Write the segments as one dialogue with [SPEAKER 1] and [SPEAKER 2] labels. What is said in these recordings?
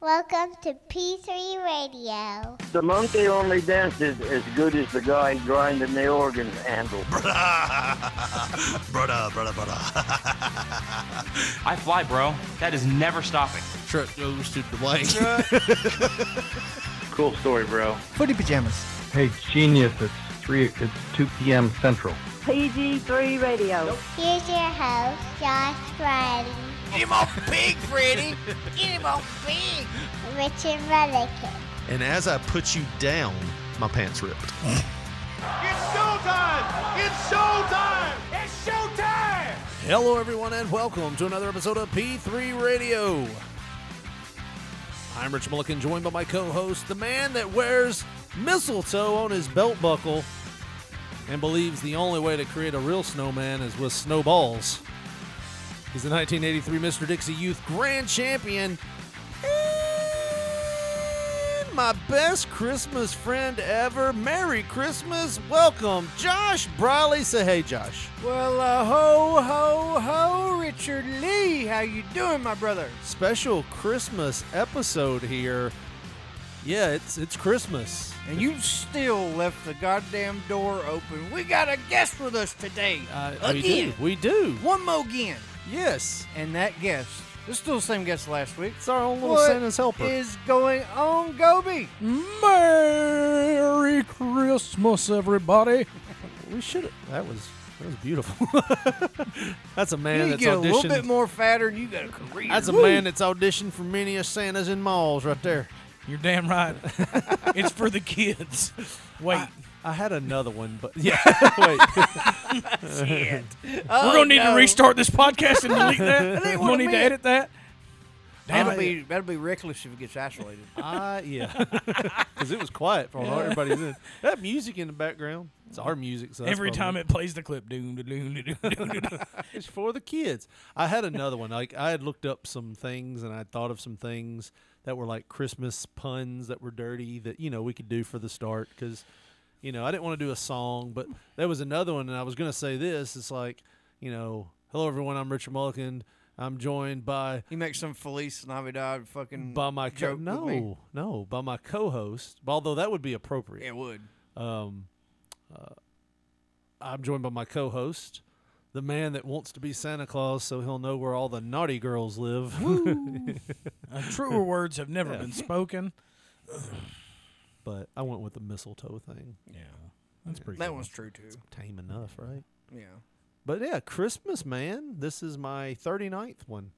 [SPEAKER 1] Welcome to P3 Radio.
[SPEAKER 2] The monkey only dances as good as the guy grinding the organ handle.
[SPEAKER 3] brother, brother, brother.
[SPEAKER 4] I fly, bro. That is never stopping.
[SPEAKER 5] Truck goes to the blank.
[SPEAKER 6] Cool story, bro.
[SPEAKER 7] Footy pajamas.
[SPEAKER 8] Hey, genius! It's three. It's two p.m. Central.
[SPEAKER 9] PG3 Radio.
[SPEAKER 1] Here's your host, Josh Friday,
[SPEAKER 3] Get him off pig, Freddy. Get him off pig.
[SPEAKER 1] Richard Mullican.
[SPEAKER 5] and as I put you down, my pants ripped. Hello, everyone, and welcome to another episode of P3 Radio. I'm Rich Mulliken, joined by my co host, the man that wears mistletoe on his belt buckle and believes the only way to create a real snowman is with snowballs. He's the 1983 Mr. Dixie Youth Grand Champion and my best Christmas friend ever. Merry Christmas. Welcome, Josh Briley. Say hey, Josh.
[SPEAKER 7] Well, uh, ho, ho, ho, Richard Lee. How you doing, my brother?
[SPEAKER 5] special Christmas episode here. Yeah, it's it's Christmas.
[SPEAKER 7] And you still left the goddamn door open. We got a guest with us today.
[SPEAKER 5] Uh, we do.
[SPEAKER 7] again.
[SPEAKER 5] We do.
[SPEAKER 7] One more again.
[SPEAKER 5] Yes.
[SPEAKER 7] And that guest, it's still the same guest last week.
[SPEAKER 5] It's our own little
[SPEAKER 7] What
[SPEAKER 5] Santa's helper.
[SPEAKER 7] is going on, Gobi?
[SPEAKER 5] Merry Christmas, everybody. we should. That was that was beautiful. that's a man
[SPEAKER 7] you
[SPEAKER 5] that's
[SPEAKER 7] get a little
[SPEAKER 5] auditioned.
[SPEAKER 7] bit more fatter, and you got a career.
[SPEAKER 5] that's a
[SPEAKER 7] Woo!
[SPEAKER 5] man that's auditioned for many a Santas in malls right there.
[SPEAKER 10] You're damn right. it's for the kids. Wait,
[SPEAKER 5] I had another one, but yeah. Wait.
[SPEAKER 10] we're gonna need to restart this podcast and delete that.
[SPEAKER 7] They
[SPEAKER 10] we
[SPEAKER 7] wanna
[SPEAKER 10] gonna need to
[SPEAKER 7] meet.
[SPEAKER 10] edit that.
[SPEAKER 7] That'll be that'll be reckless if it gets isolated.
[SPEAKER 5] Uh, yeah. Because it was quiet for a while. Everybody's in. That music in the background. It's our music. So that's
[SPEAKER 10] Every
[SPEAKER 5] probably-
[SPEAKER 10] time it plays the clip, doom, doom, doom, doom, doom, doom, doom.
[SPEAKER 5] it's for the kids. I had another one. Like I had looked up some things and I thought of some things that were like Christmas puns that were dirty that you know we could do for the start because you know I didn't want to do a song, but there was another one and I was gonna say this. It's like you know, hello everyone. I'm Richard Mulliken. I'm joined by
[SPEAKER 7] You make some Felice Navidad fucking
[SPEAKER 5] by my co-
[SPEAKER 7] joke with me.
[SPEAKER 5] no no by my co-host. Although that would be appropriate.
[SPEAKER 7] It would.
[SPEAKER 5] Um, uh, I'm joined by my co host, the man that wants to be Santa Claus so he'll know where all the naughty girls live.
[SPEAKER 10] Uh, truer words have never been spoken.
[SPEAKER 5] but I went with the mistletoe thing.
[SPEAKER 10] Yeah, that's pretty.
[SPEAKER 7] That
[SPEAKER 10] cool.
[SPEAKER 7] one's true too.
[SPEAKER 5] Tame enough, right?
[SPEAKER 7] Yeah.
[SPEAKER 5] But yeah, Christmas, man. This is my 39th one.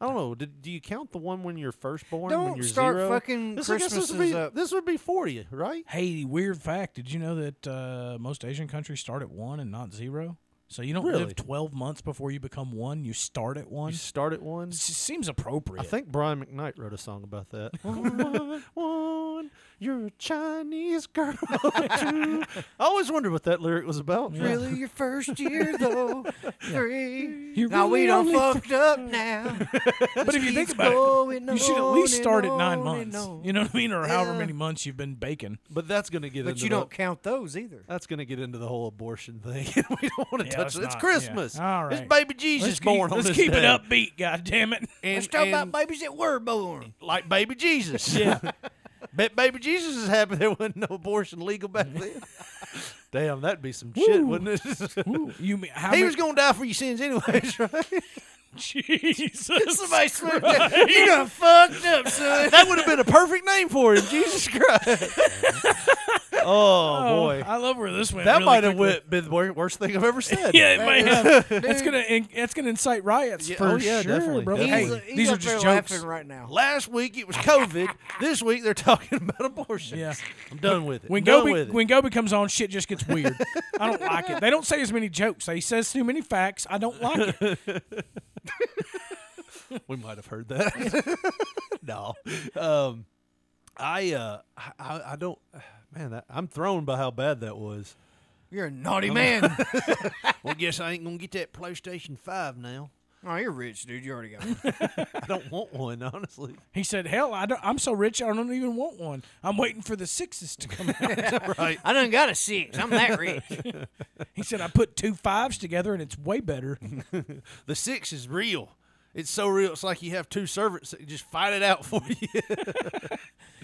[SPEAKER 5] I don't know. Did, do you count the one when you're firstborn? when
[SPEAKER 7] Don't
[SPEAKER 5] you're
[SPEAKER 7] start
[SPEAKER 5] zero?
[SPEAKER 7] fucking
[SPEAKER 5] This, I guess this would
[SPEAKER 7] Christmases
[SPEAKER 5] be,
[SPEAKER 7] up.
[SPEAKER 5] This would be 40, right?
[SPEAKER 10] Hey, weird fact. Did you know that uh, most Asian countries start at one and not zero? So you don't
[SPEAKER 5] Really?
[SPEAKER 10] live 12 months before you become one. You start at one.
[SPEAKER 5] You start at one.
[SPEAKER 10] It s- seems appropriate.
[SPEAKER 5] I think Brian McKnight wrote a song about that. one, one, you're a Chinese girl. two. I always wondered what that lyric was about.
[SPEAKER 7] Really, your first year though, three.
[SPEAKER 10] You
[SPEAKER 7] now we
[SPEAKER 10] really
[SPEAKER 7] don't
[SPEAKER 10] only-
[SPEAKER 7] fucked up now.
[SPEAKER 10] But if you think
[SPEAKER 7] keeps
[SPEAKER 10] about
[SPEAKER 7] going
[SPEAKER 10] it, you should at least
[SPEAKER 7] on and
[SPEAKER 10] start at nine
[SPEAKER 7] on and
[SPEAKER 10] months.
[SPEAKER 7] on.
[SPEAKER 10] You know what I mean, or however
[SPEAKER 7] Yeah.
[SPEAKER 10] many months you've been baking.
[SPEAKER 5] But that's gonna get
[SPEAKER 7] but
[SPEAKER 5] into
[SPEAKER 7] you
[SPEAKER 5] the,
[SPEAKER 7] don't count those either.
[SPEAKER 5] that's gonna get into the whole abortion thing. we don't want to
[SPEAKER 10] Yeah,
[SPEAKER 5] touch
[SPEAKER 10] let's
[SPEAKER 5] it. It's
[SPEAKER 10] not. Yeah.
[SPEAKER 5] Christmas.
[SPEAKER 10] All
[SPEAKER 5] It's
[SPEAKER 10] right.
[SPEAKER 5] baby Jesus
[SPEAKER 10] let's
[SPEAKER 5] born
[SPEAKER 10] keep,
[SPEAKER 5] on
[SPEAKER 10] let's
[SPEAKER 5] this
[SPEAKER 10] keep
[SPEAKER 5] day.
[SPEAKER 10] it upbeat, god damn it.
[SPEAKER 5] And,
[SPEAKER 7] Let's talk about
[SPEAKER 5] and
[SPEAKER 7] babies that were born.
[SPEAKER 5] like baby Jesus.
[SPEAKER 10] Yeah.
[SPEAKER 5] Bet baby Jesus is happy there wasn't no abortion legal back then. Damn, that'd be some shit, wouldn't it?
[SPEAKER 10] Ooh, you mean how
[SPEAKER 5] he
[SPEAKER 10] many-
[SPEAKER 5] was gonna die for your sins anyways, right?
[SPEAKER 10] Jesus.
[SPEAKER 7] Somebody slipped it. You done fucked up, son.
[SPEAKER 5] that would have been a perfect name for him. Jesus Christ. oh, boy,
[SPEAKER 10] I love where this went.
[SPEAKER 5] that
[SPEAKER 10] really
[SPEAKER 5] might have
[SPEAKER 10] quickly.
[SPEAKER 5] went- been the wor- worst thing I've ever said.
[SPEAKER 10] Yeah, it might have. It's gonna in, it's gonna incite riots
[SPEAKER 5] Yeah,
[SPEAKER 10] for
[SPEAKER 5] oh, yeah,
[SPEAKER 10] sure,
[SPEAKER 5] definitely,
[SPEAKER 10] brother.
[SPEAKER 5] definitely.
[SPEAKER 10] Hey,
[SPEAKER 5] Look,
[SPEAKER 7] He's, he's
[SPEAKER 10] these are
[SPEAKER 7] up there
[SPEAKER 10] just jokes.
[SPEAKER 7] laughing right now.
[SPEAKER 5] Last week it was COVID. this week they're talking about abortion.
[SPEAKER 10] Yeah.
[SPEAKER 5] I'm done with it.
[SPEAKER 10] When
[SPEAKER 5] I'm done
[SPEAKER 10] Gobi
[SPEAKER 5] with it.
[SPEAKER 10] when Gobi comes on, shit just gets weird. I don't like it. They don't say as many jokes. They says too many facts. I don't like it.
[SPEAKER 5] we might have heard that. no, um, I, uh, I- I, I don't. Man, that, I'm thrown by how bad that was.
[SPEAKER 7] You're a naughty
[SPEAKER 10] Oh.
[SPEAKER 7] man.
[SPEAKER 5] Well, guess I ain't gonna get that PlayStation Five now.
[SPEAKER 7] oh, you're rich, dude. You already got one.
[SPEAKER 5] I don't want one, honestly.
[SPEAKER 10] He said, "Hell, I don't, I'm so rich, I don't even want one. I'm waiting for the sixes to come out."
[SPEAKER 5] right?
[SPEAKER 7] I done got a six. I'm that rich.
[SPEAKER 10] he said, "I put two fives together, and it's way better."
[SPEAKER 5] The six is real. It's so real. It's like you have two servants that just fight it out for you.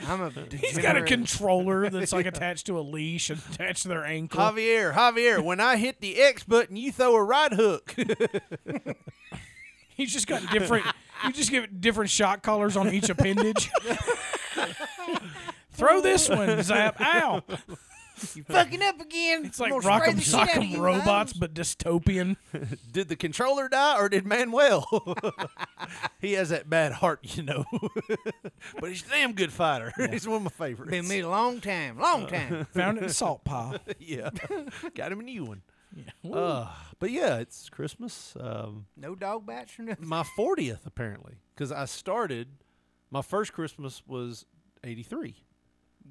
[SPEAKER 7] I'm a
[SPEAKER 10] He's got a
[SPEAKER 7] degenerate.
[SPEAKER 10] controller that's like attached to a leash and attached to their ankle.
[SPEAKER 5] Javier, Javier, when I hit the X button, you throw a right hook.
[SPEAKER 10] He's just got different. you just give different shot collars on each appendage. Throw this one, zap! Ow!
[SPEAKER 7] You fucking up again.
[SPEAKER 10] It's like
[SPEAKER 7] I'm gonna spray
[SPEAKER 10] Rock'em
[SPEAKER 7] the shit out of
[SPEAKER 10] Sock'em
[SPEAKER 7] you,
[SPEAKER 10] robots,
[SPEAKER 7] Miles.
[SPEAKER 10] but dystopian.
[SPEAKER 5] did the controller die or did Manuel? he has that bad heart, you know. but he's a damn good fighter. he's one of my favorites.
[SPEAKER 7] Been me a long time, long time.
[SPEAKER 10] Found it in a salt pile.
[SPEAKER 5] yeah. Got him a new one. Uh, but yeah, it's Christmas. Um,
[SPEAKER 7] No dog bites or nothing.
[SPEAKER 5] my 40th, apparently, because I started, my first Christmas was 83,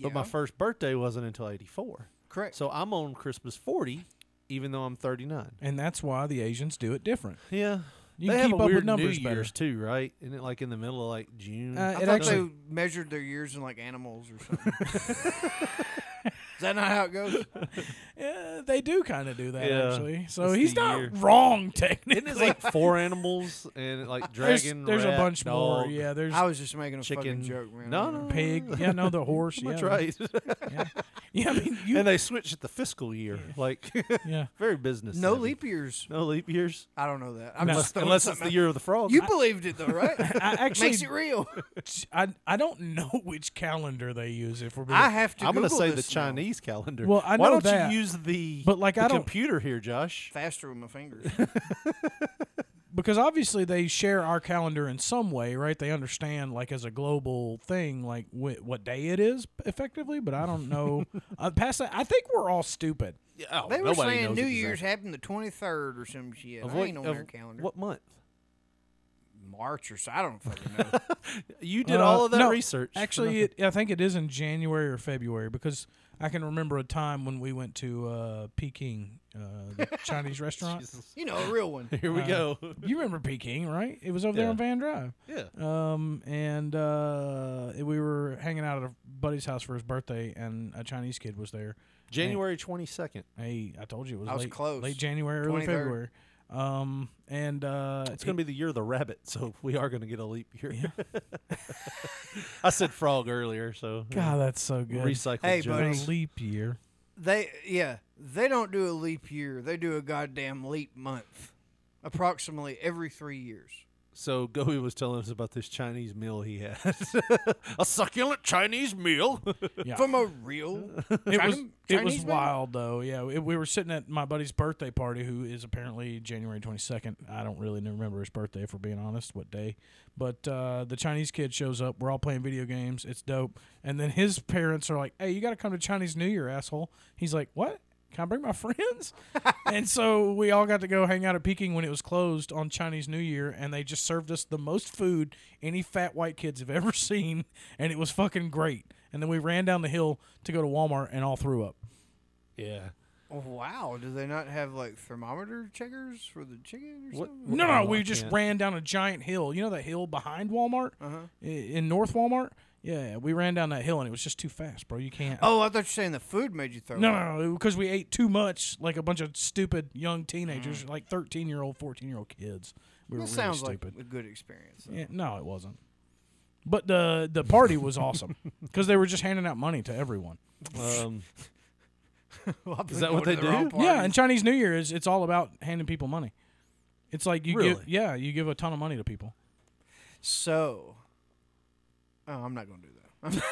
[SPEAKER 5] but my
[SPEAKER 7] Yeah.
[SPEAKER 5] first birthday wasn't until 84.
[SPEAKER 7] Correct.
[SPEAKER 5] So I'm on Christmas 40, even though I'm 39.
[SPEAKER 10] And that's why the Asians do it different.
[SPEAKER 5] Yeah.
[SPEAKER 10] You
[SPEAKER 5] they
[SPEAKER 10] can
[SPEAKER 5] have
[SPEAKER 10] keep
[SPEAKER 5] a
[SPEAKER 10] up with
[SPEAKER 5] weird
[SPEAKER 10] numbers
[SPEAKER 5] New
[SPEAKER 10] better.
[SPEAKER 5] Year's too, right? Isn't it like in the middle of like June?
[SPEAKER 10] Uh,
[SPEAKER 7] I
[SPEAKER 10] it
[SPEAKER 7] thought
[SPEAKER 10] actually-
[SPEAKER 7] they measured their years in like animals or something. Is that not how it goes?
[SPEAKER 10] Yeah, they do kind of do that
[SPEAKER 5] Yeah.
[SPEAKER 10] actually. So
[SPEAKER 5] It's
[SPEAKER 10] he's
[SPEAKER 5] the
[SPEAKER 10] not
[SPEAKER 5] year.
[SPEAKER 10] wrong
[SPEAKER 5] Isn't it
[SPEAKER 10] technically.
[SPEAKER 5] like four animals and like
[SPEAKER 10] there's
[SPEAKER 5] dragon?
[SPEAKER 10] there's
[SPEAKER 5] rat,
[SPEAKER 10] a bunch more.
[SPEAKER 5] dog,
[SPEAKER 10] Yeah, there's
[SPEAKER 7] I was just making a
[SPEAKER 5] chicken.
[SPEAKER 7] fucking joke, man.
[SPEAKER 5] No, no,
[SPEAKER 10] pig. Yeah, no, the horse.
[SPEAKER 5] That's
[SPEAKER 10] yeah.
[SPEAKER 5] right.
[SPEAKER 10] Yeah, I mean you.
[SPEAKER 5] and they switch at the fiscal year, like
[SPEAKER 10] yeah.
[SPEAKER 5] very business.
[SPEAKER 7] No
[SPEAKER 5] savvy.
[SPEAKER 7] leap years.
[SPEAKER 5] no leap years,
[SPEAKER 7] I don't know that. I'm
[SPEAKER 5] unless,
[SPEAKER 7] just throwing
[SPEAKER 5] unless it's the
[SPEAKER 7] something out.
[SPEAKER 5] year of the frog.
[SPEAKER 7] You believed it though, right?
[SPEAKER 10] I actually
[SPEAKER 7] Makes it real.
[SPEAKER 10] I, I don't know which calendar they use if we're being,
[SPEAKER 7] I have to.
[SPEAKER 5] I'm
[SPEAKER 7] going
[SPEAKER 5] gonna
[SPEAKER 7] to
[SPEAKER 5] say the Chinese calendar.
[SPEAKER 10] Well, I
[SPEAKER 5] Why
[SPEAKER 10] know
[SPEAKER 5] don't
[SPEAKER 10] that,
[SPEAKER 5] you use the
[SPEAKER 10] but, like,
[SPEAKER 5] the
[SPEAKER 10] I don't-
[SPEAKER 5] computer here, Josh?
[SPEAKER 7] faster with my fingers.
[SPEAKER 10] because obviously they share our calendar in some way, right? They understand like as a global thing, like wh- what day it is effectively. But I don't know. uh, past that, I think we're all stupid.
[SPEAKER 5] Oh,
[SPEAKER 7] They were
[SPEAKER 5] nobody
[SPEAKER 7] saying
[SPEAKER 5] knows
[SPEAKER 7] New
[SPEAKER 5] exactly.
[SPEAKER 7] Year's happened the 23rd or some shit.
[SPEAKER 5] Of
[SPEAKER 7] I
[SPEAKER 5] what-
[SPEAKER 7] ain't on
[SPEAKER 5] of
[SPEAKER 7] their calendar.
[SPEAKER 5] What month?
[SPEAKER 7] March or so. I don't fucking know.
[SPEAKER 5] You did
[SPEAKER 10] Uh,
[SPEAKER 5] all of that
[SPEAKER 10] no,
[SPEAKER 5] research. for
[SPEAKER 10] Actually,
[SPEAKER 5] nothing.
[SPEAKER 10] it, I think it is in January or February because I can remember a time when we went to uh, Peking, uh, the Chinese restaurant. Uh,
[SPEAKER 7] you know, a real one.
[SPEAKER 5] here we go.
[SPEAKER 10] You remember Peking, right? It was over there
[SPEAKER 5] Yeah.
[SPEAKER 10] on Van Drive.
[SPEAKER 5] yeah.
[SPEAKER 10] Um, and uh, we were hanging out at a buddy's house for his birthday, and a Chinese kid was there.
[SPEAKER 5] January 22nd.
[SPEAKER 10] Hey, I told you it was,
[SPEAKER 7] I was
[SPEAKER 10] late,
[SPEAKER 7] close.
[SPEAKER 10] late January, early
[SPEAKER 7] 23rd.
[SPEAKER 10] February. Um, and uh,
[SPEAKER 5] It's going to be the year of the rabbit, so we are going to get a leap year. I said frog earlier, so uh,
[SPEAKER 10] God, that's so good.
[SPEAKER 5] recycled
[SPEAKER 7] Hey,
[SPEAKER 10] What a
[SPEAKER 5] jokes.
[SPEAKER 7] buddies.
[SPEAKER 10] leap year.
[SPEAKER 7] They yeah, they don't do a leap year. They do a goddamn leap month, approximately every three years.
[SPEAKER 5] So Goey was telling us about this Chinese meal he had. a succulent Chinese meal.
[SPEAKER 10] Yeah.
[SPEAKER 7] From a real,
[SPEAKER 10] it was
[SPEAKER 7] Chinan-
[SPEAKER 10] it was
[SPEAKER 7] Chinese man?
[SPEAKER 10] wild though. Yeah, we, we were sitting at my buddy's birthday party, who is apparently January twenty second. I don't really remember his birthday, if we're being honest, what day. But uh, the Chinese kid shows up. We're all playing video games. It's dope. And then his parents are like, "Hey, you got to come to Chinese New Year, asshole." He's like, "What?" Can I bring my friends? and so we all got to go hang out at Peking when it was closed on Chinese New Year, and they just served us the most food any fat white kids have ever seen, and it was fucking great. And then we ran down the hill to go to Walmart and all threw up.
[SPEAKER 5] yeah.
[SPEAKER 7] oh, wow. Do they not have like thermometer checkers for the chicken or something?
[SPEAKER 10] No, no, we just
[SPEAKER 5] can't.
[SPEAKER 10] ran down a giant hill. You know that hill behind Walmart
[SPEAKER 7] Uh-huh.
[SPEAKER 10] I- in North Walmart. Yeah, we ran down that hill and it was just too fast, bro. You can't.
[SPEAKER 7] Oh, I thought you were saying the food made you throw.
[SPEAKER 10] No,
[SPEAKER 7] up.
[SPEAKER 10] no, no, because we ate too much, like a bunch of stupid young teenagers, like thirteen-year-old, fourteen-year-old kids. We were
[SPEAKER 7] Mm. That
[SPEAKER 10] really
[SPEAKER 7] sounds like
[SPEAKER 10] stupid.
[SPEAKER 7] a good experience. though.
[SPEAKER 10] Yeah, no, it wasn't. But the the party was awesome because they were just handing out money to everyone.
[SPEAKER 5] Um,
[SPEAKER 7] Well, I've
[SPEAKER 5] Is
[SPEAKER 7] been
[SPEAKER 5] that what
[SPEAKER 7] going to
[SPEAKER 5] they
[SPEAKER 7] the wrong
[SPEAKER 5] do?
[SPEAKER 10] Yeah,
[SPEAKER 7] parties.
[SPEAKER 10] and Chinese New Year is it's all about handing people money. It's like you
[SPEAKER 5] Really?
[SPEAKER 10] give yeah, you give a ton of money to people.
[SPEAKER 7] so, oh, I'm not going to do that.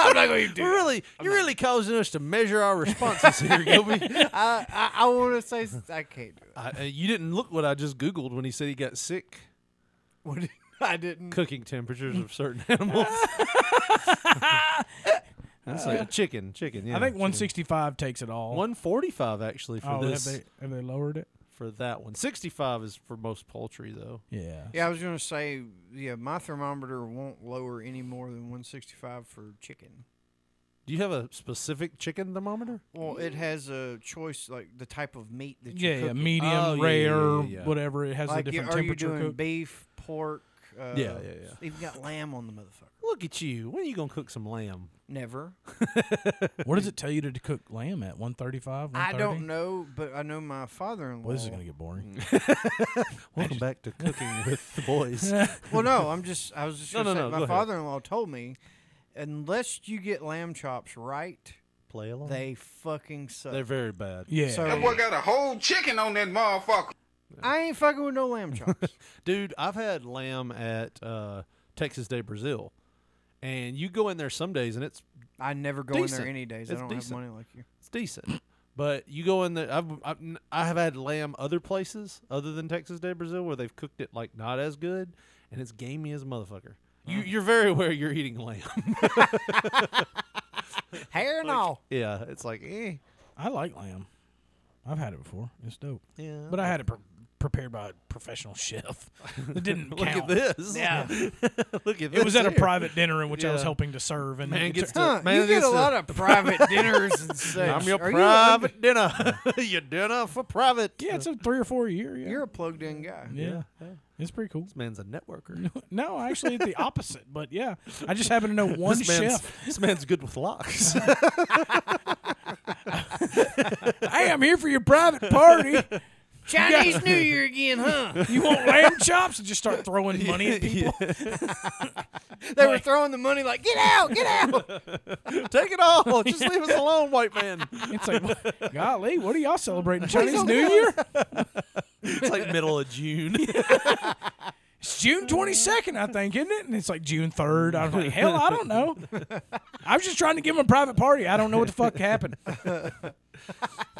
[SPEAKER 7] I'm not going to do that.
[SPEAKER 5] really, you're really causing us to measure our responses here, Goey.
[SPEAKER 7] I, I, I want to say s- I can't do it.
[SPEAKER 5] I, uh, you didn't look what I just Googled when he said he got sick.
[SPEAKER 7] What did- I didn't.
[SPEAKER 5] Cooking temperatures of certain animals. That's like chicken, chicken. Yeah,
[SPEAKER 10] I think
[SPEAKER 5] chicken.
[SPEAKER 10] 165 takes it all.
[SPEAKER 5] 145 actually for
[SPEAKER 10] oh, have
[SPEAKER 5] this
[SPEAKER 10] they have they lowered it?
[SPEAKER 5] for that one. 65 is for most poultry though.
[SPEAKER 10] Yeah.
[SPEAKER 7] Yeah, I was gonna say, yeah, my thermometer won't lower any more than 165 for chicken.
[SPEAKER 5] Do you have a specific chicken thermometer?
[SPEAKER 7] Well, it has a choice, like the type of meat that you
[SPEAKER 10] Yeah, yeah,
[SPEAKER 7] cook. it.
[SPEAKER 10] medium,
[SPEAKER 5] Oh, yeah, yeah,
[SPEAKER 10] rare,
[SPEAKER 5] yeah, yeah, yeah.
[SPEAKER 10] whatever. It has
[SPEAKER 7] like,
[SPEAKER 10] a
[SPEAKER 7] you-
[SPEAKER 10] different
[SPEAKER 7] are you
[SPEAKER 10] temperature.
[SPEAKER 7] doing
[SPEAKER 10] cook.
[SPEAKER 7] beef, pork, Uh,
[SPEAKER 5] Yeah, yeah, yeah.
[SPEAKER 7] Even got lamb on the motherfucker.
[SPEAKER 5] Look at you. When are you gonna cook some lamb?
[SPEAKER 7] Never.
[SPEAKER 10] What does it tell you to cook lamb at 135?
[SPEAKER 7] I don't know, but I know my father-in-law.
[SPEAKER 10] Well, this is going to get boring.
[SPEAKER 5] Welcome back to cooking with the boys.
[SPEAKER 7] Well, no, I'm just. I was just.
[SPEAKER 5] No,
[SPEAKER 7] gonna
[SPEAKER 5] no,
[SPEAKER 7] say,
[SPEAKER 5] no, go
[SPEAKER 7] My
[SPEAKER 5] ahead.
[SPEAKER 7] father-in-law told me, unless you get lamb chops right,
[SPEAKER 5] Play along. They,
[SPEAKER 7] they fucking suck.
[SPEAKER 5] are very bad.
[SPEAKER 10] Yeah.
[SPEAKER 7] So
[SPEAKER 6] got a whole chicken on that motherfucker.
[SPEAKER 7] I ain't fucking with no lamb chops.
[SPEAKER 5] Dude, I've had lamb at uh, Texas Day Brazil, and you go in there some days and it's
[SPEAKER 7] I never go in
[SPEAKER 5] Decent.
[SPEAKER 7] there any days.
[SPEAKER 5] It's
[SPEAKER 7] I don't
[SPEAKER 5] decent.
[SPEAKER 7] have money like you.
[SPEAKER 5] it's decent. But you go in there. I've, I've n- I have had lamb other places other than Texas Day Brazil where they've cooked it like not as good, and it's gamey as a motherfucker. You,
[SPEAKER 10] Uh-huh.
[SPEAKER 5] you're very aware you're eating lamb.
[SPEAKER 7] Hair and all.
[SPEAKER 5] yeah, it's like eh.
[SPEAKER 10] I like lamb. I've had it before. It's dope.
[SPEAKER 5] Yeah,
[SPEAKER 10] But I had it pre- prepared by a professional chef. It didn't
[SPEAKER 5] Look
[SPEAKER 10] count.
[SPEAKER 5] at this.
[SPEAKER 10] Yeah.
[SPEAKER 5] Look at this.
[SPEAKER 10] It was at a
[SPEAKER 5] here.
[SPEAKER 10] private dinner in which I was
[SPEAKER 5] Yeah.
[SPEAKER 10] helping to serve. And
[SPEAKER 5] Man
[SPEAKER 10] it
[SPEAKER 5] gets
[SPEAKER 10] tur-
[SPEAKER 5] to-
[SPEAKER 7] Huh,
[SPEAKER 5] man,
[SPEAKER 7] you get
[SPEAKER 5] this
[SPEAKER 7] a
[SPEAKER 5] is-
[SPEAKER 7] lot of private dinners and such.
[SPEAKER 5] I'm your
[SPEAKER 7] Are you a-
[SPEAKER 5] private dinner. your dinner for private.
[SPEAKER 10] yeah, it's a three or four a year. Yeah.
[SPEAKER 7] You're a plugged-in guy.
[SPEAKER 10] yeah. It's pretty cool.
[SPEAKER 5] This man's a networker.
[SPEAKER 10] No, actually, it's the opposite. But yeah, I just happen to know one
[SPEAKER 5] this man's,
[SPEAKER 10] chef.
[SPEAKER 5] this man's good with locks.
[SPEAKER 10] Hey, I'm here for your private party.
[SPEAKER 7] Chinese New Year again, huh?
[SPEAKER 10] You want lamb chops? And just start throwing money at people.
[SPEAKER 7] They were throwing the money like, get out, get out.
[SPEAKER 5] Take it all. Just leave us alone, white man.
[SPEAKER 10] It's like, golly, what are y'all celebrating? Chinese New Year?
[SPEAKER 5] It's like middle of June.
[SPEAKER 10] It's June 22nd, I think, isn't it? And it's like June 3rd. I was like, hell, I don't know. I was just trying to give them a private party. I don't know what the fuck happened.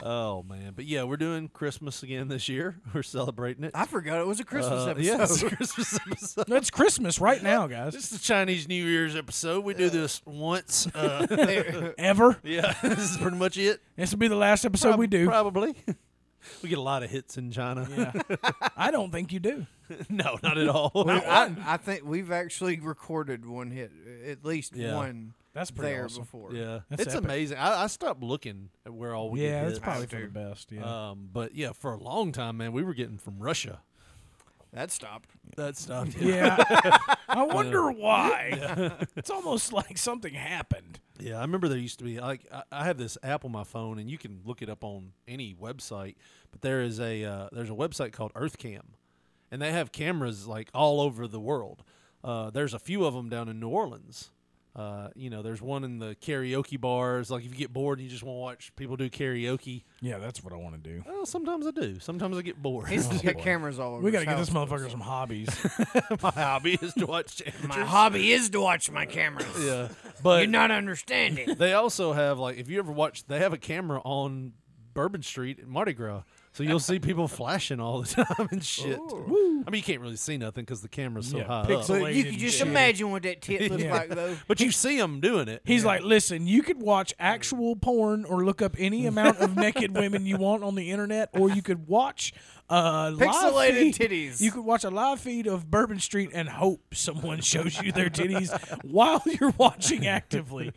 [SPEAKER 5] oh man, but yeah, we're doing Christmas again this year. We're celebrating it.
[SPEAKER 7] I forgot it was a Christmas
[SPEAKER 5] Uh,
[SPEAKER 7] episode.
[SPEAKER 5] yeah, it's a Christmas episode.
[SPEAKER 10] It's Christmas right now, guys.
[SPEAKER 5] This is the Chinese New Year's episode. We do this once. Uh,
[SPEAKER 10] Ever.
[SPEAKER 5] yeah, this is pretty much it.
[SPEAKER 10] This will be the last episode we
[SPEAKER 5] Prob-
[SPEAKER 10] do.
[SPEAKER 5] probably. We get a lot of hits in China.
[SPEAKER 10] I don't think you do.
[SPEAKER 5] no, not at all.
[SPEAKER 7] We- I, I think we've actually recorded one hit, at least
[SPEAKER 5] Yeah.
[SPEAKER 7] one.
[SPEAKER 10] That's pretty
[SPEAKER 7] there
[SPEAKER 10] awesome.
[SPEAKER 7] before.
[SPEAKER 5] yeah,
[SPEAKER 10] That's
[SPEAKER 5] it's
[SPEAKER 10] epic.
[SPEAKER 5] amazing. I, I stopped looking at where all we get
[SPEAKER 10] Yeah, that's
[SPEAKER 5] hits.
[SPEAKER 10] probably for the best. Yeah.
[SPEAKER 5] Um, but yeah, for a long time, man, we were getting from Russia.
[SPEAKER 7] that stopped.
[SPEAKER 5] That stopped.
[SPEAKER 10] yeah. I wonder why. It's almost like something happened.
[SPEAKER 5] Yeah, I remember there used to be like I, I have this app on my phone, and you can look it up on any website. But there is a uh, there's a website called EarthCam, and they have cameras like all over the world. Uh, there's a few of them down in New Orleans. Uh, you know, there's one in the karaoke bars. Like if you get bored and you just want to watch people do karaoke,
[SPEAKER 10] Yeah, that's what I want to do.
[SPEAKER 5] well, sometimes I do. Sometimes I get bored.
[SPEAKER 7] He's just got cameras all over.
[SPEAKER 10] We got to
[SPEAKER 7] his
[SPEAKER 10] get this
[SPEAKER 7] house.
[SPEAKER 10] motherfucker some hobbies.
[SPEAKER 5] my hobby is to watch.
[SPEAKER 7] My hobby is to watch my cameras.
[SPEAKER 5] yeah, but
[SPEAKER 7] You're not understanding.
[SPEAKER 5] They also have like if you ever watch, they have a camera on Bourbon Street in Mardi Gras, so you'll see people flashing all the time and shit. I mean, you can't really see nothing because the camera's so
[SPEAKER 10] Yeah,
[SPEAKER 5] high
[SPEAKER 10] pixel-
[SPEAKER 5] up.
[SPEAKER 7] but you
[SPEAKER 10] Bladed
[SPEAKER 7] can just
[SPEAKER 10] shit.
[SPEAKER 7] imagine what that tit looks
[SPEAKER 10] Yeah.
[SPEAKER 7] like, though.
[SPEAKER 5] But you see them doing it.
[SPEAKER 10] He's like, listen, you could watch actual porn or look up any amount of naked women you want on the internet, or you could watch uh,
[SPEAKER 7] Pixelated
[SPEAKER 10] live feed.
[SPEAKER 7] titties.
[SPEAKER 10] You could watch a live feed of Bourbon Street and hope someone shows you their titties while you're watching actively.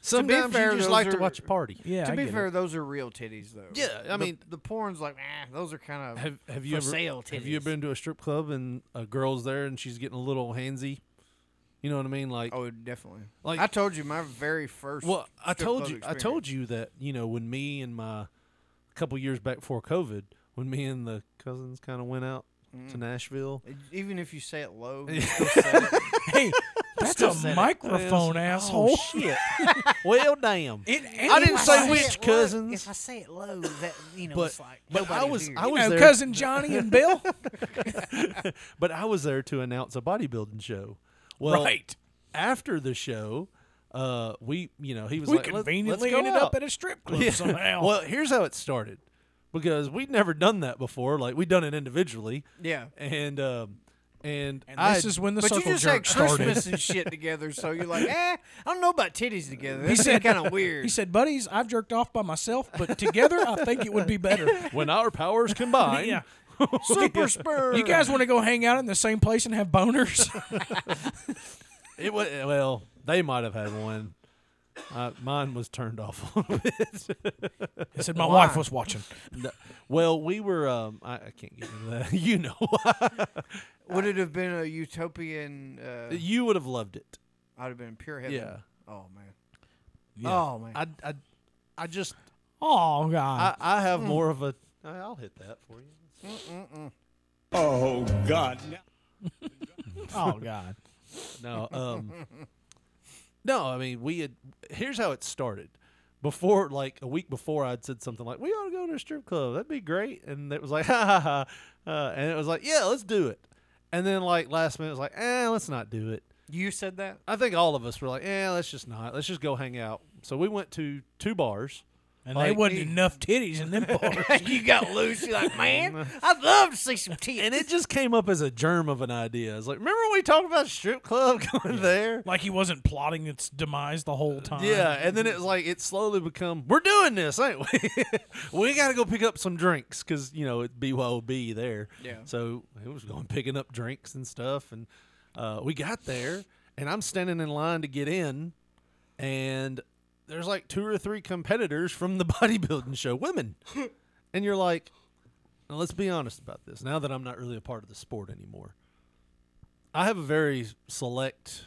[SPEAKER 5] sometimes
[SPEAKER 7] fair,
[SPEAKER 5] you just
[SPEAKER 7] those
[SPEAKER 5] like to
[SPEAKER 7] are-
[SPEAKER 5] watch a party.
[SPEAKER 10] Yeah,
[SPEAKER 7] to
[SPEAKER 10] I
[SPEAKER 7] be
[SPEAKER 10] get
[SPEAKER 7] fair,
[SPEAKER 10] it.
[SPEAKER 7] those are real titties, though.
[SPEAKER 5] Yeah, I
[SPEAKER 7] The-
[SPEAKER 5] mean-
[SPEAKER 7] the, porn's like, eh, those are kind of
[SPEAKER 5] Have Have you
[SPEAKER 7] For
[SPEAKER 5] ever
[SPEAKER 7] sale
[SPEAKER 5] have you
[SPEAKER 7] titties.
[SPEAKER 5] been to a strip club and a girl's there and she's getting a little handsy? You know what I mean? Like,
[SPEAKER 7] Oh, definitely.
[SPEAKER 5] Like-
[SPEAKER 7] Like I told you, my very first.
[SPEAKER 5] well, I
[SPEAKER 7] strip
[SPEAKER 5] told
[SPEAKER 7] club
[SPEAKER 5] you,
[SPEAKER 7] experience.
[SPEAKER 5] I told you that you know when me and my a couple years back before COVID, when me and the cousins kind of went out
[SPEAKER 7] Mm.
[SPEAKER 5] to Nashville.
[SPEAKER 7] Even if you say it low, you still say it.
[SPEAKER 10] Hey, that's a microphone, asshole.
[SPEAKER 5] Oh shit! well, damn.
[SPEAKER 10] It
[SPEAKER 5] I didn't
[SPEAKER 10] ain't
[SPEAKER 5] say
[SPEAKER 10] like-
[SPEAKER 5] which cousins,
[SPEAKER 3] I say it low, that you know,
[SPEAKER 5] but but I was I
[SPEAKER 10] You
[SPEAKER 5] was
[SPEAKER 10] know,
[SPEAKER 5] there.
[SPEAKER 10] cousin Johnny and Bill.
[SPEAKER 5] But I was there to announce a bodybuilding show. Well,
[SPEAKER 10] right.
[SPEAKER 5] after the show, uh, we you know he was
[SPEAKER 10] We
[SPEAKER 5] like, "Let-
[SPEAKER 10] conveniently
[SPEAKER 5] let's go
[SPEAKER 10] ended
[SPEAKER 5] out.
[SPEAKER 10] up at a strip club
[SPEAKER 5] Yeah.
[SPEAKER 10] somehow.
[SPEAKER 5] Well, here's how it started, because we'd never done that before. Like we'd done it individually,
[SPEAKER 7] Yeah.
[SPEAKER 5] and um, and,
[SPEAKER 10] and
[SPEAKER 5] I
[SPEAKER 10] this is when the
[SPEAKER 7] But you
[SPEAKER 10] circle
[SPEAKER 7] just
[SPEAKER 10] jerk
[SPEAKER 7] had
[SPEAKER 10] started.
[SPEAKER 7] Christmas and shit together, so you're like, eh, I don't know about titties together. That
[SPEAKER 10] He said-
[SPEAKER 7] kind of weird.
[SPEAKER 10] He said, "Buddies, I've jerked off by myself, but together, I think it would be better."
[SPEAKER 5] when our powers combine.
[SPEAKER 10] Yeah.
[SPEAKER 7] super sperm.
[SPEAKER 10] You guys want to go hang out in the same place and have boners?
[SPEAKER 5] It was well, they might have had one. Uh, mine was turned off a little bit.
[SPEAKER 10] I said my
[SPEAKER 7] Why?
[SPEAKER 10] wife was watching.
[SPEAKER 5] No- well, we were. Um, I, I can't get into that. You know,
[SPEAKER 7] Would it have been a utopian? Uh,
[SPEAKER 5] you would have loved it.
[SPEAKER 7] I'd have been pure heaven.
[SPEAKER 5] Yeah.
[SPEAKER 7] Oh man.
[SPEAKER 10] Yeah.
[SPEAKER 7] Oh man.
[SPEAKER 5] I, I, I just,
[SPEAKER 10] Oh God!
[SPEAKER 5] I, I have more of a. I- I'll hit that for you.
[SPEAKER 10] oh God!
[SPEAKER 5] No, um, no. I mean, we had. Here's how it started. Before, like a week before, I'd said something like, "We ought to go to a strip club. That'd be great." And it was like, "Ha ha ha," uh, and it was like, "Yeah, let's do it." And then, like last minute, it was like, "Eh, let's not do it."
[SPEAKER 7] you said that.
[SPEAKER 5] I think all of us were like, "Eh, let's just not. Let's just go hang out." So we went to two bars.
[SPEAKER 10] And
[SPEAKER 5] Like
[SPEAKER 10] they wasn't
[SPEAKER 5] me.
[SPEAKER 10] enough titties in them bars.
[SPEAKER 7] you got loose. You're like, man, I'd love to see some teeth.
[SPEAKER 5] and it just came up as a germ of an idea. I was like, remember when we talked about strip club going there?
[SPEAKER 10] like he wasn't plotting its demise the whole time.
[SPEAKER 5] Yeah, and then it was like it slowly become we're doing this, ain't we? we got to go pick up some drinks because you know it BYOB there.
[SPEAKER 7] Yeah.
[SPEAKER 5] So it was going picking up drinks and stuff, and uh, we got there, and I'm standing in line to get in, and there's like two or three competitors from the bodybuilding show, women, and you're like, now let's be honest about this. Now that I'm not really a part of the sport anymore, I have a very select.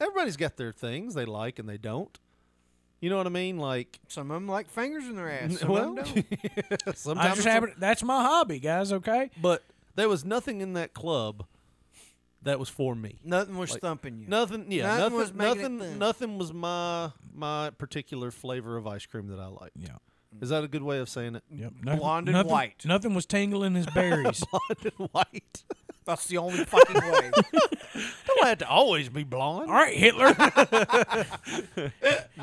[SPEAKER 5] Everybody's got their things they like and they don't. You know what I mean? Like,
[SPEAKER 7] Some of them like fingers in their ass. Some
[SPEAKER 5] well,
[SPEAKER 7] of them don't.
[SPEAKER 5] sometimes.
[SPEAKER 10] I just
[SPEAKER 5] it's-
[SPEAKER 10] happen- that's my hobby, guys. Okay.
[SPEAKER 5] But there was nothing in that club that was for me.
[SPEAKER 7] Nothing was
[SPEAKER 5] Like,
[SPEAKER 7] thumping you.
[SPEAKER 5] Nothing, yeah,
[SPEAKER 7] Nothing
[SPEAKER 5] nothing,
[SPEAKER 7] was making it
[SPEAKER 5] nothing,
[SPEAKER 7] thin.
[SPEAKER 5] nothing was my my particular flavor of ice cream that I liked.
[SPEAKER 10] Yeah.
[SPEAKER 5] Is that a good way of saying it?
[SPEAKER 10] Yep. Nothing-
[SPEAKER 7] Blonde and
[SPEAKER 10] nothing-
[SPEAKER 7] white.
[SPEAKER 10] Nothing was tangling his berries.
[SPEAKER 5] Blonde and white.
[SPEAKER 7] That's the only fucking way.
[SPEAKER 5] Don't have to always be blonde.
[SPEAKER 10] All right, Hitler.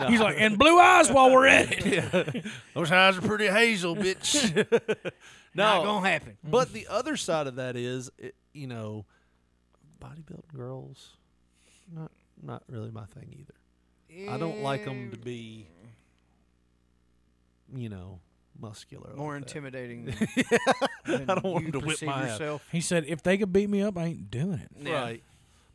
[SPEAKER 10] He's like, and blue eyes while we're at it.
[SPEAKER 5] Those eyes are pretty hazel, bitch. no,
[SPEAKER 7] Not gonna happen.
[SPEAKER 5] But the other side of that is, it, you know, bodybuilding girls, not not really my thing either. I don't like them to be, you know, muscular.
[SPEAKER 7] More
[SPEAKER 5] like that.
[SPEAKER 7] intimidating.
[SPEAKER 5] I don't want
[SPEAKER 7] you
[SPEAKER 5] 'em to whip
[SPEAKER 7] perceive
[SPEAKER 5] my ass.
[SPEAKER 7] yourself.
[SPEAKER 10] He said, if they could beat me up, I ain't doing it.
[SPEAKER 7] Yeah.
[SPEAKER 5] Right.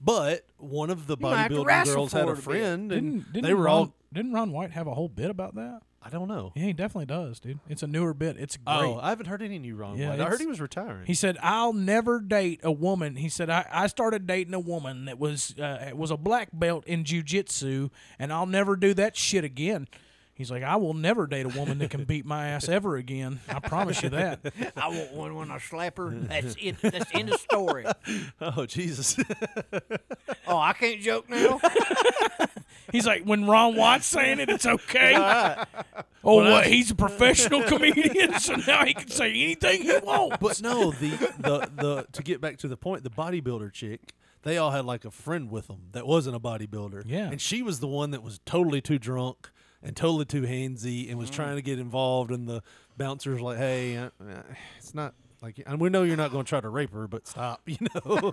[SPEAKER 5] But one of the
[SPEAKER 7] might have to
[SPEAKER 5] bodybuilding
[SPEAKER 7] wrestle
[SPEAKER 5] girls had a
[SPEAKER 7] for it a bit.
[SPEAKER 5] friend, and
[SPEAKER 10] Didn't, didn't
[SPEAKER 5] they were
[SPEAKER 10] Ron,
[SPEAKER 5] all.
[SPEAKER 10] Didn't Ron White have a whole bit about that?
[SPEAKER 5] I don't know.
[SPEAKER 10] Yeah, he definitely does, dude. It's a newer bit. It's great.
[SPEAKER 5] Oh, I haven't heard any new Ron
[SPEAKER 10] Yeah,
[SPEAKER 5] White. I
[SPEAKER 10] it's-
[SPEAKER 5] heard he was retiring.
[SPEAKER 10] He said, "I'll never date a woman." He said, "I, I started dating a woman that was uh, was a black belt in jujitsu, and I'll never do that shit again." He's like, "I will never date a woman that can beat my ass ever again. I promise you that."
[SPEAKER 7] I want one when I slap her. That's it. That's the end of story.
[SPEAKER 5] oh Jesus!
[SPEAKER 7] Oh, I can't joke now.
[SPEAKER 10] He's like, "When Ron White's saying it, it's okay." Oh, what? He's a professional comedian, so now he can say anything he wants.
[SPEAKER 5] But no, the, the the to get back to the point, the bodybuilder chick, they all had like a friend with them that wasn't a bodybuilder.
[SPEAKER 10] Yeah.
[SPEAKER 5] and she was the one that was totally too drunk and totally too handsy and was
[SPEAKER 10] Mm-hmm.
[SPEAKER 5] trying to get involved. And the bouncers like, hey, uh, uh, it's not like, and we know you're not going to try to rape her, but stop, you know.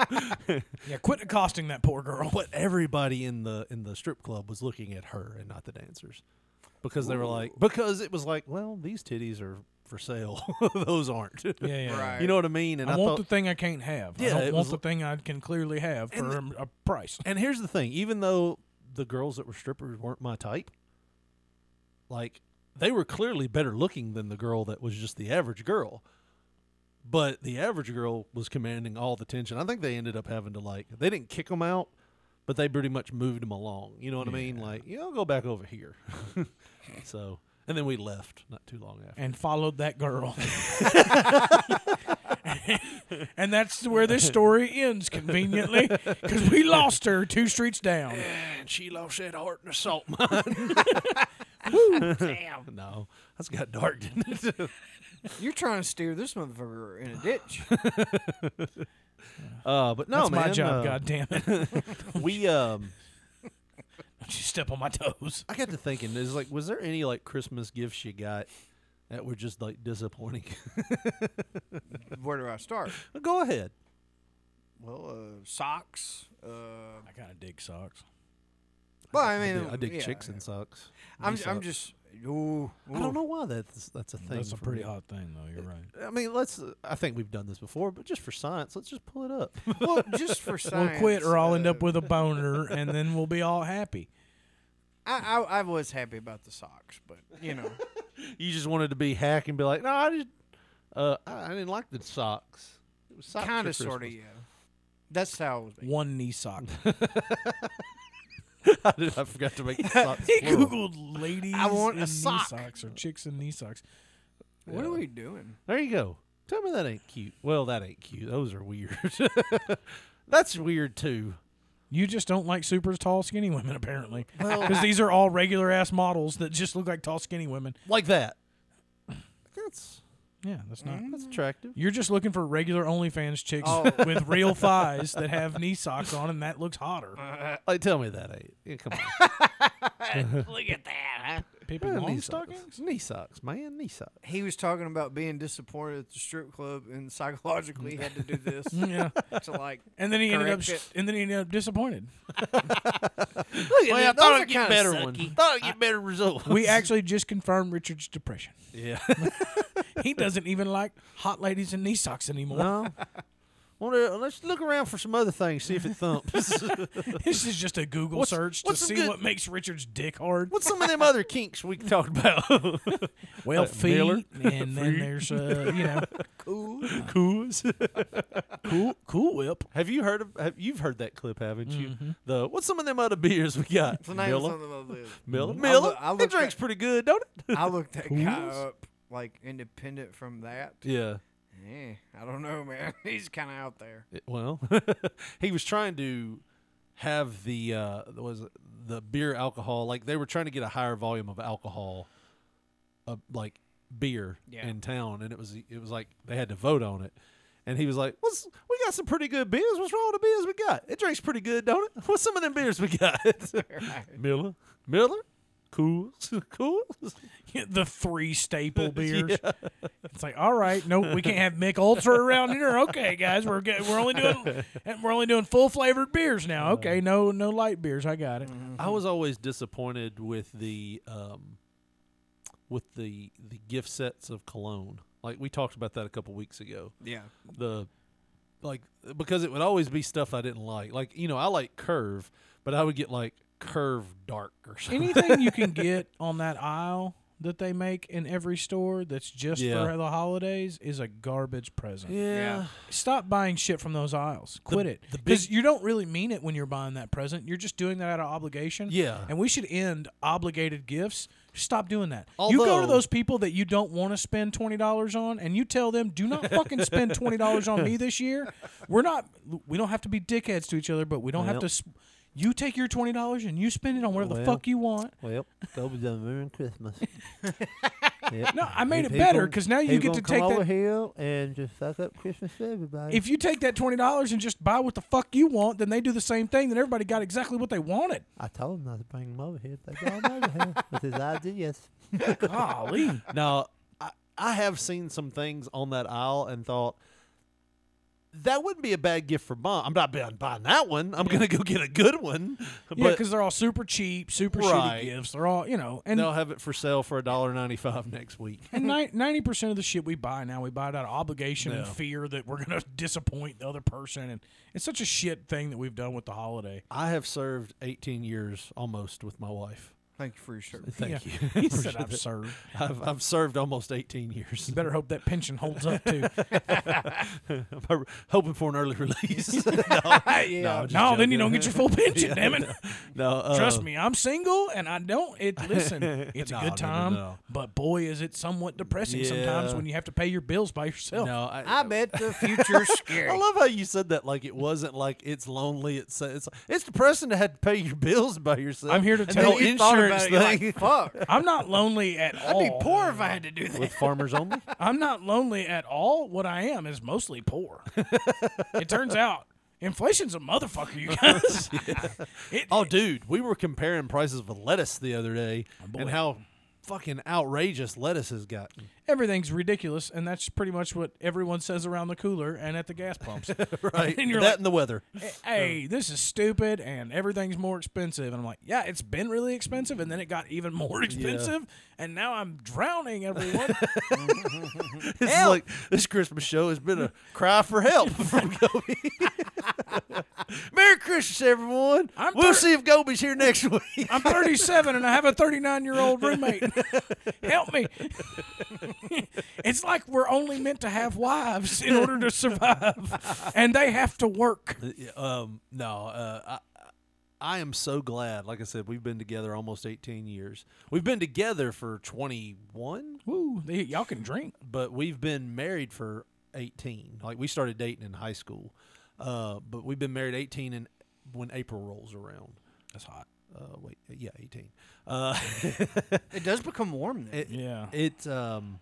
[SPEAKER 10] yeah, quit accosting that poor girl.
[SPEAKER 5] but everybody in the in the strip club was looking at her and not the dancers because they were like because it was like, well, these titties are for sale, those aren't.
[SPEAKER 10] Yeah, yeah. yeah.
[SPEAKER 7] Right.
[SPEAKER 5] You know what I mean? And
[SPEAKER 10] I,
[SPEAKER 5] I,
[SPEAKER 10] want
[SPEAKER 5] thought,
[SPEAKER 10] the thing I can't have.
[SPEAKER 5] Yeah,
[SPEAKER 10] I
[SPEAKER 5] it was
[SPEAKER 10] don't want the
[SPEAKER 5] l-
[SPEAKER 10] thing I can clearly have for um, a price.
[SPEAKER 5] And here's the thing: even though the girls that were strippers weren't my type, like they were clearly better looking than the girl that was just the average girl. But the average girl was commanding all the tension. I think they ended up having to like they didn't kick them out, but they pretty much moved them along. You know what I mean? Like, you know, go back over here. so, and then we left not too long after.
[SPEAKER 10] And followed that girl. and that's where this story ends conveniently because we lost her two streets down.
[SPEAKER 5] And she lost that heart and assault mine. Damn. No, that's got dark, didn't it?
[SPEAKER 7] You're trying to steer this motherfucker in a ditch.
[SPEAKER 5] Uh, but no,
[SPEAKER 10] that's
[SPEAKER 5] man.
[SPEAKER 10] my job,
[SPEAKER 5] uh,
[SPEAKER 10] God damn it! Don't
[SPEAKER 5] we um
[SPEAKER 10] you step on my toes.
[SPEAKER 5] I got to thinking is like was there any like Christmas gifts you got that were just like disappointing?
[SPEAKER 7] Where do I start?
[SPEAKER 5] Go ahead.
[SPEAKER 7] Well, uh, socks. Uh,
[SPEAKER 10] I kind of dig socks.
[SPEAKER 7] well, I
[SPEAKER 5] I,
[SPEAKER 7] mean,
[SPEAKER 5] do- I dig
[SPEAKER 7] yeah.
[SPEAKER 5] chicks and socks.
[SPEAKER 7] I'm,
[SPEAKER 5] Knee
[SPEAKER 7] I'm
[SPEAKER 5] socks.
[SPEAKER 7] just. Ooh,
[SPEAKER 5] I don't
[SPEAKER 7] ooh.
[SPEAKER 5] know why that's that's a thing.
[SPEAKER 10] That's a
[SPEAKER 5] for
[SPEAKER 10] pretty
[SPEAKER 5] me.
[SPEAKER 10] hot thing, though. You're right.
[SPEAKER 5] I mean, let's. uh, I think we've done this before, but just for science, let's just pull it up.
[SPEAKER 7] Well, just for
[SPEAKER 10] We'll
[SPEAKER 7] science.
[SPEAKER 10] quit, or I'll end
[SPEAKER 7] uh,
[SPEAKER 10] up with a boner, and then we'll be all happy.
[SPEAKER 7] I, I I was happy about the socks, but you know,
[SPEAKER 5] You just wanted to be hack and be like, no, I just, uh, I I didn't like the socks. It was socks for
[SPEAKER 7] kind of, sort of,
[SPEAKER 5] Christmas."
[SPEAKER 7] yeah. That's how it was. Made.
[SPEAKER 10] One knee sock.
[SPEAKER 5] I, did, I forgot to make the socks.
[SPEAKER 10] he
[SPEAKER 5] plural.
[SPEAKER 10] googled ladies
[SPEAKER 7] I want
[SPEAKER 10] in
[SPEAKER 7] a sock.
[SPEAKER 10] knee socks or chicks in knee socks.
[SPEAKER 7] What are we doing?
[SPEAKER 5] There you go. Tell me that ain't cute. Well, that ain't cute. Those are weird. That's weird too.
[SPEAKER 10] You just don't like super tall, skinny women, apparently, because these are all regular ass models that just look like tall, skinny women.
[SPEAKER 5] Like that. That's
[SPEAKER 10] Yeah, that's not.
[SPEAKER 5] that's attractive.
[SPEAKER 10] You're just looking for regular OnlyFans chicks
[SPEAKER 7] Oh.
[SPEAKER 10] with real thighs that have knee socks on, and that looks hotter.
[SPEAKER 5] Like, uh, tell me that ain't. Yeah, come on.
[SPEAKER 10] Pippi
[SPEAKER 5] Yeah, knee
[SPEAKER 10] Longstocking?
[SPEAKER 5] socks. Knee socks, man. Knee socks.
[SPEAKER 7] He was talking about being disappointed at the strip club and psychologically had to do this
[SPEAKER 10] Yeah,
[SPEAKER 7] to like.
[SPEAKER 10] and then he ended up,
[SPEAKER 7] Correct it.
[SPEAKER 10] and then he ended up disappointed.
[SPEAKER 5] Well, I
[SPEAKER 7] those
[SPEAKER 5] thought
[SPEAKER 7] are
[SPEAKER 5] I'd get
[SPEAKER 7] kinda
[SPEAKER 5] better one. Thought I'd get better results.
[SPEAKER 10] We actually just confirmed Richard's depression.
[SPEAKER 5] yeah.
[SPEAKER 10] He doesn't even like hot ladies in knee socks anymore.
[SPEAKER 5] no. Wonder, let's look around for some other things. See if it thumps.
[SPEAKER 10] This is just a Google
[SPEAKER 5] What's-
[SPEAKER 10] search
[SPEAKER 5] what's some
[SPEAKER 10] to see
[SPEAKER 5] good-
[SPEAKER 10] what makes Richard's dick hard.
[SPEAKER 5] What's some of them other kinks we can talk about?
[SPEAKER 10] Well,
[SPEAKER 5] Uh,
[SPEAKER 10] feet,
[SPEAKER 5] Miller?
[SPEAKER 10] and then there's uh, you know,
[SPEAKER 5] Coos.
[SPEAKER 10] cool, cool whip.
[SPEAKER 5] Have you heard of? Have, you've heard that clip, haven't you? The what's some of them other beers we got?
[SPEAKER 7] The name of
[SPEAKER 5] Miller,
[SPEAKER 7] something on the list.
[SPEAKER 5] Miller,
[SPEAKER 7] I
[SPEAKER 5] Miller.
[SPEAKER 7] look- I
[SPEAKER 5] it
[SPEAKER 7] looked
[SPEAKER 5] drinks
[SPEAKER 7] at-
[SPEAKER 5] pretty good, don't it?
[SPEAKER 7] I looked that guy
[SPEAKER 10] Who's?
[SPEAKER 7] up like independent from that.
[SPEAKER 5] yeah.
[SPEAKER 7] Eh, I don't know, man. He's kind of out there.
[SPEAKER 5] It- well, he was trying to have the uh, what was it, the beer alcohol like they were trying to get a higher volume of alcohol, uh, like beer
[SPEAKER 7] Yeah.
[SPEAKER 5] in town, and it was it was like they had to vote on it. And he was like, "What's we got some pretty good beers? What's wrong with the beers we got? It drinks pretty good, don't it? What's some of them beers we got? Miller, Miller, Coors, Coors.
[SPEAKER 10] the three staple beers. It's like, all right, no, we can't have Mick Ultra around here. Okay, guys, we're get, we're only doing and we're only doing full flavored beers now. Okay, no no light beers. I got it.
[SPEAKER 5] I was always disappointed with the um, with the the gift sets of cologne. Like we talked about that a couple weeks ago.
[SPEAKER 7] Yeah.
[SPEAKER 5] The like because it would always be stuff I didn't like. Like you know I like Curve, but I would get like Curve Dark or something.
[SPEAKER 10] Anything you can get on that aisle that they make in every store that's just
[SPEAKER 5] Yeah.
[SPEAKER 10] for the holidays is a garbage present.
[SPEAKER 5] yeah.
[SPEAKER 10] Stop buying shit from those aisles. Quit it.
[SPEAKER 5] the
[SPEAKER 10] Because
[SPEAKER 5] big-
[SPEAKER 10] you don't really mean it when you're buying that present. You're just doing that out of obligation.
[SPEAKER 5] Yeah.
[SPEAKER 10] And we should end obligated gifts. Stop doing that. you go to
[SPEAKER 5] Although-
[SPEAKER 10] those people that you don't want to spend twenty dollars on, and you tell them, "Do not fucking spend twenty dollars on me this year." We're not. We don't have to be dickheads to each other, but we don't have
[SPEAKER 5] Well.
[SPEAKER 10] to. Sp- you take your twenty dollars and you spend it on whatever the
[SPEAKER 5] Well.
[SPEAKER 10] fuck you want.
[SPEAKER 5] Well, go with them Merry Christmas.
[SPEAKER 10] No, I made it better because now you get to take that.
[SPEAKER 5] here and just suck up Christmas to everybody.
[SPEAKER 10] If you take that twenty dollars and just buy what the fuck you want, then they do the same thing. Then everybody got exactly what they wanted.
[SPEAKER 5] I told him not to bring him over here. They brought him over here with his ideas.
[SPEAKER 7] Oh,
[SPEAKER 10] Golly.
[SPEAKER 5] Now, I, I have seen some things on that aisle and thought that wouldn't be a bad gift for mom. I'm not buying buying that one. I'm gonna go get a good one.
[SPEAKER 10] Yeah,
[SPEAKER 5] But
[SPEAKER 10] because they're all super cheap, super
[SPEAKER 5] Right.
[SPEAKER 10] shitty gifts. They're all, you know, and
[SPEAKER 5] they'll have it for sale for a dollar ninety five next week.
[SPEAKER 10] and ninety percent of the shit we buy now, we buy it out of obligation and
[SPEAKER 5] Yeah.
[SPEAKER 10] fear that we're gonna disappoint the other person, and it's such a shit thing that we've done with the holiday.
[SPEAKER 5] I have served eighteen years almost with my wife.
[SPEAKER 7] Thank you for your service.
[SPEAKER 5] Thank
[SPEAKER 10] Yeah.
[SPEAKER 5] you.
[SPEAKER 10] He said I've served.
[SPEAKER 5] I've, I've served almost eighteen years.
[SPEAKER 10] You better hope that pension holds up too.
[SPEAKER 5] I'm hoping for an early release. no, no, just
[SPEAKER 10] no, then
[SPEAKER 5] joking.
[SPEAKER 10] you don't get your full pension.
[SPEAKER 5] Yeah,
[SPEAKER 10] damn it.
[SPEAKER 5] No, uh,
[SPEAKER 10] Trust me, I'm single and I don't. It listen, it's
[SPEAKER 5] No,
[SPEAKER 10] a
[SPEAKER 5] no, no,
[SPEAKER 10] good time,
[SPEAKER 5] no.
[SPEAKER 10] but boy, is it somewhat depressing sometimes
[SPEAKER 5] Yeah.
[SPEAKER 10] when you have to pay your bills by yourself.
[SPEAKER 5] No, I,
[SPEAKER 7] I bet the future's scary.
[SPEAKER 5] I love how you said that. Like it wasn't like it's lonely. It's uh, it's it's depressing to have to pay your bills by yourself.
[SPEAKER 10] I'm here to
[SPEAKER 5] And
[SPEAKER 10] tell
[SPEAKER 5] the
[SPEAKER 10] you-
[SPEAKER 7] You thought about
[SPEAKER 5] insurance
[SPEAKER 7] it, you're like,
[SPEAKER 5] thing
[SPEAKER 7] Fuck.
[SPEAKER 10] I'm not lonely at all.
[SPEAKER 7] I'd be poor if I had to do that.
[SPEAKER 5] with farmers only.
[SPEAKER 10] I'm not lonely at all. What I am is mostly poor. it turns out inflation's a motherfucker, you guys. It-
[SPEAKER 5] Oh, dude, we were comparing prices with lettuce the other day,
[SPEAKER 10] Oh, boy.
[SPEAKER 5] and how fucking outrageous lettuce has gotten.
[SPEAKER 10] everything's ridiculous, and that's pretty much what everyone says around the cooler and at the gas pumps.
[SPEAKER 5] right?
[SPEAKER 10] And you're
[SPEAKER 5] that
[SPEAKER 10] like-
[SPEAKER 5] and the weather.
[SPEAKER 10] hey, this is stupid, and everything's more expensive. And I'm like, yeah, it's been really expensive, and then it got even more expensive, and now I'm drowning, everyone.
[SPEAKER 5] It's like this Christmas show has been a cry for help from Gobi. Merry Christmas, everyone.
[SPEAKER 10] I'm
[SPEAKER 5] we'll
[SPEAKER 10] thir-
[SPEAKER 5] see if Gobi's here next week.
[SPEAKER 10] I'm 37 and I have a 39 year old roommate. Help me. it's like we're only meant to have wives in order to survive, and they have to work.
[SPEAKER 5] Yeah, um, no, uh, I, I am so glad. Like I said, we've been together almost 18 years. We've been together for 21,
[SPEAKER 10] Woo, they, y'all can drink.
[SPEAKER 5] but we've been married for 18. Like we started dating in high school, uh, but we've been married 18 and when April rolls around.
[SPEAKER 10] That's hot.
[SPEAKER 5] Uh, wait, yeah, 18. Uh,
[SPEAKER 7] It does become warm then.
[SPEAKER 5] it,
[SPEAKER 10] Yeah.
[SPEAKER 5] it um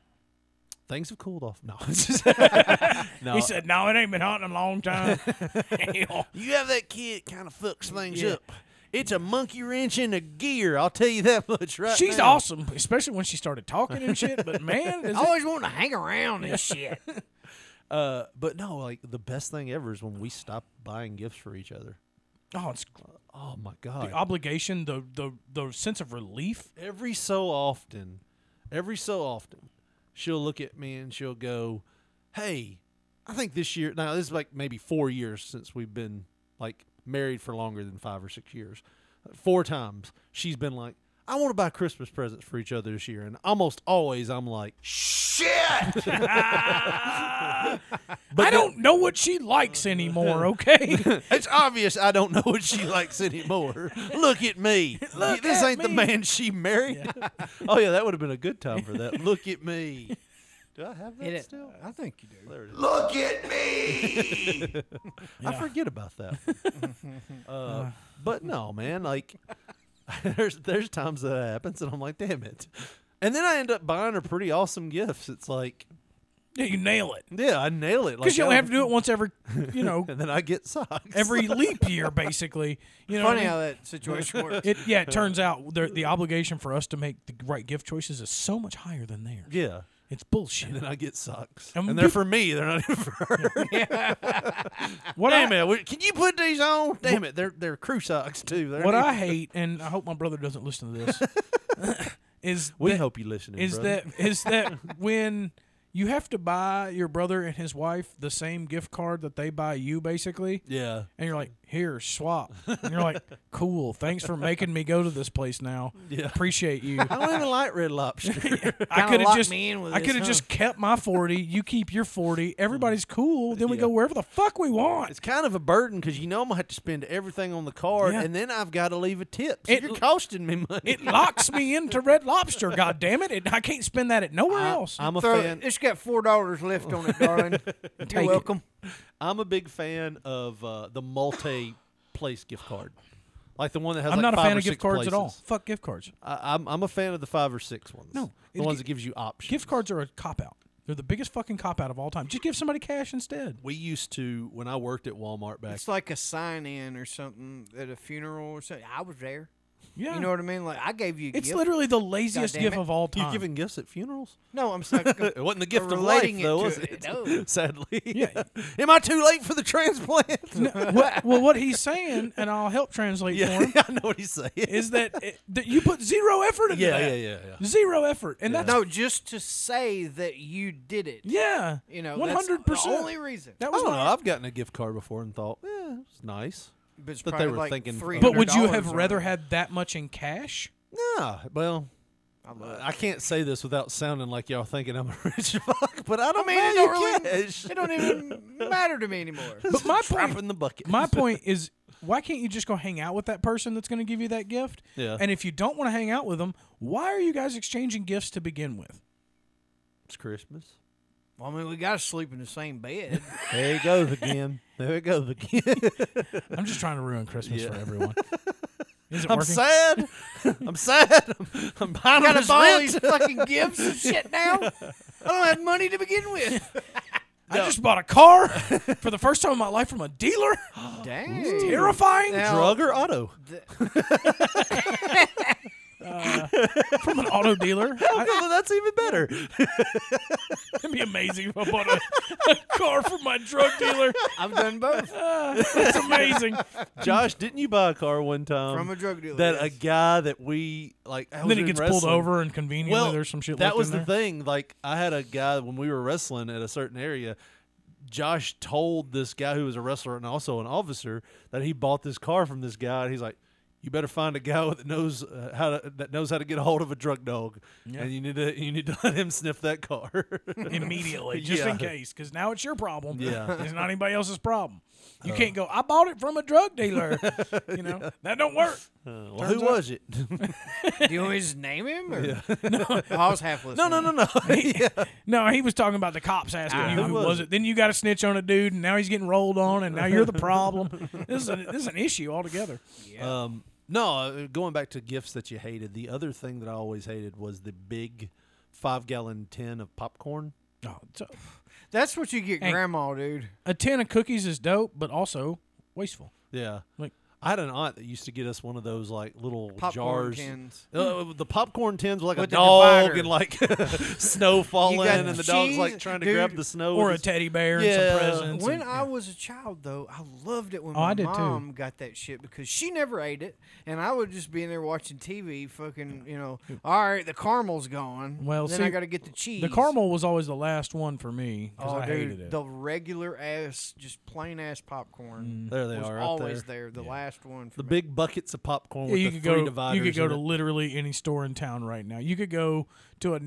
[SPEAKER 5] things have cooled off. No, no.
[SPEAKER 10] He said, no, it ain't been hot in a long time. Hell.
[SPEAKER 5] you have that kid kind of fucks things
[SPEAKER 10] Yeah.
[SPEAKER 5] up. It's a monkey wrench in a gear. I'll tell you that much. Right?
[SPEAKER 10] She's
[SPEAKER 5] now.
[SPEAKER 10] awesome, especially when she started talking and shit. But man, is
[SPEAKER 7] I always want to hang around and shit.
[SPEAKER 5] Uh, but no, like the best thing ever is when we stop buying gifts for each other.
[SPEAKER 10] it- oh, it's
[SPEAKER 5] Oh my
[SPEAKER 10] the
[SPEAKER 5] god!
[SPEAKER 10] obligation, the the the sense of relief.
[SPEAKER 5] every so often, every so often, she'll look at me and she'll go, "Hey, I think this year." Now this is like maybe four years since we've been like married for longer than five or six years. Four times she's been like, "I want to buy Christmas presents for each other this year," and almost always I'm like,
[SPEAKER 10] I don't know what she likes anymore. Okay,
[SPEAKER 5] "It's obvious I don't know what she likes anymore. Look at me.
[SPEAKER 10] Look
[SPEAKER 5] this
[SPEAKER 10] at
[SPEAKER 5] ain't the
[SPEAKER 10] me."
[SPEAKER 5] man she married." oh yeah, that would have been a good time for that. Look at me. Do I have that still?
[SPEAKER 7] I think you do.
[SPEAKER 6] Look at me.
[SPEAKER 5] I forget about that. one. uh, but no, man, like there's there's times that happens, and I'm like, damn it. And then I end up buying her pretty awesome gifts. It's like,
[SPEAKER 10] Yeah, you nail it.
[SPEAKER 5] yeah, I nail it.
[SPEAKER 10] because
[SPEAKER 5] like,
[SPEAKER 10] you only
[SPEAKER 5] I-
[SPEAKER 10] have to do it once every, you know,
[SPEAKER 5] And then I get socks
[SPEAKER 10] every leap year, basically. You know, what I
[SPEAKER 7] Funny
[SPEAKER 10] mean?
[SPEAKER 7] how that situation works.
[SPEAKER 10] it yeah. It turns out the the obligation for us to make the right gift choices is so much higher than theirs.
[SPEAKER 5] yeah.
[SPEAKER 10] It's bullshit.
[SPEAKER 5] Then I get socks,
[SPEAKER 10] And
[SPEAKER 5] and,
[SPEAKER 10] we-
[SPEAKER 5] they're for me. They're not even for her.
[SPEAKER 10] What
[SPEAKER 5] Damn
[SPEAKER 10] I,
[SPEAKER 5] it! we- Can you put these on? Damn it! They're they're crew socks too. They're
[SPEAKER 10] What
[SPEAKER 5] not
[SPEAKER 10] I
[SPEAKER 5] even-
[SPEAKER 10] hate, and I hope my brother doesn't listen to this, is
[SPEAKER 5] we
[SPEAKER 10] that-
[SPEAKER 5] hope you listening
[SPEAKER 10] is
[SPEAKER 5] brother.
[SPEAKER 10] that is that when you have to buy your brother and his wife the same gift card that they buy you, basically.
[SPEAKER 5] yeah.
[SPEAKER 10] And you're like, here, swap. And you're like, cool. Thanks for making me go to this place now.
[SPEAKER 5] Yeah.
[SPEAKER 10] Appreciate you.
[SPEAKER 5] I don't even like Red Lobster.
[SPEAKER 10] I
[SPEAKER 7] Kinda
[SPEAKER 10] could have
[SPEAKER 7] locked
[SPEAKER 10] just
[SPEAKER 7] me in with
[SPEAKER 10] I
[SPEAKER 7] this,
[SPEAKER 10] could have
[SPEAKER 7] huh?
[SPEAKER 10] just kept my 40, you keep your 40. Everybody's cool. Then we
[SPEAKER 5] Yeah.
[SPEAKER 10] go wherever the fuck we want.
[SPEAKER 5] it's kind of a burden because you know I'm gonna have to spend everything on the card,
[SPEAKER 10] Yeah.
[SPEAKER 5] and then I've got to leave a tip. So
[SPEAKER 10] It-
[SPEAKER 5] you're costing me money.
[SPEAKER 10] It locks me into Red Lobster, God damn it. it I can't spend that at nowhere
[SPEAKER 5] I,
[SPEAKER 10] else.
[SPEAKER 5] am a
[SPEAKER 7] Throw,
[SPEAKER 5] fan.
[SPEAKER 7] it's got four dollars left on it, darling. You're
[SPEAKER 10] it.
[SPEAKER 7] welcome.
[SPEAKER 5] I'm a big fan of uh, the multi-place gift card, like the one that has.
[SPEAKER 10] I'm
[SPEAKER 5] like
[SPEAKER 10] not a
[SPEAKER 5] five
[SPEAKER 10] fan
[SPEAKER 5] or
[SPEAKER 10] of gift
[SPEAKER 5] six
[SPEAKER 10] cards at all.
[SPEAKER 5] places.
[SPEAKER 10] Fuck gift cards.
[SPEAKER 5] I, I'm I'm a fan of the five or six ones.
[SPEAKER 10] No,
[SPEAKER 5] the
[SPEAKER 10] it-
[SPEAKER 5] ones that gives you options.
[SPEAKER 10] Gift cards are a cop out. They're the biggest fucking cop out of all time. Just give somebody cash instead.
[SPEAKER 5] We used to when I worked at Walmart back.
[SPEAKER 7] It's like a sign in or something at a funeral or something. I was there.
[SPEAKER 10] Yeah.
[SPEAKER 7] You know what I mean? Like I gave you. A
[SPEAKER 10] it's
[SPEAKER 7] gift.
[SPEAKER 10] literally the laziest
[SPEAKER 7] damn
[SPEAKER 10] gift
[SPEAKER 7] it.
[SPEAKER 10] of all time.
[SPEAKER 5] you giving gifts at funerals?
[SPEAKER 7] no. I'm sorry.
[SPEAKER 5] It wasn't the gift of life,
[SPEAKER 7] relating it
[SPEAKER 5] though,
[SPEAKER 7] to
[SPEAKER 5] was
[SPEAKER 7] it,
[SPEAKER 5] it?
[SPEAKER 7] no.
[SPEAKER 5] Sadly.
[SPEAKER 10] Yeah.
[SPEAKER 5] Am I too late for the transplant?
[SPEAKER 10] what, well, what he's saying, and I'll help translate for
[SPEAKER 5] yeah,
[SPEAKER 10] him,
[SPEAKER 5] I know what he's saying.
[SPEAKER 10] is that, it, that you put zero effort into
[SPEAKER 5] Yeah,
[SPEAKER 10] that.
[SPEAKER 5] yeah, yeah, yeah.
[SPEAKER 10] Zero effort. And that's
[SPEAKER 7] no, just to say that you did it.
[SPEAKER 10] Yeah.
[SPEAKER 7] You know,
[SPEAKER 10] one
[SPEAKER 7] that's
[SPEAKER 10] hundred percent.
[SPEAKER 7] The only reason.
[SPEAKER 10] That
[SPEAKER 5] I
[SPEAKER 10] was
[SPEAKER 5] don't know.
[SPEAKER 10] my.
[SPEAKER 5] I've gotten a gift card before and thought, yeah, it's nice.
[SPEAKER 7] But, it's
[SPEAKER 5] But they
[SPEAKER 7] probably
[SPEAKER 5] were
[SPEAKER 7] like
[SPEAKER 5] thinking-
[SPEAKER 7] $300
[SPEAKER 10] But would you have
[SPEAKER 7] on
[SPEAKER 10] rather
[SPEAKER 7] it.
[SPEAKER 10] had that much in cash?
[SPEAKER 5] Nah, well,
[SPEAKER 7] I love
[SPEAKER 5] I can't say this without sounding like y'all thinking I'm a rich fuck, but I
[SPEAKER 7] I
[SPEAKER 5] don't
[SPEAKER 7] mean, it
[SPEAKER 5] value
[SPEAKER 7] don't really.
[SPEAKER 5] cash.
[SPEAKER 7] It don't even matter to me anymore.
[SPEAKER 10] But my
[SPEAKER 5] Trap
[SPEAKER 10] point,
[SPEAKER 5] in the bucket.
[SPEAKER 10] my point is, why can't you just go hang out with that person that's going to give you that gift?
[SPEAKER 5] Yeah.
[SPEAKER 10] And if you don't want to hang out with them, why are you guys exchanging gifts to begin with?
[SPEAKER 5] it's Christmas.
[SPEAKER 7] Well, I mean, we gotta sleep in the same bed.
[SPEAKER 5] There it goes again. There it goes again.
[SPEAKER 10] I'm just trying to ruin Christmas
[SPEAKER 5] Yeah.
[SPEAKER 10] for everyone. Is it
[SPEAKER 5] I'm
[SPEAKER 10] working?
[SPEAKER 5] sad. I'm sad. I'm, I'm behind on
[SPEAKER 7] gotta
[SPEAKER 5] this
[SPEAKER 7] buy all
[SPEAKER 5] rent.
[SPEAKER 7] these fucking gifts and shit now. I don't have money to begin with.
[SPEAKER 10] I just bought a car for the first time in my life from a dealer.
[SPEAKER 7] Dang.
[SPEAKER 10] Terrifying.
[SPEAKER 7] Now-
[SPEAKER 5] Drug or auto?
[SPEAKER 10] From an auto dealer. I,
[SPEAKER 5] Well, that's even better.
[SPEAKER 10] it'd be amazing if I bought a, a car from my drug dealer.
[SPEAKER 7] I've done both.
[SPEAKER 10] That's amazing.
[SPEAKER 5] Josh, didn't you buy a car one time
[SPEAKER 7] From a drug dealer,
[SPEAKER 5] That a
[SPEAKER 7] yes.
[SPEAKER 5] guy that we like. I
[SPEAKER 10] And
[SPEAKER 5] was
[SPEAKER 10] then it
[SPEAKER 5] in
[SPEAKER 10] gets pulled
[SPEAKER 5] wrestling.
[SPEAKER 10] over, and conveniently
[SPEAKER 5] Well,
[SPEAKER 10] there's some shit.
[SPEAKER 5] that
[SPEAKER 10] left
[SPEAKER 5] was
[SPEAKER 10] in
[SPEAKER 5] the
[SPEAKER 10] there.
[SPEAKER 5] thing. Like I had a guy when we were wrestling at a certain area. Josh told this guy who was a wrestler and also an officer that he bought this car from this guy. And he's like, "You better find a guy that knows uh, how to, that knows how to get a hold of a drug dog, and you need to you need to let him sniff that car."
[SPEAKER 10] immediately, just in
[SPEAKER 5] Yeah.
[SPEAKER 10] case, because now it's your problem.
[SPEAKER 5] Yeah. Oh.
[SPEAKER 10] it's not anybody else's problem. You can't go. I bought it from a drug dealer. you know that don't work.
[SPEAKER 5] well, who
[SPEAKER 10] Turns out-
[SPEAKER 5] was it?
[SPEAKER 7] Do you want me to just name him? Or? No. Oh, I was half listening.
[SPEAKER 5] no, no, no, no. yeah.
[SPEAKER 10] No, he was talking about the cops asking you
[SPEAKER 5] who
[SPEAKER 10] who
[SPEAKER 5] was
[SPEAKER 10] was,
[SPEAKER 5] it?
[SPEAKER 10] it? Then you got to snitch on a dude, and now he's getting rolled on, and now you're the problem. this is a, this is an issue altogether.
[SPEAKER 5] Um, no, uh, going back to gifts that you hated. The other thing that I always hated was the big five gallon tin of popcorn.
[SPEAKER 10] No, it's a,
[SPEAKER 7] That's what you get,
[SPEAKER 10] Hey.
[SPEAKER 7] grandma, dude.
[SPEAKER 10] Oh, a tin of cookies is dope, but also wasteful.
[SPEAKER 5] Yeah.
[SPEAKER 10] Like-
[SPEAKER 5] I had an aunt that used to get us one of those like little
[SPEAKER 7] Popcorn
[SPEAKER 5] jars.
[SPEAKER 7] tins.
[SPEAKER 5] Uh, the popcorn tins were like a
[SPEAKER 7] With the
[SPEAKER 5] dog
[SPEAKER 7] divider.
[SPEAKER 5] and like snow falling
[SPEAKER 7] got
[SPEAKER 5] and the dog's like
[SPEAKER 7] cheese,
[SPEAKER 5] trying to
[SPEAKER 7] dude,
[SPEAKER 5] grab the snow.
[SPEAKER 10] Or
[SPEAKER 5] with
[SPEAKER 10] a
[SPEAKER 5] his-
[SPEAKER 10] teddy bear
[SPEAKER 5] Yeah.
[SPEAKER 10] and some presents.
[SPEAKER 7] When
[SPEAKER 10] and-
[SPEAKER 7] I was a child, though, I loved it when
[SPEAKER 10] Oh,
[SPEAKER 7] my
[SPEAKER 10] I did too.
[SPEAKER 7] mom got that shit because she never ate it, and I would just be in there watching TV, fucking, you know, all right, the caramel's gone.
[SPEAKER 10] Well,
[SPEAKER 7] then
[SPEAKER 10] see,
[SPEAKER 7] I got to get the cheese.
[SPEAKER 10] the caramel was always the last one for me because
[SPEAKER 7] Oh,
[SPEAKER 10] I
[SPEAKER 7] dude,
[SPEAKER 10] hated it.
[SPEAKER 7] the regular ass, just plain ass
[SPEAKER 10] Mm.
[SPEAKER 7] popcorn
[SPEAKER 5] There they
[SPEAKER 7] was
[SPEAKER 5] are. right
[SPEAKER 7] always
[SPEAKER 5] there.
[SPEAKER 7] there. The last one. For
[SPEAKER 5] The
[SPEAKER 7] me.
[SPEAKER 5] big buckets of popcorn
[SPEAKER 10] Yeah,
[SPEAKER 5] with
[SPEAKER 10] you
[SPEAKER 5] the
[SPEAKER 10] could
[SPEAKER 5] three
[SPEAKER 10] go.
[SPEAKER 5] dividers.
[SPEAKER 10] You could go
[SPEAKER 5] in
[SPEAKER 10] to
[SPEAKER 5] it.
[SPEAKER 10] literally any store in town right now. You could go to a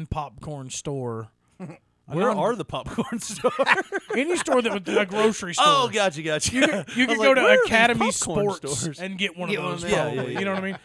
[SPEAKER 10] non-popcorn store. A
[SPEAKER 5] Where
[SPEAKER 10] non-
[SPEAKER 5] are the
[SPEAKER 7] Oh,
[SPEAKER 5] popcorn store?
[SPEAKER 10] any store that would a grocery store?
[SPEAKER 5] oh, gotcha, gotcha.
[SPEAKER 10] You could, you
[SPEAKER 5] I was
[SPEAKER 10] could
[SPEAKER 5] like,
[SPEAKER 10] go
[SPEAKER 5] "Where are
[SPEAKER 10] to
[SPEAKER 5] these
[SPEAKER 10] Academy
[SPEAKER 5] popcorn
[SPEAKER 10] Sports
[SPEAKER 5] stores?"
[SPEAKER 10] and get one
[SPEAKER 7] Get
[SPEAKER 10] of
[SPEAKER 7] one of those.
[SPEAKER 10] those.
[SPEAKER 5] Yeah, yeah,
[SPEAKER 10] probably, You know what I mean?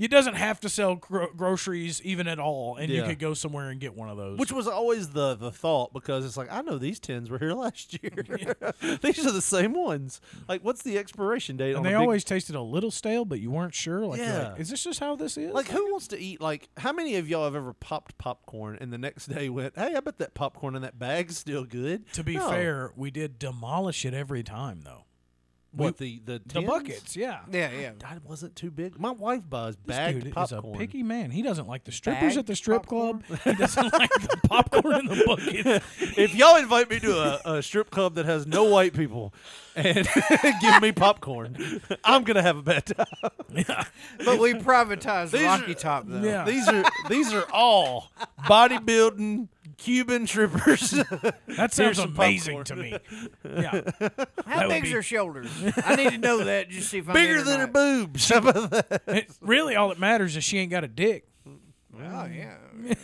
[SPEAKER 10] It doesn't have to sell gro- groceries even at all, and you
[SPEAKER 5] Yeah.
[SPEAKER 10] could go somewhere and get one of those.
[SPEAKER 5] Which was always the the thought because it's like I know these tins were here last year. these are the same ones. Like, what's the expiration date? on
[SPEAKER 10] and they
[SPEAKER 5] a big-
[SPEAKER 10] always tasted a little stale, but you weren't sure. Like, you're like,
[SPEAKER 5] Yeah.
[SPEAKER 10] is this just how this is?
[SPEAKER 5] like who wants to eat like how many of y'all have ever popped popcorn and the next day went, hey, I bet that popcorn in that bag's still good.
[SPEAKER 10] to be
[SPEAKER 5] No.
[SPEAKER 10] fair, we did demolish it every time though.
[SPEAKER 5] what the the,
[SPEAKER 10] The
[SPEAKER 5] tins?
[SPEAKER 10] buckets, yeah.
[SPEAKER 7] yeah, yeah.
[SPEAKER 5] That wasn't too big. My wife buys
[SPEAKER 10] This
[SPEAKER 5] bagged
[SPEAKER 10] dude
[SPEAKER 5] popcorn.
[SPEAKER 10] is a picky man. He doesn't like the strippers at
[SPEAKER 7] Bagged
[SPEAKER 10] the strip club. He doesn't like the popcorn in the bucket.
[SPEAKER 5] if y'all invite me to a, a strip club that has no white people and give me popcorn, I'm gonna have a bad time.
[SPEAKER 7] But we privatized
[SPEAKER 5] These
[SPEAKER 7] Rocky
[SPEAKER 5] are-
[SPEAKER 7] Top though.
[SPEAKER 10] Yeah.
[SPEAKER 5] These are these are all bodybuilding Cuban trippers.
[SPEAKER 10] That sounds
[SPEAKER 5] some
[SPEAKER 10] amazing to
[SPEAKER 5] popcorn.
[SPEAKER 10] me. Yeah.
[SPEAKER 7] How
[SPEAKER 10] That would
[SPEAKER 7] big's
[SPEAKER 10] be-
[SPEAKER 7] their shoulders? I need to know that just to see if I'm
[SPEAKER 5] Bigger
[SPEAKER 7] in or
[SPEAKER 5] than her
[SPEAKER 7] not.
[SPEAKER 5] boobs. How about that?
[SPEAKER 10] It- really, all that matters is she ain't got a dick.
[SPEAKER 7] Oh yeah.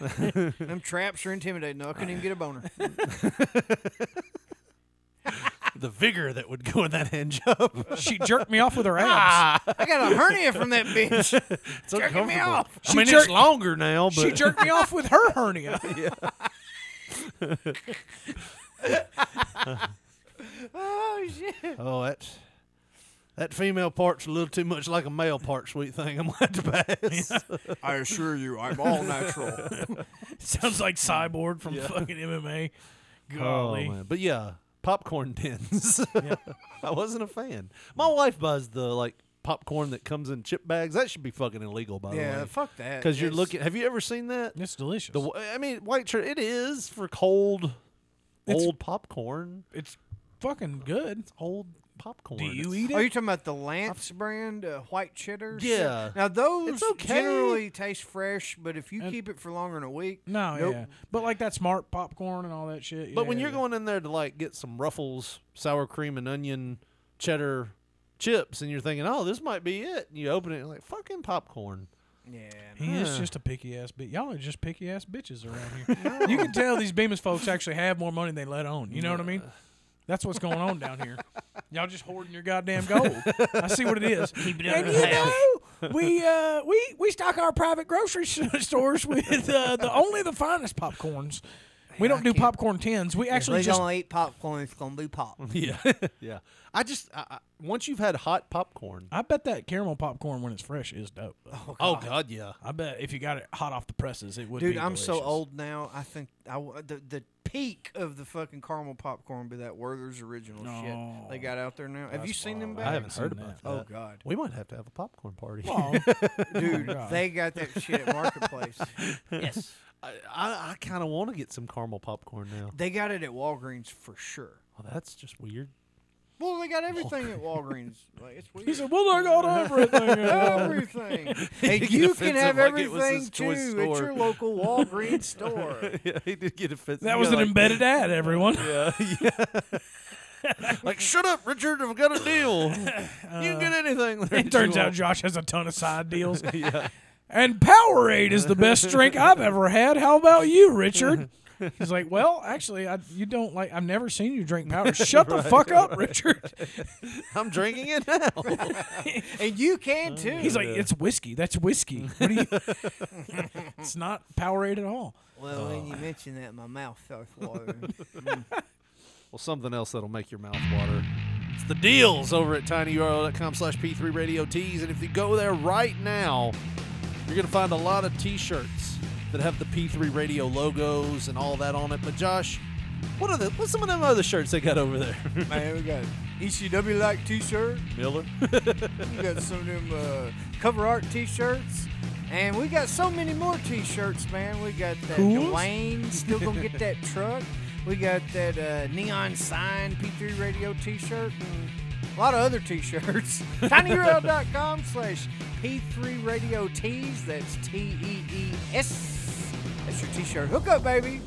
[SPEAKER 7] yeah. Them traps are intimidating. though. I couldn't even get a boner.
[SPEAKER 5] The vigor that would go in that hand job.
[SPEAKER 10] She jerked me off with her abs.
[SPEAKER 5] Ah,
[SPEAKER 7] I got a hernia from that bitch.
[SPEAKER 5] It's uncomfortable.
[SPEAKER 7] me off.
[SPEAKER 5] I
[SPEAKER 10] She
[SPEAKER 5] mean,
[SPEAKER 10] jerked-
[SPEAKER 5] it's longer now, but
[SPEAKER 10] she jerked me off with her hernia.
[SPEAKER 7] Oh shit.
[SPEAKER 5] oh, that that female part's a little too much like a male part. Sweet thing, I'm going to pass.
[SPEAKER 7] I assure you, I'm all natural.
[SPEAKER 10] Sounds like Cyborg from fucking MMA. Golly.
[SPEAKER 5] Oh, man. but yeah, popcorn tins. I wasn't a fan. My wife buys the like popcorn that comes in chip bags. That should be fucking illegal, by the
[SPEAKER 7] yeah,
[SPEAKER 5] way.
[SPEAKER 7] fuck that.
[SPEAKER 5] Because you're
[SPEAKER 7] It's-
[SPEAKER 5] looking. Have you ever seen that?
[SPEAKER 10] it's delicious.
[SPEAKER 5] The wh- I mean, white shirt. It is for cold,
[SPEAKER 10] It's-
[SPEAKER 5] old popcorn.
[SPEAKER 10] it's fucking good.
[SPEAKER 5] Old popcorn.
[SPEAKER 10] Do you eat it?
[SPEAKER 7] Are you Oh, talking about the Lance brand uh, white cheddar? shit?
[SPEAKER 5] Yeah.
[SPEAKER 7] Now those
[SPEAKER 5] okay.
[SPEAKER 7] generally taste fresh, but if you
[SPEAKER 10] And-
[SPEAKER 7] keep it for longer than a week,
[SPEAKER 10] no,
[SPEAKER 7] nope.
[SPEAKER 10] yeah. But like that smart popcorn and all that shit.
[SPEAKER 5] But when
[SPEAKER 10] yeah,
[SPEAKER 5] you're
[SPEAKER 10] yeah.
[SPEAKER 5] going in there to like get some Ruffles sour cream and onion cheddar chips, and you're thinking, "Oh, this might be it," and you open it, and you're like fucking popcorn.
[SPEAKER 7] Yeah.
[SPEAKER 10] He is
[SPEAKER 5] Huh.
[SPEAKER 10] just a picky ass bitch. Y'all are just picky ass bitches around here. You can tell these Bemis folks actually have more money than they let on. You know what I mean? That's what's going on down here. Y'all just hoarding your goddamn gold. I see what it is. and you know, we uh, we we stock our private grocery s- stores with uh, the only the finest popcorns. We don't do popcorn tins. We actually
[SPEAKER 7] If they
[SPEAKER 10] just
[SPEAKER 7] don't eat popcorn, it's gonna be pop.
[SPEAKER 10] Mm-hmm.
[SPEAKER 5] Yeah, yeah. I just I, I, once you've had hot popcorn.
[SPEAKER 10] I bet that caramel popcorn when it's fresh is dope.
[SPEAKER 5] Oh God, yeah.
[SPEAKER 10] I bet if you got it hot off the presses, it would.
[SPEAKER 7] Dude,
[SPEAKER 10] be
[SPEAKER 7] I'm so
[SPEAKER 10] delicious.
[SPEAKER 7] old now. I think I w- the the peak of the fucking caramel popcorn be that Werther's original shit they
[SPEAKER 10] No.
[SPEAKER 7] got out there now. Have you
[SPEAKER 10] That's
[SPEAKER 7] seen them
[SPEAKER 10] wild.
[SPEAKER 7] back?
[SPEAKER 5] I haven't
[SPEAKER 10] seen
[SPEAKER 5] heard
[SPEAKER 10] that.
[SPEAKER 5] about that.
[SPEAKER 7] Oh god,
[SPEAKER 5] We might have to have a popcorn party.
[SPEAKER 10] Oh,
[SPEAKER 7] dude,
[SPEAKER 10] God.
[SPEAKER 7] they got that shit at Marketplace.
[SPEAKER 3] Yes.
[SPEAKER 5] I, I, I kind of want to get some caramel popcorn now.
[SPEAKER 7] they got it at Walgreens for sure.
[SPEAKER 5] Well, that's just weird.
[SPEAKER 7] Well, they got everything at Walgreens. Like it's weird.
[SPEAKER 10] he said, "Well, I got everything."
[SPEAKER 7] everything. And
[SPEAKER 5] get
[SPEAKER 7] you can
[SPEAKER 5] offensive
[SPEAKER 7] have
[SPEAKER 5] like it was
[SPEAKER 7] everything
[SPEAKER 5] his
[SPEAKER 7] too
[SPEAKER 5] choice
[SPEAKER 7] at
[SPEAKER 5] store.
[SPEAKER 7] your local Walgreens store.
[SPEAKER 5] yeah, he did get offensive.
[SPEAKER 10] That was an embedded ad, everyone.
[SPEAKER 5] Like, shut up, Richard. I've got a deal. you can get anything. there
[SPEAKER 10] It
[SPEAKER 5] that
[SPEAKER 10] turns
[SPEAKER 5] you
[SPEAKER 10] out
[SPEAKER 5] want.
[SPEAKER 10] Josh has a ton of side deals. And Powerade is the best drink I've ever had. How about you, Richard? He's like, well, actually, I, you don't like. I've never seen you drink Powerade. Shut the fuck up, Richard.
[SPEAKER 5] I'm drinking it now.
[SPEAKER 7] And you can too.
[SPEAKER 10] He's like, it's whiskey. That's whiskey. What do you? it's not Powerade at all.
[SPEAKER 7] Well, when you mention that, my mouth starts watering.
[SPEAKER 5] well, something else that'll make your mouth water. It's the deals over at tinyurl.com slash P3 Radio Tees. And if you go there right now, you're going to find a lot of t shirts that have the P3 Radio logos and all that on it. But, Josh, what are the what's some of them other shirts they got over there?
[SPEAKER 7] Man, we got ECW like T-shirt.
[SPEAKER 5] Miller.
[SPEAKER 7] We got some of them uh, cover art T-shirts, and we got so many more T-shirts, man. We got that
[SPEAKER 10] Cools?
[SPEAKER 7] Dwayne still gonna get that truck. We got that uh, neon sign P3 Radio T-shirt and a lot of other T-shirts. tinyurl.com slash P3 Radio Tees. That's T E E S. That's your T-shirt hookup, baby.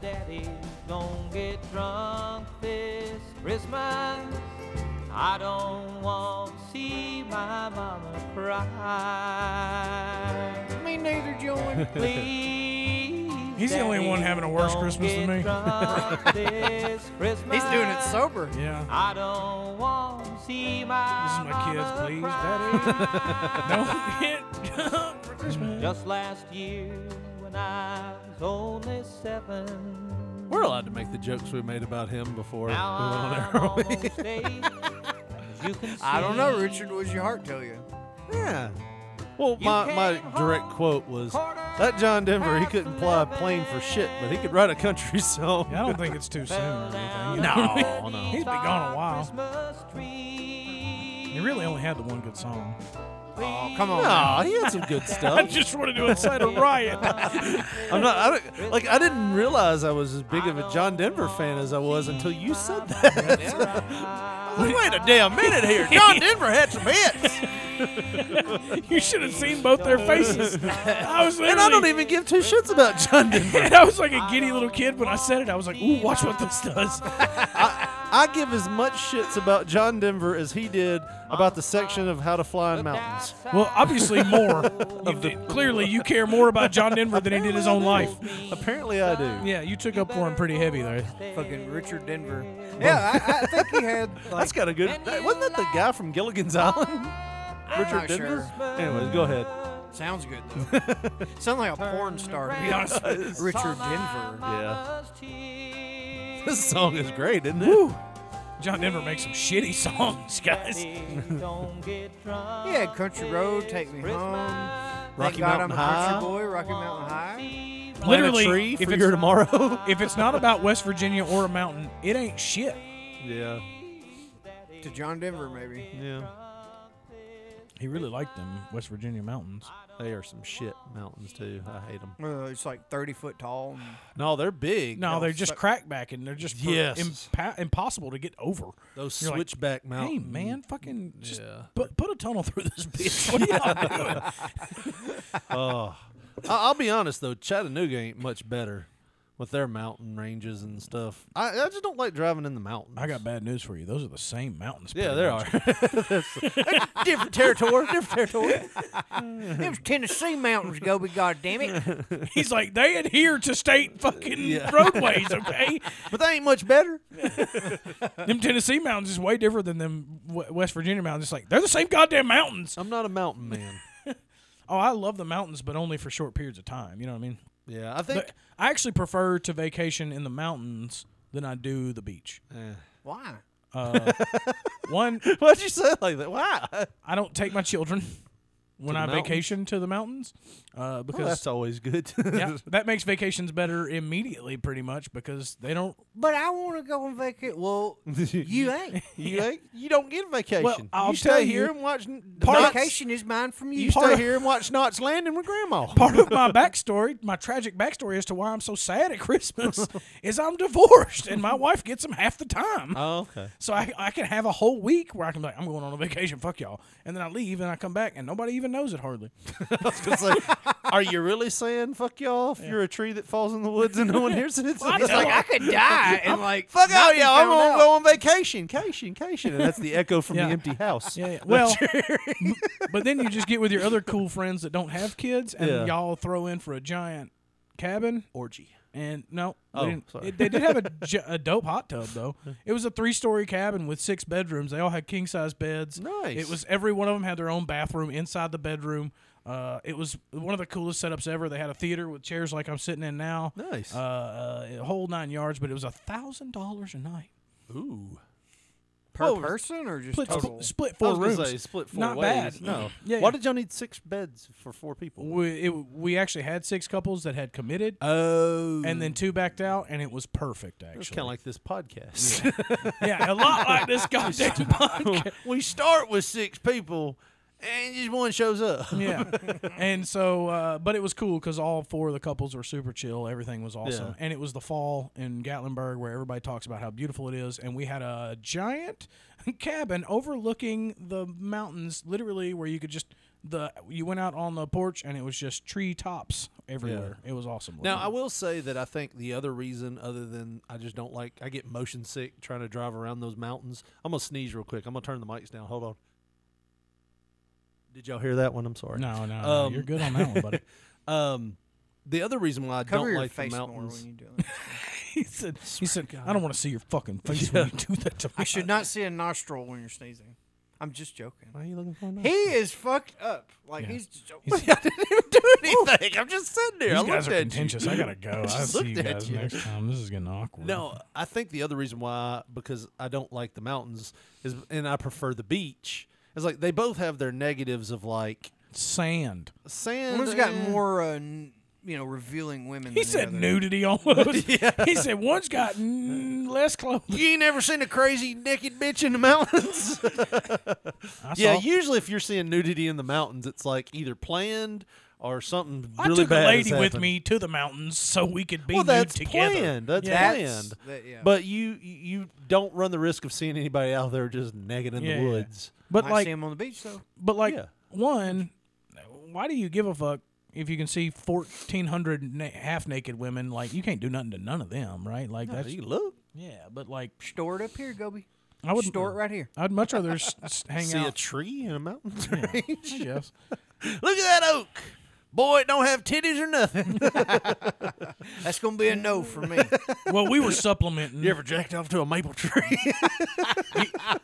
[SPEAKER 11] Daddy's gonna get drunk this Christmas. I don't want to see my mama cry.
[SPEAKER 7] Me neither, Joey.
[SPEAKER 11] Please.
[SPEAKER 10] He's the only one
[SPEAKER 11] Daddy,
[SPEAKER 10] having a worse
[SPEAKER 11] don't
[SPEAKER 10] Christmas than
[SPEAKER 11] get
[SPEAKER 10] me.
[SPEAKER 11] drunk this Christmas.
[SPEAKER 7] He's doing it sober.
[SPEAKER 10] Yeah.
[SPEAKER 11] I don't want to see
[SPEAKER 10] This is
[SPEAKER 11] my
[SPEAKER 10] my kids,
[SPEAKER 11] mama
[SPEAKER 10] please,
[SPEAKER 11] cry.
[SPEAKER 10] Don't get drunk for Christmas.
[SPEAKER 11] Just last year when I was only seven.
[SPEAKER 5] We're allowed to make the jokes we made about him before we went on
[SPEAKER 11] Now
[SPEAKER 5] air,
[SPEAKER 11] I'm
[SPEAKER 5] aren't we?
[SPEAKER 11] almost eight. As you can
[SPEAKER 7] I don't know,
[SPEAKER 11] see,
[SPEAKER 7] Richard. What does your heart tell you?
[SPEAKER 5] Yeah. Well,
[SPEAKER 11] You
[SPEAKER 5] my, my
[SPEAKER 11] came
[SPEAKER 5] direct
[SPEAKER 11] home
[SPEAKER 5] quote was
[SPEAKER 11] quarter
[SPEAKER 5] that John Denver, he couldn't
[SPEAKER 11] past
[SPEAKER 5] fly a plane for shit, but he could write a country song.
[SPEAKER 10] Yeah, I don't think it's too soon or anything. you know.
[SPEAKER 5] No, no.
[SPEAKER 10] He's been gone a while.
[SPEAKER 11] Christmas tree.
[SPEAKER 10] He really only had the one good song.
[SPEAKER 7] Oh, come on.
[SPEAKER 5] Aw, he had some good
[SPEAKER 10] I
[SPEAKER 5] stuff.
[SPEAKER 10] just wanted to incite a riot.
[SPEAKER 5] I'm not, I don't, like, I didn't realize I was as big of a John Denver fan as I was until you said that. Wait a damn minute here. John Denver had some hits,
[SPEAKER 10] You should have seen both their faces. I was
[SPEAKER 5] and I don't
[SPEAKER 10] literally-
[SPEAKER 5] even give two shits about John Denver.
[SPEAKER 10] And I was like a giddy little kid when I said it. I was like, "Ooh, watch what this does."
[SPEAKER 5] I give as much shits about John Denver as he did about the section of How to Fly in Mountains.
[SPEAKER 10] Well, obviously more. You did- clearly, you care more about John Denver than he did his own life.
[SPEAKER 5] Apparently, I do.
[SPEAKER 10] Yeah, you took up for him pretty heavy there.
[SPEAKER 7] Fucking Richard Denver. Yeah, I, I think he had. Like,
[SPEAKER 5] That's got a good. that- wasn't that the guy from Gilligan's Island? Richard
[SPEAKER 7] not
[SPEAKER 5] Denver. Anyways, go ahead.
[SPEAKER 7] sounds good though. Sounds like a porn star to be honest. With you. Richard Denver.
[SPEAKER 5] Yeah,
[SPEAKER 11] Tears.
[SPEAKER 5] this song is great, isn't it?
[SPEAKER 10] John Denver makes some shitty songs, guys.
[SPEAKER 11] Don't get drunk.
[SPEAKER 7] He had Country Road, Take Me Home.
[SPEAKER 5] Rocky
[SPEAKER 7] Thank God
[SPEAKER 5] Mountain
[SPEAKER 7] I'm a
[SPEAKER 5] High.
[SPEAKER 7] country boy, Rocky Mountain High.
[SPEAKER 5] Plant
[SPEAKER 10] Literally,
[SPEAKER 5] a tree
[SPEAKER 10] if
[SPEAKER 5] for
[SPEAKER 10] it's-
[SPEAKER 5] your tomorrow.
[SPEAKER 10] If it's not about West Virginia or a mountain, it ain't shit.
[SPEAKER 5] yeah,
[SPEAKER 7] To John Denver, maybe.
[SPEAKER 5] yeah.
[SPEAKER 10] He really liked them West Virginia mountains.
[SPEAKER 5] They are some shit mountains too. I hate them.
[SPEAKER 7] Uh, it's like 30 foot tall. and-
[SPEAKER 5] No, they're big.
[SPEAKER 10] No, they're just crackback and they're just per-
[SPEAKER 5] Yes.
[SPEAKER 10] impa- impossible to get over.
[SPEAKER 5] those
[SPEAKER 10] You're like,
[SPEAKER 5] switchback
[SPEAKER 10] Hey
[SPEAKER 5] mountains.
[SPEAKER 10] man, fucking just
[SPEAKER 5] Yeah.
[SPEAKER 10] put, put a tunnel through this bitch. What are y'all doing?
[SPEAKER 5] Oh, I- I'll be honest though, Chattanooga ain't much better with their mountain ranges and stuff. I, I just don't like driving in the mountains.
[SPEAKER 10] I got bad news for you. Those are the same mountains.
[SPEAKER 5] Yeah,
[SPEAKER 10] pretty
[SPEAKER 5] there are.
[SPEAKER 10] much.
[SPEAKER 5] That's- different territory. Different territory.
[SPEAKER 7] It was Tennessee mountains, go be goddamn it.
[SPEAKER 10] He's like they adhere to state fucking roadways. Okay,
[SPEAKER 5] But they ain't much better.
[SPEAKER 10] them Tennessee mountains is way different than them W- West Virginia mountains. It's like they're the same goddamn mountains.
[SPEAKER 5] I'm not a mountain man.
[SPEAKER 10] Oh, I love the mountains, but only for short periods of time. You know what I mean?
[SPEAKER 5] Yeah, I think.
[SPEAKER 10] But I actually prefer to vacation in the mountains than I do the beach.
[SPEAKER 7] Why?
[SPEAKER 10] One,
[SPEAKER 5] Why'd you say it like that? Why?
[SPEAKER 10] I don't take my children. when
[SPEAKER 5] the
[SPEAKER 10] I
[SPEAKER 5] mountains? Oh,
[SPEAKER 10] vacation to the mountains, uh, because
[SPEAKER 5] that's always good.
[SPEAKER 10] yeah, that makes vacations better immediately, pretty much, because they don't.
[SPEAKER 7] But I want to go on vacation. Well, you ain't.
[SPEAKER 5] You ain't, you don't get vacation.
[SPEAKER 10] I'll
[SPEAKER 5] you stay
[SPEAKER 10] tell
[SPEAKER 5] here
[SPEAKER 10] you-
[SPEAKER 5] and watch. n-
[SPEAKER 10] Part
[SPEAKER 5] Knots-
[SPEAKER 10] of-
[SPEAKER 7] Vacation is mine from you.
[SPEAKER 5] you stay here and watch Knots Landing with Grandma.
[SPEAKER 10] Part of my backstory, my tragic backstory as to why I'm so sad at Christmas, is I'm divorced and my wife gets them half the time.
[SPEAKER 5] oh, okay.
[SPEAKER 10] So I, I can have a whole week where I can be like, I'm going on a vacation, fuck y'all. And then I leave and I come back and nobody even knows it hardly.
[SPEAKER 5] It's like, are you really saying fuck y'all if you're a tree that falls in the woods and no one hears it? It's
[SPEAKER 7] It's like I could die and like
[SPEAKER 5] fuck
[SPEAKER 7] not
[SPEAKER 5] out
[SPEAKER 7] be
[SPEAKER 5] y'all. I'm
[SPEAKER 7] found
[SPEAKER 5] gonna
[SPEAKER 7] out.
[SPEAKER 5] go on vacation, cation, cation, and that's the echo from
[SPEAKER 10] Yeah.
[SPEAKER 5] the empty house.
[SPEAKER 10] Yeah, yeah. Well, but then you just get with your other cool friends that don't have kids and
[SPEAKER 5] Yeah.
[SPEAKER 10] y'all throw in for a giant cabin
[SPEAKER 5] orgy.
[SPEAKER 10] And no,
[SPEAKER 5] Oh,
[SPEAKER 10] they, didn't-
[SPEAKER 5] sorry.
[SPEAKER 10] it- they did have a, j- a dope hot tub though. It was a three-story cabin with six bedrooms. They all had king-size beds.
[SPEAKER 5] Nice.
[SPEAKER 10] It was every one of them had their own bathroom inside the bedroom. Uh, it was one of the coolest setups ever. They had a theater with chairs like I'm sitting in now.
[SPEAKER 5] Nice.
[SPEAKER 10] Uh, uh, a whole nine yards, but it was a thousand dollars a night.
[SPEAKER 5] Ooh.
[SPEAKER 7] per person or just
[SPEAKER 10] Split,
[SPEAKER 7] total.
[SPEAKER 10] split
[SPEAKER 5] I
[SPEAKER 10] four
[SPEAKER 5] was gonna
[SPEAKER 10] rooms.
[SPEAKER 5] say split four
[SPEAKER 10] Not
[SPEAKER 5] ways.
[SPEAKER 10] bad.
[SPEAKER 5] No.
[SPEAKER 10] Yeah.
[SPEAKER 5] Why
[SPEAKER 10] yeah.
[SPEAKER 5] did y'all need six beds for four people?
[SPEAKER 10] we it, we actually had six couples that had committed,
[SPEAKER 5] Oh.
[SPEAKER 10] and then two backed out, and it was perfect.
[SPEAKER 5] it's
[SPEAKER 10] Actually,
[SPEAKER 5] kind of like this podcast.
[SPEAKER 10] yeah, a lot like this goddamn podcast.
[SPEAKER 5] we start with six people, and just one shows up.
[SPEAKER 10] yeah and so uh, but it was cool because all four of the couples were super chill everything was awesome
[SPEAKER 5] Yeah.
[SPEAKER 10] and it was the fall in gatlinburg where everybody talks about how beautiful it is and we had a giant cabin overlooking the mountains literally where you could just the you went out on the porch and it was just tree tops everywhere it was awesome
[SPEAKER 5] Now,
[SPEAKER 10] looking.
[SPEAKER 5] I will say that I think the other reason, other than I just don't like, I get motion sick trying to drive around those mountains. I'm gonna sneeze real quick. I'm gonna turn the mics down. Hold on. Did y'all hear that one? I'm sorry.
[SPEAKER 10] no no, no
[SPEAKER 5] Um,
[SPEAKER 10] you're good on that one buddy
[SPEAKER 5] Um, the other reason why I
[SPEAKER 7] Cover
[SPEAKER 5] don't
[SPEAKER 7] your
[SPEAKER 5] like
[SPEAKER 7] face
[SPEAKER 5] the
[SPEAKER 7] more
[SPEAKER 5] mountains.
[SPEAKER 7] when you do it.
[SPEAKER 10] he said he said i don't want to see your fucking face when you do that to me
[SPEAKER 7] I should not see a nostril when you're sneezing. I'm just joking.
[SPEAKER 5] Why are you looking for
[SPEAKER 7] He is fucked up. Like
[SPEAKER 10] Yeah.
[SPEAKER 7] he's just joking.
[SPEAKER 10] He's-
[SPEAKER 5] I didn't even do anything. I'm just sitting there.
[SPEAKER 10] these
[SPEAKER 5] I
[SPEAKER 10] guys
[SPEAKER 5] looked
[SPEAKER 10] are
[SPEAKER 5] at
[SPEAKER 10] contentious.
[SPEAKER 5] You.
[SPEAKER 10] I gotta go. I'll
[SPEAKER 5] just
[SPEAKER 10] see you
[SPEAKER 5] looked at
[SPEAKER 10] guys
[SPEAKER 5] you.
[SPEAKER 10] next time. This is getting awkward.
[SPEAKER 5] No, I think the other reason why because I don't like the mountains is, and I prefer the beach. It's like they both have their negatives of like
[SPEAKER 10] sand.
[SPEAKER 5] sand.
[SPEAKER 7] One's got
[SPEAKER 5] eh,
[SPEAKER 7] more, uh, n- you know, revealing women. than the
[SPEAKER 10] He said
[SPEAKER 7] other.
[SPEAKER 10] nudity almost. He said one's got mm, less clothes.
[SPEAKER 5] You ain't never seen a crazy naked bitch in the mountains.
[SPEAKER 10] I
[SPEAKER 5] yeah,
[SPEAKER 10] saw-
[SPEAKER 5] usually if you're seeing nudity in the mountains, it's like either planned or something
[SPEAKER 10] I
[SPEAKER 5] really
[SPEAKER 10] took
[SPEAKER 5] bad
[SPEAKER 10] a
[SPEAKER 5] has
[SPEAKER 10] lady with
[SPEAKER 5] happened.
[SPEAKER 10] me to the mountains so we could be
[SPEAKER 5] Well,
[SPEAKER 10] nude
[SPEAKER 5] that's
[SPEAKER 10] together.
[SPEAKER 5] planned. That's
[SPEAKER 10] Yeah.
[SPEAKER 7] That's-
[SPEAKER 5] planned.
[SPEAKER 7] that- yeah.
[SPEAKER 5] But you you don't run the risk of seeing anybody out there just naked in
[SPEAKER 10] Yeah,
[SPEAKER 5] the
[SPEAKER 10] yeah.
[SPEAKER 5] woods.
[SPEAKER 10] But
[SPEAKER 7] Might see
[SPEAKER 10] like,
[SPEAKER 7] him on the beach though.
[SPEAKER 10] but like
[SPEAKER 5] Yeah.
[SPEAKER 10] one, why do you give a fuck if you can see fourteen hundred na- half naked women? Like you can't do nothing to none of them, right? Like that's
[SPEAKER 5] you look.
[SPEAKER 10] yeah. But like
[SPEAKER 7] Store it up here, Gobi.
[SPEAKER 10] I would
[SPEAKER 7] store it right here.
[SPEAKER 10] I'd much rather s- s- hang
[SPEAKER 5] See a
[SPEAKER 10] out.
[SPEAKER 5] tree in a mountain
[SPEAKER 10] I
[SPEAKER 5] range.
[SPEAKER 10] guess.
[SPEAKER 5] look at that oak. Boy, it don't have titties or nothing.
[SPEAKER 7] That's gonna be a no for me.
[SPEAKER 10] Well, we were supplementing.
[SPEAKER 5] you ever jacked off to a maple tree?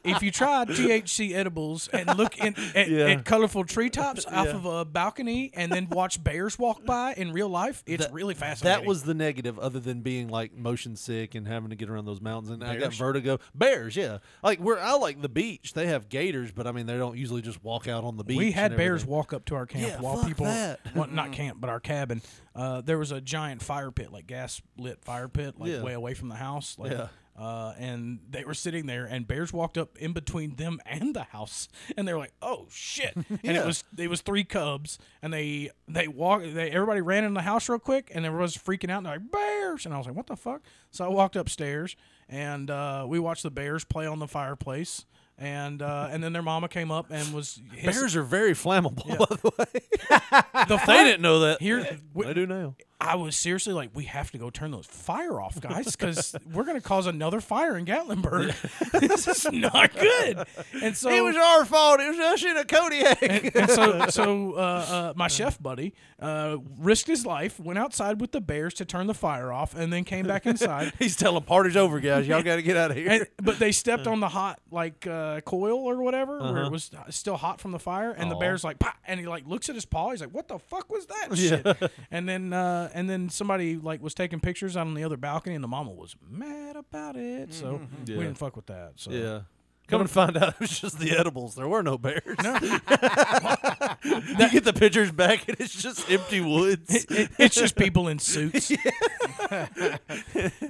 [SPEAKER 10] if you tried THC edibles and look in, at,
[SPEAKER 5] Yeah.
[SPEAKER 10] at colorful treetops off
[SPEAKER 5] Yeah.
[SPEAKER 10] of a balcony and then watch bears walk by in real life, it's
[SPEAKER 5] That-
[SPEAKER 10] really fascinating.
[SPEAKER 5] That was the negative, other than being like motion sick and having to get around those mountains. And I got
[SPEAKER 10] Bears?
[SPEAKER 5] vertigo. Bears, yeah. Like where I like the beach, they have gators, but I mean they don't usually just walk out on the beach.
[SPEAKER 10] we had
[SPEAKER 5] and
[SPEAKER 10] bears
[SPEAKER 5] everything.
[SPEAKER 10] walk up to our camp
[SPEAKER 5] Yeah,
[SPEAKER 10] while
[SPEAKER 5] fuck
[SPEAKER 10] people,
[SPEAKER 5] that. Mm-hmm.
[SPEAKER 10] well, not camp, but our cabin. Uh, there was a giant fire pit, like gas lit fire pit, like
[SPEAKER 5] Yeah.
[SPEAKER 10] way away from the house. Like,
[SPEAKER 5] Yeah.
[SPEAKER 10] Uh, and they were sitting there, and bears walked up in between them and the house, and they were like, "Oh shit!" And
[SPEAKER 5] Yeah.
[SPEAKER 10] it was it was three cubs, and they they walk, they everybody ran in the house real quick, and everyone was freaking out, and they're like bears, and I was like, "What the fuck?" So I walked upstairs, and uh, we watched the bears play on the fireplace, and uh, and then their mama came up and was hissing-
[SPEAKER 5] Bears are very flammable. By the way,
[SPEAKER 10] the
[SPEAKER 5] they
[SPEAKER 10] fire-
[SPEAKER 5] didn't know that.
[SPEAKER 10] Here,
[SPEAKER 5] I
[SPEAKER 10] we,
[SPEAKER 5] do now.
[SPEAKER 10] I was seriously like, we have to go turn those fire off, guys, because we're gonna cause another fire in Gatlinburg. this is not good. And so
[SPEAKER 5] our fault. It was us in a Kodiak.
[SPEAKER 10] and so, so uh, uh, my chef buddy uh, risked his life, went outside with the bears to turn the fire off, and then came back inside.
[SPEAKER 5] He's telling party's over, guys. Y'all got to get out of here.
[SPEAKER 10] And, but they stepped on the hot like uh, coil or whatever, where
[SPEAKER 5] Uh-huh.
[SPEAKER 10] it was still hot from the fire, and the bear's like, "Pah!" and he like looks at his paw. He's like, "What the fuck was that shit?" And then uh, and then somebody like was taking pictures out on the other balcony, and the mama was mad about it. So we didn't fuck with that. So
[SPEAKER 5] Mm-hmm. yeah, Come and find out it was just the edibles. There were no bears. you get the pictures back and it's just empty woods.
[SPEAKER 10] it's just people in suits.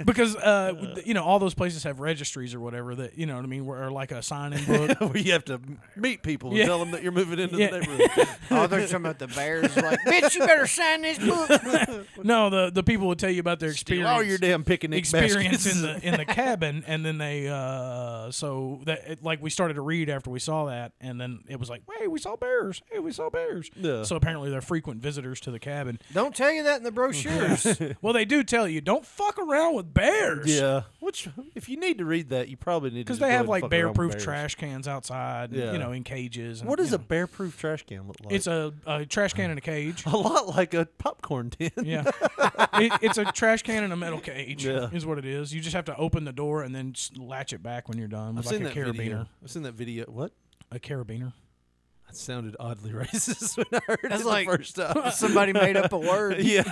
[SPEAKER 10] because uh, w- you know all those places have registries or whatever that you know what I mean, where or like a sign-in book.
[SPEAKER 5] where you have to meet people and
[SPEAKER 10] Yeah.
[SPEAKER 5] tell them that you're moving into
[SPEAKER 10] Yeah.
[SPEAKER 5] the neighborhood.
[SPEAKER 7] Oh, they're talking about the bears. Like, bitch, you better sign this book.
[SPEAKER 10] no, the the people would tell you about their
[SPEAKER 5] Steal
[SPEAKER 10] experience.
[SPEAKER 5] all your damn picnic
[SPEAKER 10] experience in the
[SPEAKER 5] baskets.
[SPEAKER 10] in the cabin, and then they uh so that it, like we started to read after we saw that, and then it was like, hey, we saw bears. Hey, we saw bears.
[SPEAKER 5] Yeah.
[SPEAKER 10] So apparently they're frequent visitors to the cabin.
[SPEAKER 7] Don't tell you that in the brochures.
[SPEAKER 10] well, they do tell you don't fuck around with bears.
[SPEAKER 5] Yeah. Which, if you need to read that, you probably need to.
[SPEAKER 10] Because
[SPEAKER 5] just
[SPEAKER 10] they
[SPEAKER 5] go ahead
[SPEAKER 10] have
[SPEAKER 5] and
[SPEAKER 10] like
[SPEAKER 5] fuck around
[SPEAKER 10] bear
[SPEAKER 5] with
[SPEAKER 10] proof
[SPEAKER 5] bears.
[SPEAKER 10] trash cans outside,
[SPEAKER 5] Yeah.
[SPEAKER 10] you know, in cages. And,
[SPEAKER 5] What
[SPEAKER 10] you
[SPEAKER 5] does a
[SPEAKER 10] know.
[SPEAKER 5] bear proof trash can look like?
[SPEAKER 10] It's a, a trash can in a cage.
[SPEAKER 5] a lot like a popcorn tin.
[SPEAKER 10] Yeah, it, it's a trash can in a metal cage.
[SPEAKER 5] Yeah.
[SPEAKER 10] Is what it is. You just have to open the door and then s- latch it back when you're done.
[SPEAKER 5] I've
[SPEAKER 10] With
[SPEAKER 5] seen
[SPEAKER 10] like
[SPEAKER 5] that
[SPEAKER 10] a carabiner.
[SPEAKER 5] video. I've seen that video. What?
[SPEAKER 10] A carabiner.
[SPEAKER 5] That sounded oddly racist when I heard
[SPEAKER 7] That's
[SPEAKER 5] it
[SPEAKER 7] like
[SPEAKER 5] the first time.
[SPEAKER 7] Somebody made up a word.
[SPEAKER 5] yeah.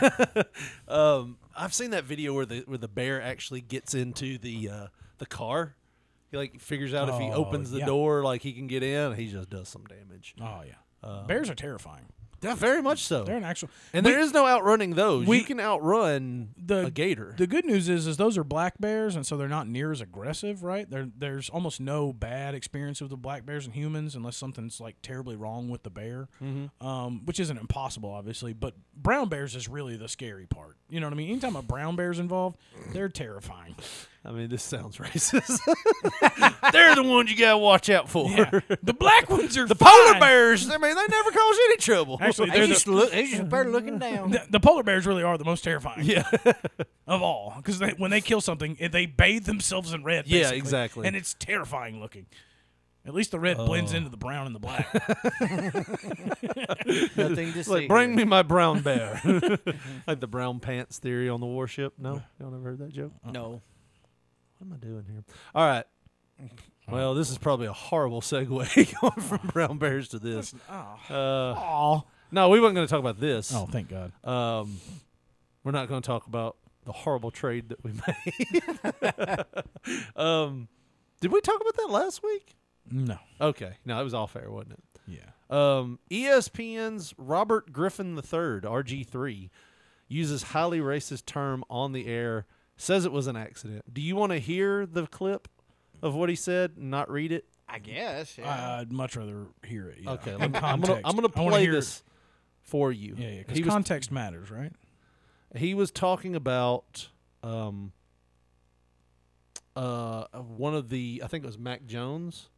[SPEAKER 5] um, I've seen that video where the where the bear actually gets into the uh, the car. He like figures out if he
[SPEAKER 10] Oh,
[SPEAKER 5] opens the
[SPEAKER 10] yeah.
[SPEAKER 5] door, like he can get in. He just does some damage.
[SPEAKER 10] Oh yeah. Bears are terrifying.
[SPEAKER 5] Yeah, very much so.
[SPEAKER 10] They're an actual.
[SPEAKER 5] Um, and
[SPEAKER 10] we-
[SPEAKER 5] there is no outrunning those.
[SPEAKER 10] we-
[SPEAKER 5] you can outrun
[SPEAKER 10] the
[SPEAKER 5] a gator.
[SPEAKER 10] The good news is, is those are black bears, and so they're not near as aggressive, right? There, there's almost no bad experience with the black bears and humans, unless something's like terribly wrong with the bear,
[SPEAKER 5] Mm-hmm.
[SPEAKER 10] um, which isn't impossible, obviously. But brown bears is really the scary part. You know what I mean? Anytime a brown bear's involved, they're terrifying.
[SPEAKER 5] I mean, this sounds racist. They're the ones you gotta watch out for.
[SPEAKER 10] Yeah. the black ones are
[SPEAKER 5] The polar
[SPEAKER 10] fine.
[SPEAKER 5] bears. I mean, they never cause any trouble.
[SPEAKER 10] Actually,
[SPEAKER 7] They
[SPEAKER 10] they're
[SPEAKER 7] just
[SPEAKER 10] the,
[SPEAKER 7] look. They just better looking down.
[SPEAKER 10] the, the polar bears really are the most terrifying. Yeah. of all, because they, when they kill something, eh, they bathe themselves in red.
[SPEAKER 5] Yeah,
[SPEAKER 10] basically,
[SPEAKER 5] exactly. Oh.
[SPEAKER 10] And it's terrifying looking. At least the red blends into the brown and the black.
[SPEAKER 7] Nothing to see.
[SPEAKER 5] like, bring me my brown bear. like the brown pants theory on the warship. No, y'all never heard that joke.
[SPEAKER 7] No.
[SPEAKER 5] What am I doing here? All right. Well, this is probably a horrible segue going from brown bears to this. Uh,
[SPEAKER 10] Aw.
[SPEAKER 5] no, we weren't going to talk about this.
[SPEAKER 10] Oh, thank God.
[SPEAKER 5] Um, we're not going to talk about the horrible trade that we made. um, did we talk about that last week?
[SPEAKER 10] No.
[SPEAKER 5] Okay. No, it was all fair, wasn't it?
[SPEAKER 10] Yeah.
[SPEAKER 5] Um, ESPN's Robert Griffin III, RG3, uses highly racist term on the air, says it was an accident. Do you want to hear the clip of what he said and not read it?
[SPEAKER 7] I guess. Yeah.
[SPEAKER 10] I'd much rather hear it. yeah.
[SPEAKER 5] Okay,
[SPEAKER 10] In
[SPEAKER 5] let me- I'm gonna
[SPEAKER 10] context.
[SPEAKER 5] I'm gonna
[SPEAKER 10] I wanna
[SPEAKER 5] play
[SPEAKER 10] hear-
[SPEAKER 5] this for you.
[SPEAKER 10] Yeah, yeah.
[SPEAKER 5] he
[SPEAKER 10] Because
[SPEAKER 5] was
[SPEAKER 10] context matters, right?
[SPEAKER 5] he was talking about um uh one of the I think it was Mac Jones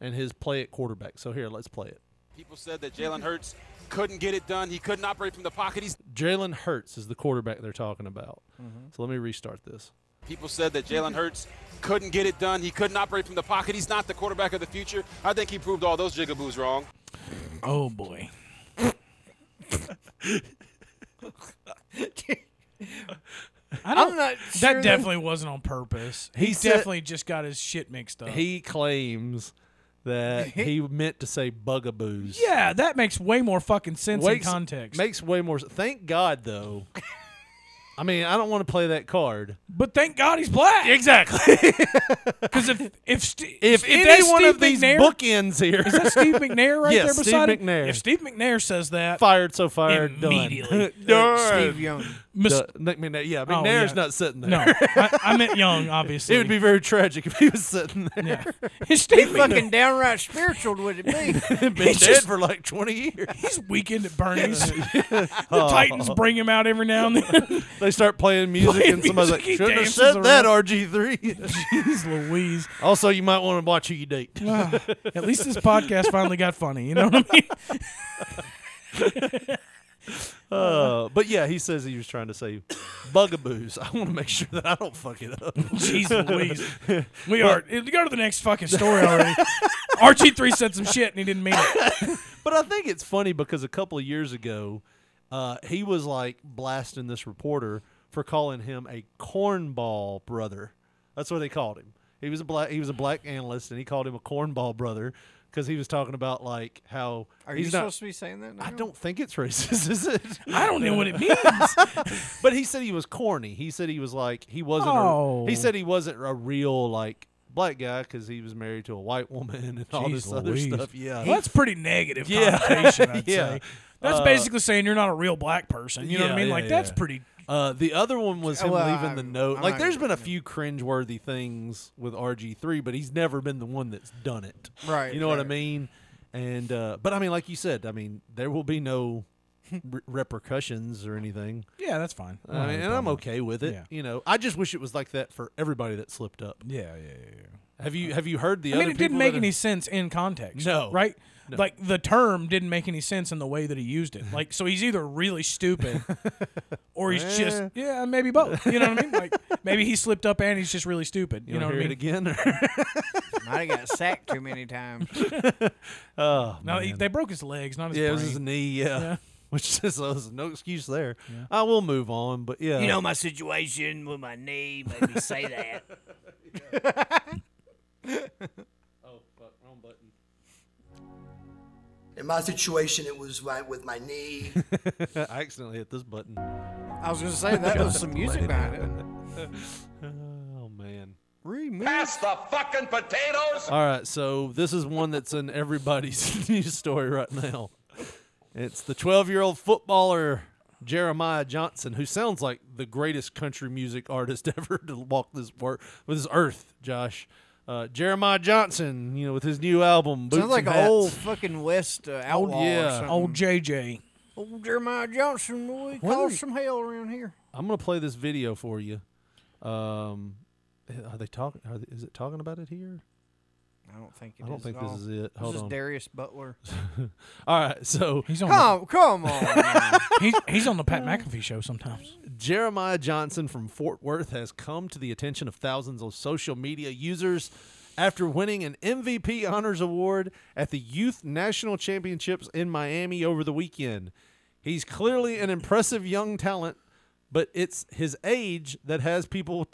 [SPEAKER 5] and his play at quarterback. So here, let's play it.
[SPEAKER 12] People said that Jalen Hurts couldn't get it done. He couldn't operate from the pocket. He's,
[SPEAKER 5] Jalen Hurts is the quarterback they're talking about.
[SPEAKER 10] Mm-hmm.
[SPEAKER 5] So let me restart this.
[SPEAKER 12] people said that Jalen Hurts couldn't get it done. He couldn't operate from the pocket. He's not the quarterback of the future. I think he proved all those jigaboos wrong.
[SPEAKER 10] Oh boy. I don't.
[SPEAKER 7] I'm not.
[SPEAKER 10] that
[SPEAKER 7] sure
[SPEAKER 10] definitely wasn't on purpose.
[SPEAKER 5] He
[SPEAKER 10] He,
[SPEAKER 5] said-
[SPEAKER 10] definitely just got his shit mixed up.
[SPEAKER 5] He claims that he meant to say bugaboos.
[SPEAKER 10] yeah, that makes way more fucking sense
[SPEAKER 5] Wakes-
[SPEAKER 10] in context.
[SPEAKER 5] Makes way more. s- Thank God, though. I mean, I don't want to play that card.
[SPEAKER 10] but thank God he's black.
[SPEAKER 5] Exactly.
[SPEAKER 10] Because if if St-
[SPEAKER 5] if
[SPEAKER 10] that's
[SPEAKER 5] any one
[SPEAKER 10] Steve
[SPEAKER 5] of these
[SPEAKER 10] McNair,
[SPEAKER 5] bookends here
[SPEAKER 10] is that Steve McNair right
[SPEAKER 5] Yeah,
[SPEAKER 10] there
[SPEAKER 5] Steve
[SPEAKER 10] beside him?
[SPEAKER 5] McNair.
[SPEAKER 10] If Steve McNair says that,
[SPEAKER 5] fired, so fired, done.
[SPEAKER 10] Immediately.
[SPEAKER 5] Done.
[SPEAKER 7] Steve Young.
[SPEAKER 10] mis-
[SPEAKER 5] The- Nick McNair- yeah,
[SPEAKER 10] Oh,
[SPEAKER 5] McNair's
[SPEAKER 10] yeah.
[SPEAKER 5] not sitting there.
[SPEAKER 10] no, I, I meant Young. Obviously,
[SPEAKER 5] it would be very tragic if he was sitting there.
[SPEAKER 10] Yeah. Steve
[SPEAKER 7] Fucking
[SPEAKER 10] McNair.
[SPEAKER 7] downright spiritual would it be?
[SPEAKER 5] Been dead
[SPEAKER 10] just-
[SPEAKER 5] for like twenty years.
[SPEAKER 10] He's weekend at Bernie's. the
[SPEAKER 5] Oh.
[SPEAKER 10] Titans bring him out every now and then.
[SPEAKER 5] They start playing music,
[SPEAKER 10] Playing
[SPEAKER 5] and somebody's
[SPEAKER 10] music,
[SPEAKER 5] like,
[SPEAKER 10] he
[SPEAKER 5] "Shouldn't have
[SPEAKER 10] dances
[SPEAKER 5] said that,
[SPEAKER 10] around.
[SPEAKER 5] RG 3
[SPEAKER 10] Jeez Louise.
[SPEAKER 5] Also, you might want to watch who you date.
[SPEAKER 10] At least this podcast finally got funny. You know what I mean?
[SPEAKER 5] Uh, but yeah, he says he was trying to say bugaboos. I want to make sure that I don't fuck it up.
[SPEAKER 10] Jeez Louise. We are. Go to the next fucking story already. RG3 said some shit and he didn't mean it.
[SPEAKER 5] But I think it's funny because a couple of years ago, uh, he was like blasting this reporter for calling him a cornball brother. That's what they called him. He was a black. He was a black analyst, and he called him a cornball brother because he was talking about like how
[SPEAKER 7] Are you
[SPEAKER 5] he's not.
[SPEAKER 7] supposed to be saying that? Now?
[SPEAKER 5] I don't think it's racist, is it?
[SPEAKER 10] I don't know what it means.
[SPEAKER 5] But he said he was corny. He said he was like he wasn't. A,
[SPEAKER 10] Oh.
[SPEAKER 5] he said he wasn't a real like black guy because he was married to a white woman and all this
[SPEAKER 10] Jeez
[SPEAKER 5] other
[SPEAKER 10] Louise.
[SPEAKER 5] stuff. Yeah,
[SPEAKER 10] Well, that's pretty negative
[SPEAKER 5] Yeah,
[SPEAKER 10] connotation, I'd
[SPEAKER 5] yeah.
[SPEAKER 10] say. That's
[SPEAKER 5] Uh,
[SPEAKER 10] basically saying you're not a real black person. You know what I
[SPEAKER 5] yeah,
[SPEAKER 10] mean?
[SPEAKER 5] yeah,
[SPEAKER 10] Like that's
[SPEAKER 5] yeah.
[SPEAKER 10] pretty.
[SPEAKER 5] Uh, the other one was him
[SPEAKER 10] Well,
[SPEAKER 5] leaving the
[SPEAKER 10] I'm-
[SPEAKER 5] note.
[SPEAKER 10] I'm
[SPEAKER 5] like,
[SPEAKER 10] not
[SPEAKER 5] there's been a few cringeworthy things with RG3, but he's never been the one that's done it.
[SPEAKER 7] Right,
[SPEAKER 5] You know what I
[SPEAKER 7] right.
[SPEAKER 5] mean? And uh, but I mean, like you said, I mean, there will be no re- repercussions or anything.
[SPEAKER 10] Yeah, that's fine. I
[SPEAKER 5] I
[SPEAKER 10] don't
[SPEAKER 5] mean,
[SPEAKER 10] have a
[SPEAKER 5] and I'm
[SPEAKER 10] problem.
[SPEAKER 5] okay with it.
[SPEAKER 10] Yeah.
[SPEAKER 5] You know, I just wish it was like that for everybody that slipped up.
[SPEAKER 10] Yeah, yeah, yeah.
[SPEAKER 5] Have you have you heard the
[SPEAKER 10] Uh, I
[SPEAKER 5] other
[SPEAKER 10] mean, it didn't
[SPEAKER 5] people that
[SPEAKER 10] make
[SPEAKER 5] are-
[SPEAKER 10] any sense in context.
[SPEAKER 5] No.
[SPEAKER 10] right?
[SPEAKER 5] No.
[SPEAKER 10] Like the term didn't make any sense in the way that he used it. Like, so he's either really stupid, or he's just
[SPEAKER 5] Eh.
[SPEAKER 10] yeah, maybe both. You know what I mean? Like maybe he slipped up and he's just really stupid. You,
[SPEAKER 5] You
[SPEAKER 10] know
[SPEAKER 5] wanna
[SPEAKER 10] what I mean?
[SPEAKER 5] hear it
[SPEAKER 7] Might have got sacked too many times.
[SPEAKER 5] Oh,
[SPEAKER 10] no, he,
[SPEAKER 5] man.
[SPEAKER 10] they broke his legs, not his.
[SPEAKER 5] yeah, it was
[SPEAKER 10] brain.
[SPEAKER 5] his knee. Yeah,
[SPEAKER 10] Yeah.
[SPEAKER 5] which is there's no excuse there. I will move on, but yeah,
[SPEAKER 13] You know my situation with my knee made me say that.
[SPEAKER 5] oh, fuck, wrong button.
[SPEAKER 6] In my situation, it was right with my knee.
[SPEAKER 5] I accidentally hit this button. I
[SPEAKER 7] was gonna say, that was some music behind it.
[SPEAKER 5] oh man.
[SPEAKER 6] Pass the fucking potatoes.
[SPEAKER 5] All right, so this is one that's in everybody's news story right now. It's the 12-year-old footballer Jeremiah Johnson, who sounds like the greatest country music artist ever to walk this wor- with this earth. Josh, uh, Jeremiah Johnson, you know, with his new album, Boots
[SPEAKER 7] Sounds like
[SPEAKER 5] and
[SPEAKER 7] an old
[SPEAKER 5] Hats.
[SPEAKER 7] fucking West uh,
[SPEAKER 5] Old-
[SPEAKER 7] outlaw.
[SPEAKER 5] yeah.
[SPEAKER 7] or something.
[SPEAKER 10] old JJ.
[SPEAKER 7] Old Jeremiah Johnson, boy,
[SPEAKER 5] What
[SPEAKER 7] caused
[SPEAKER 5] is-
[SPEAKER 7] some hell around here.
[SPEAKER 5] I'm gonna play this video for you. Um, are they talking? Are they, is it talking about it here?
[SPEAKER 7] I don't think it
[SPEAKER 5] I don't
[SPEAKER 7] is
[SPEAKER 5] think
[SPEAKER 7] at
[SPEAKER 5] this
[SPEAKER 7] all.
[SPEAKER 5] is it. Hold
[SPEAKER 7] this
[SPEAKER 5] on.
[SPEAKER 7] is Darius Butler.
[SPEAKER 5] All right, so
[SPEAKER 10] He's on
[SPEAKER 7] come, come on. man.
[SPEAKER 10] he's, he's on the Pat McAfee show sometimes.
[SPEAKER 5] Jeremiah Johnson from Fort Worth has come to the attention of thousands of social media users after winning an MVP honors award at the Youth National Championships in Miami over the weekend. He's clearly an impressive young talent, but it's his age that has people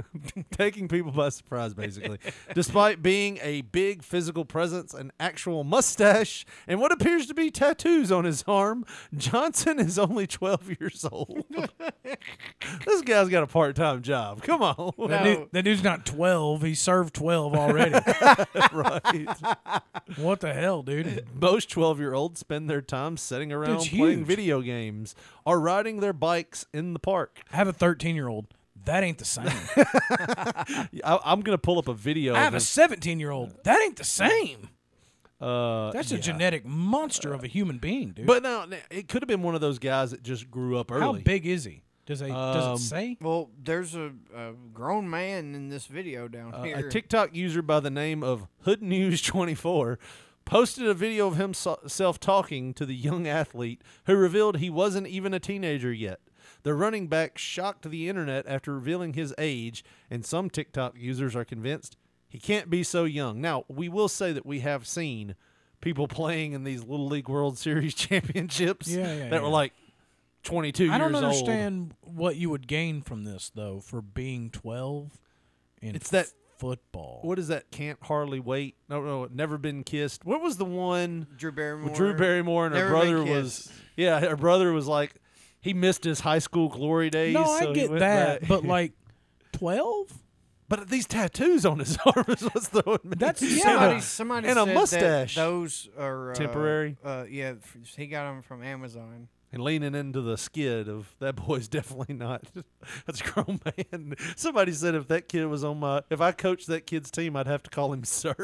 [SPEAKER 5] taking people by surprise, basically. Despite being a big physical presence, an actual mustache, and what appears to be tattoos on his arm, Johnson is only 12 years old. this guy's got a part time job. Come on.
[SPEAKER 10] That, dude, that dude's not twelve. He served twelve already.
[SPEAKER 5] right.
[SPEAKER 10] What the hell, dude?
[SPEAKER 5] Most 12 year olds spend their time sitting around
[SPEAKER 10] Dude's
[SPEAKER 5] playing
[SPEAKER 10] huge.
[SPEAKER 5] video games or riding their bikes in the park.
[SPEAKER 10] I have a thirteen-year-old. That ain't the same.
[SPEAKER 5] I, I'm going to pull up a video.
[SPEAKER 10] I
[SPEAKER 5] of
[SPEAKER 10] have a
[SPEAKER 5] him.
[SPEAKER 10] seventeen-year-old. That ain't the same.
[SPEAKER 5] Uh,
[SPEAKER 10] That's a
[SPEAKER 5] yeah.
[SPEAKER 10] genetic monster of a human being, dude.
[SPEAKER 5] But now, now, it could have been one of those guys that just grew up early.
[SPEAKER 10] how big is he? Does they
[SPEAKER 5] Um,
[SPEAKER 10] does it say?
[SPEAKER 7] Well, there's a, a grown man in this video down
[SPEAKER 5] Uh,
[SPEAKER 7] here.
[SPEAKER 5] a TikTok user by the name of Hood News 24 posted a video of himself talking to the young athlete who revealed he wasn't even a teenager yet. The running back shocked the internet after revealing his age, and some TikTok users are convinced he can't be so young. Now, we will say that we have seen people playing in these Little League World Series championships
[SPEAKER 10] Yeah, yeah,
[SPEAKER 5] that were
[SPEAKER 10] yeah.
[SPEAKER 5] like 22
[SPEAKER 10] I don't
[SPEAKER 5] years old.
[SPEAKER 10] understand what you would gain from this though, for being twelve. In
[SPEAKER 5] It's that-
[SPEAKER 10] football.
[SPEAKER 5] what is that? Can't hardly wait. No, no, never been kissed. What was the one?
[SPEAKER 7] Drew Barrymore.
[SPEAKER 5] Well, Drew Barrymore and her
[SPEAKER 7] Never Been
[SPEAKER 5] brother was.
[SPEAKER 7] Kissed.
[SPEAKER 5] Yeah, her brother was like, he missed his high school glory days.
[SPEAKER 10] No,
[SPEAKER 5] so
[SPEAKER 10] I
[SPEAKER 5] he
[SPEAKER 10] get
[SPEAKER 5] went
[SPEAKER 10] that,
[SPEAKER 5] back.
[SPEAKER 10] but like twelve.
[SPEAKER 5] but these tattoos on his arm is what's throwing me.
[SPEAKER 10] That's-
[SPEAKER 5] And a-
[SPEAKER 7] Somebody, somebody
[SPEAKER 5] and
[SPEAKER 7] said
[SPEAKER 5] a
[SPEAKER 7] that
[SPEAKER 5] mustache
[SPEAKER 7] those are uh,
[SPEAKER 5] Temporary?
[SPEAKER 7] Uh, yeah, f- he got them from Amazon.
[SPEAKER 5] and leaning into the skid of that boy's definitely not. That's a grown man. Somebody said if that kid was on my, if I coached that kid's team, I'd have to call him sir.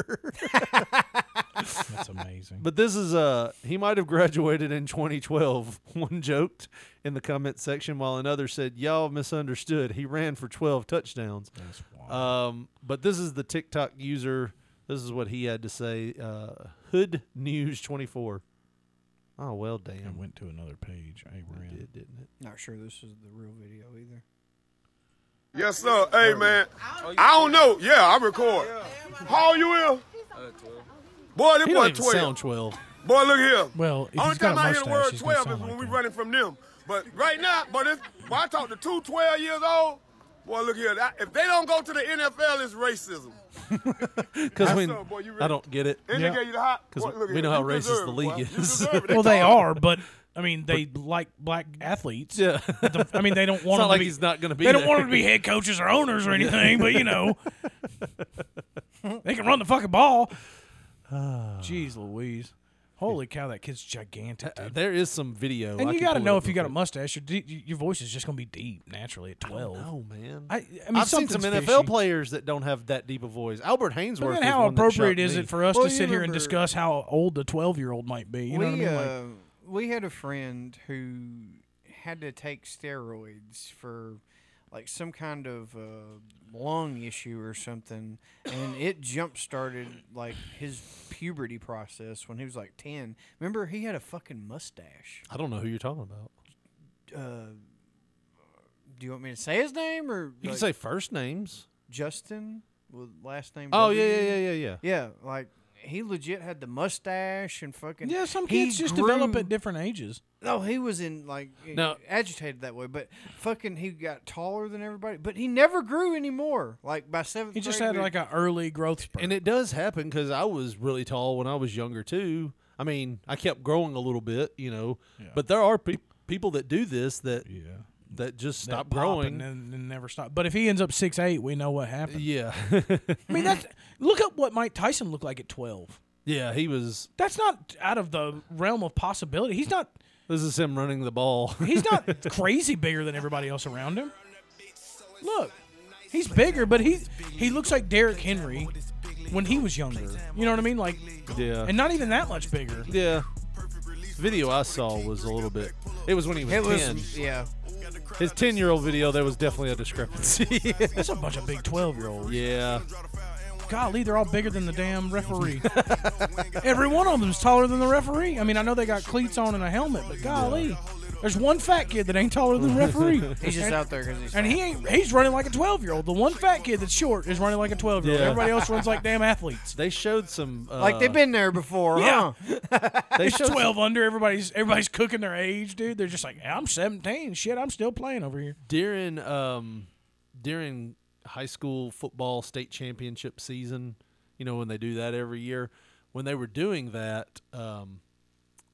[SPEAKER 10] That's amazing.
[SPEAKER 5] But this is uh he might have graduated in 2012. One joked in the comment section while another said, "Y'all misunderstood. He ran for 12 touchdowns." Um but this is the TikTok user. This is what he had to say. Uh, Hood News 24. Oh well,
[SPEAKER 10] I
[SPEAKER 5] damn.
[SPEAKER 10] went to another page. I ran.
[SPEAKER 5] It did, not it?
[SPEAKER 7] Not sure this is the real video either.
[SPEAKER 14] Yes, sir. Hey, man. I don't know. Yeah, I record. How old you is? Boy, this
[SPEAKER 5] Uh, He don't
[SPEAKER 14] boy
[SPEAKER 5] even
[SPEAKER 14] 12.
[SPEAKER 5] sound 12.
[SPEAKER 14] Boy, look here.
[SPEAKER 5] Oh,
[SPEAKER 10] Well, if
[SPEAKER 14] Only
[SPEAKER 10] he's got
[SPEAKER 14] time
[SPEAKER 10] a
[SPEAKER 14] I hear
[SPEAKER 10] mustache,
[SPEAKER 14] the word
[SPEAKER 10] he's gonna
[SPEAKER 14] 12 is
[SPEAKER 10] sound
[SPEAKER 14] when
[SPEAKER 10] like
[SPEAKER 14] we running from them. But right now, but if when I talk to two 12 years old, boy, look here. That, if they don't go to the NFL, it's racism.
[SPEAKER 5] Because we,
[SPEAKER 14] That's so, boy, you
[SPEAKER 5] I
[SPEAKER 14] really-
[SPEAKER 5] don't get it.
[SPEAKER 14] And they gave you the hot. boy,
[SPEAKER 5] Because
[SPEAKER 14] look
[SPEAKER 5] we
[SPEAKER 14] here,
[SPEAKER 5] know how
[SPEAKER 14] you
[SPEAKER 5] racist
[SPEAKER 14] deserve
[SPEAKER 5] the
[SPEAKER 14] it,
[SPEAKER 5] league
[SPEAKER 14] boy. You
[SPEAKER 5] is.
[SPEAKER 14] deserve it.
[SPEAKER 10] Well, they
[SPEAKER 14] told me.
[SPEAKER 10] are, but I mean, they like black athletes.
[SPEAKER 5] Yeah.
[SPEAKER 10] The- I mean, they don't
[SPEAKER 5] It's
[SPEAKER 10] want.
[SPEAKER 5] not
[SPEAKER 10] them
[SPEAKER 5] like
[SPEAKER 10] to be,
[SPEAKER 5] he's not gonna be
[SPEAKER 10] They don't
[SPEAKER 5] there.
[SPEAKER 10] want them to be head coaches or owners or anything, but you know, they can run the fucking ball. Jeez Louise. Holy cow, that kid's gigantic, dude.
[SPEAKER 5] There is some video.
[SPEAKER 10] and
[SPEAKER 5] I
[SPEAKER 10] you
[SPEAKER 5] got to
[SPEAKER 10] know if you got a mustache, your, de- your voice is just going to be deep naturally at 12.
[SPEAKER 5] Oh, man.
[SPEAKER 10] I, I mean,
[SPEAKER 5] have seen some
[SPEAKER 10] something's
[SPEAKER 5] NFL
[SPEAKER 10] fishy.
[SPEAKER 5] players that don't have that deep a voice. Albert Hainsworth.
[SPEAKER 10] But then
[SPEAKER 5] is
[SPEAKER 10] how
[SPEAKER 5] one that
[SPEAKER 10] appropriate
[SPEAKER 5] shocked
[SPEAKER 10] is
[SPEAKER 5] me.
[SPEAKER 10] it for us
[SPEAKER 5] Well,
[SPEAKER 10] to
[SPEAKER 5] you
[SPEAKER 10] sit here and
[SPEAKER 5] remember-
[SPEAKER 10] discuss how old the 12 year old might be? You know
[SPEAKER 7] we
[SPEAKER 10] what I mean? Like,
[SPEAKER 7] uh, we had a friend who had to take steroids for like some kind of uh, lung issue or something, and it jump started like his puberty process when he was like ten. Remember, he had a fucking mustache.
[SPEAKER 5] I don't know who you're talking about.
[SPEAKER 7] Uh, do you want me to say his name or
[SPEAKER 5] You
[SPEAKER 7] like,
[SPEAKER 5] can say first names.
[SPEAKER 7] Justin with last name?
[SPEAKER 5] Oh,
[SPEAKER 7] W?
[SPEAKER 5] yeah, yeah, yeah, yeah, yeah.
[SPEAKER 7] Yeah, like he legit had the mustache and fucking
[SPEAKER 10] yeah, some
[SPEAKER 7] he
[SPEAKER 10] kids just develop
[SPEAKER 7] grew-
[SPEAKER 10] at different ages.
[SPEAKER 7] No, Oh, he was in like
[SPEAKER 10] No.
[SPEAKER 7] agitated that way, but fucking he got taller than everybody, but he never grew anymore. Like by seventh,
[SPEAKER 10] He just
[SPEAKER 7] grade,
[SPEAKER 10] had
[SPEAKER 7] we-
[SPEAKER 10] like an early growth spurt.
[SPEAKER 5] And it does happen because I was really tall when I was younger too. I mean, I kept growing a little bit, you know. But there are peop people that do this that that just
[SPEAKER 10] that
[SPEAKER 5] stop
[SPEAKER 10] pop
[SPEAKER 5] growing.
[SPEAKER 10] and, then then never stop. But if he ends up six eight, we know what happened.
[SPEAKER 5] yeah,
[SPEAKER 10] I mean that's look up what Mike Tyson looked like at twelve.
[SPEAKER 5] yeah, he was.
[SPEAKER 10] That's not out of the realm of possibility. He's not
[SPEAKER 5] This is him running the ball.
[SPEAKER 10] he's not crazy bigger than everybody else around him. Look, he's bigger, but he he looks like Derrick Henry when he was younger. You know what I mean? Like,
[SPEAKER 5] yeah,
[SPEAKER 10] and not even that much bigger.
[SPEAKER 5] yeah. Video I saw was a little bit. It was when he was
[SPEAKER 7] It was-
[SPEAKER 5] ten.
[SPEAKER 7] yeah.
[SPEAKER 5] His ten-year-old video, there was definitely a discrepancy.
[SPEAKER 10] That's a bunch of big twelve-year-olds.
[SPEAKER 5] Yeah.
[SPEAKER 10] Golly, they're all bigger than the damn referee. Every one of them is taller than the referee. I mean, I know they got cleats on and a helmet, but golly, there's one fat kid that ain't taller than the referee.
[SPEAKER 7] He's just
[SPEAKER 10] And-
[SPEAKER 7] out there because he's
[SPEAKER 10] And he ain't, he's running like a 12 year old. The one fat kid that's short is running like a 12 year old.
[SPEAKER 5] Yeah.
[SPEAKER 10] Everybody else runs like damn athletes.
[SPEAKER 5] They showed some. Uh,
[SPEAKER 7] like they've been there before,
[SPEAKER 10] Yeah.
[SPEAKER 7] huh?
[SPEAKER 5] They
[SPEAKER 10] it's
[SPEAKER 5] showed
[SPEAKER 10] 12 under. Everybody's everybody's cooking their age, dude. They're just like, I'm 17. Shit, I'm still playing over here.
[SPEAKER 5] during um during high school football state championship season, you know when they do that every year, when they were doing that, um,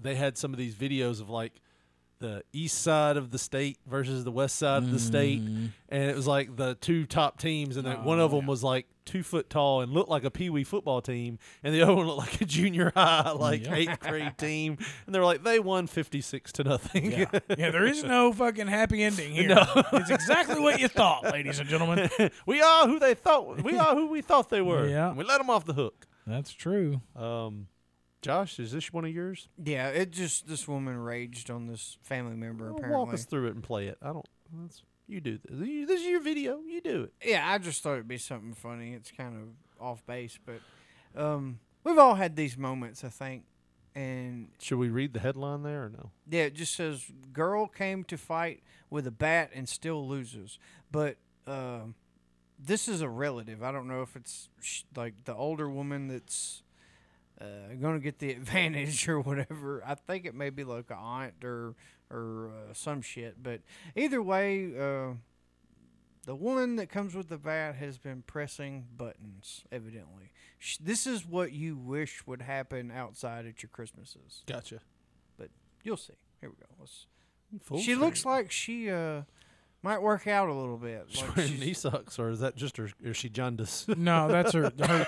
[SPEAKER 5] they had some of these videos of like the east side of the state versus the west side of the state,
[SPEAKER 10] Mm-hmm.
[SPEAKER 5] and it was like the two top teams, and
[SPEAKER 10] Oh,
[SPEAKER 5] then one of them was like two foot tall and looked like a pee wee football team, and the other one looked like a junior high, like
[SPEAKER 10] Yeah.
[SPEAKER 5] eighth grade team, and they were like they won fifty six to nothing.
[SPEAKER 10] Yeah. yeah, there is no fucking happy ending here.
[SPEAKER 5] No.
[SPEAKER 10] It's exactly what you thought, ladies and gentlemen.
[SPEAKER 5] we are who they thought we are who we thought they were.
[SPEAKER 10] Yeah.
[SPEAKER 5] And we let them off the hook.
[SPEAKER 10] That's true.
[SPEAKER 5] Um, Josh, is this one of yours?
[SPEAKER 7] yeah, it just this woman raged on this family member
[SPEAKER 5] Well,
[SPEAKER 7] apparently.
[SPEAKER 5] Walk us through it and play it. I don't. That's, you do this. You- This is your video. You do it.
[SPEAKER 7] Yeah, I just thought it'd be something funny. It's kind of off base, but um, we've all had these moments, I think. And
[SPEAKER 5] Should we read the headline there or no?
[SPEAKER 7] yeah, it just says girl came to fight with a bat and still loses. But um, this is a relative. I don't know if it's sh- like the older woman that's uh, going to get the advantage or whatever. I think it may be like a aunt or or uh, some shit. But either way. Uh, the one that comes with the bat has been pressing buttons, evidently. Sh- This is what you wish would happen outside at your Christmases.
[SPEAKER 5] Gotcha.
[SPEAKER 7] But you'll see. Here we go. Let's,
[SPEAKER 5] full
[SPEAKER 7] she looks like she uh, might work out a little bit.
[SPEAKER 5] She's
[SPEAKER 7] Like
[SPEAKER 5] wearing
[SPEAKER 7] she's-
[SPEAKER 5] knee socks, or is that just her? Is she jaundice?
[SPEAKER 10] No, that's her. Her,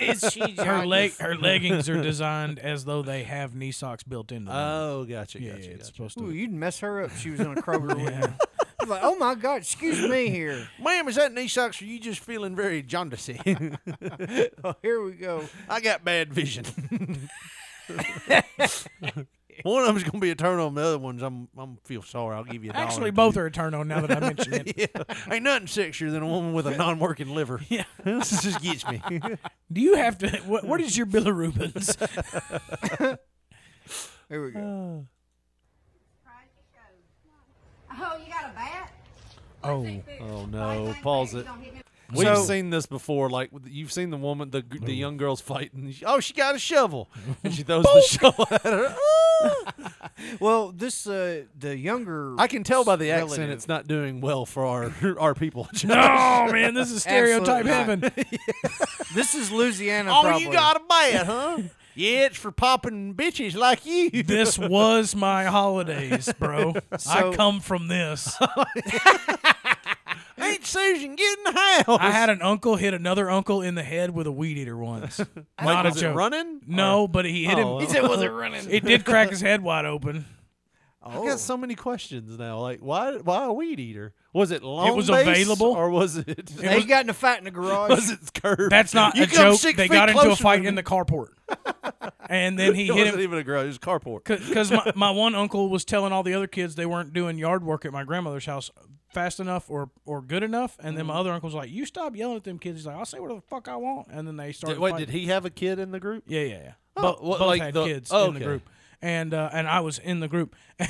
[SPEAKER 7] Is she
[SPEAKER 10] her
[SPEAKER 7] jaundiced?
[SPEAKER 10] leg, her leggings are designed as though they have knee socks built into them.
[SPEAKER 5] Oh, gotcha.
[SPEAKER 10] yeah,
[SPEAKER 5] gotcha,
[SPEAKER 10] it's
[SPEAKER 5] gotcha.
[SPEAKER 10] supposed
[SPEAKER 7] Ooh,
[SPEAKER 10] to.
[SPEAKER 7] you'd mess her up. if She was in a Kroger. yeah. Like, oh my God! Excuse me here.
[SPEAKER 5] Ma'am, is that knee socks? Or are you just feeling very jaundicey?
[SPEAKER 7] Oh, here we go.
[SPEAKER 5] I got bad vision. One of them's gonna be a turn on. The other one's I'm I'm feel sorry. I'll give you a dollar
[SPEAKER 10] Actually,
[SPEAKER 5] to
[SPEAKER 10] both are a turn on now that I mention it.
[SPEAKER 5] yeah. Ain't nothing sexier than a woman with a non-working liver. Yeah, this just gets me.
[SPEAKER 10] Do you have to? What, what is your bilirubins?
[SPEAKER 7] Here we go.
[SPEAKER 15] Oh, you got a bat?
[SPEAKER 10] Oh,
[SPEAKER 5] oh no! Pause it. We've
[SPEAKER 10] So-
[SPEAKER 5] seen this before. Like you've seen the woman, the the young girls fighting. Oh, she got a shovel, and she throws the shovel at her.
[SPEAKER 7] Well, this uh, the younger.
[SPEAKER 5] I can tell by the accent
[SPEAKER 7] relative-
[SPEAKER 5] it's not doing well for our our people.
[SPEAKER 10] no, Oh, man, this is stereotype
[SPEAKER 7] Absolutely not.
[SPEAKER 10] heaven.
[SPEAKER 7] This is Louisiana.
[SPEAKER 5] Oh,
[SPEAKER 7] probably.
[SPEAKER 5] you got a bat, huh? yeah, it's for popping bitches like you.
[SPEAKER 10] This was my holidays, bro. I
[SPEAKER 7] So-
[SPEAKER 10] come from this.
[SPEAKER 5] Ain't Susan getting house?
[SPEAKER 10] I had an uncle hit another uncle in the head with a weed eater once. Not
[SPEAKER 5] was
[SPEAKER 10] a
[SPEAKER 5] it
[SPEAKER 10] joke.
[SPEAKER 5] running,
[SPEAKER 10] No,
[SPEAKER 5] or-
[SPEAKER 10] but he hit
[SPEAKER 5] Oh,
[SPEAKER 10] him.
[SPEAKER 5] He said, "Was it running?"
[SPEAKER 10] It did crack his head wide open.
[SPEAKER 5] I got so many questions now. Like, why? Why a weed eater? Was it long?
[SPEAKER 10] was
[SPEAKER 5] base,
[SPEAKER 10] available.
[SPEAKER 5] or was it?
[SPEAKER 10] It They was-
[SPEAKER 7] got in a fight in the garage.
[SPEAKER 5] Was it curved?
[SPEAKER 10] That's not
[SPEAKER 5] You
[SPEAKER 10] a
[SPEAKER 5] come
[SPEAKER 10] joke.
[SPEAKER 5] six
[SPEAKER 10] They
[SPEAKER 5] feet
[SPEAKER 10] got into a
[SPEAKER 5] closer
[SPEAKER 10] fight
[SPEAKER 5] to
[SPEAKER 10] in
[SPEAKER 5] me.
[SPEAKER 10] the carport, and then he
[SPEAKER 5] it
[SPEAKER 10] hit
[SPEAKER 5] wasn't
[SPEAKER 10] him
[SPEAKER 5] even a garage. It was a carport.
[SPEAKER 10] because my, my one uncle was telling all the other kids they weren't doing yard work at my grandmother's house fast enough or or good enough, and
[SPEAKER 5] Mm-hmm.
[SPEAKER 10] then my other uncle's like, "You stop yelling at them kids." He's like, "I'll say whatever the fuck I want," and then they started.
[SPEAKER 5] Did, wait,
[SPEAKER 10] fighting.
[SPEAKER 5] did he have a kid in the group?
[SPEAKER 10] Yeah, yeah, yeah.
[SPEAKER 5] Oh,
[SPEAKER 10] Bo-
[SPEAKER 5] what,
[SPEAKER 10] both
[SPEAKER 5] like
[SPEAKER 10] had
[SPEAKER 5] the-
[SPEAKER 10] kids
[SPEAKER 5] oh,
[SPEAKER 10] in the
[SPEAKER 5] okay.
[SPEAKER 10] group, and uh, and I was in the group.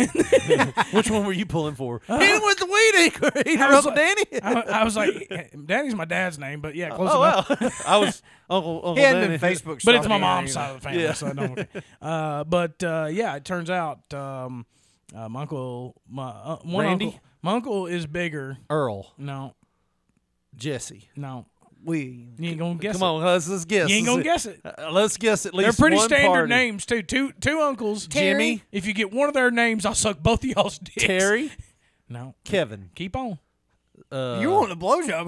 [SPEAKER 5] Which one were you pulling for?
[SPEAKER 10] Uh,
[SPEAKER 5] Hit him with the weed eater, eater
[SPEAKER 10] I was
[SPEAKER 5] Uncle
[SPEAKER 10] like-
[SPEAKER 5] Danny.
[SPEAKER 10] I, I was like, Danny's my dad's name, but yeah, close
[SPEAKER 5] oh,
[SPEAKER 10] enough.
[SPEAKER 5] wow. I was Uncle, Uncle
[SPEAKER 7] He hadn't
[SPEAKER 5] Danny.
[SPEAKER 7] been Facebook
[SPEAKER 10] but it's my
[SPEAKER 7] stalking
[SPEAKER 10] mom's
[SPEAKER 7] or
[SPEAKER 10] side of the family,
[SPEAKER 7] anything.
[SPEAKER 10] so no, okay. Uh, but uh, yeah, it turns out um, uh, my uncle, my uh, one
[SPEAKER 5] Randy?
[SPEAKER 10] uncle, my uncle is bigger.
[SPEAKER 5] Earl.
[SPEAKER 10] No,
[SPEAKER 5] Jesse.
[SPEAKER 10] no,
[SPEAKER 7] we
[SPEAKER 10] you ain't gonna guess.
[SPEAKER 5] Come
[SPEAKER 10] it.
[SPEAKER 5] on, let's, let's guess.
[SPEAKER 10] You ain't gonna
[SPEAKER 5] Let's-
[SPEAKER 10] guess it.
[SPEAKER 5] Uh, let's guess at least
[SPEAKER 10] They're pretty
[SPEAKER 5] one
[SPEAKER 10] standard
[SPEAKER 5] party.
[SPEAKER 10] names too. Two two uncles.
[SPEAKER 5] Jimmy.
[SPEAKER 10] If you get one of their names, I'll suck both of y'all's dicks.
[SPEAKER 5] Terry.
[SPEAKER 10] No.
[SPEAKER 5] Kevin.
[SPEAKER 10] Keep on.
[SPEAKER 5] Uh,
[SPEAKER 7] you want a blowjob,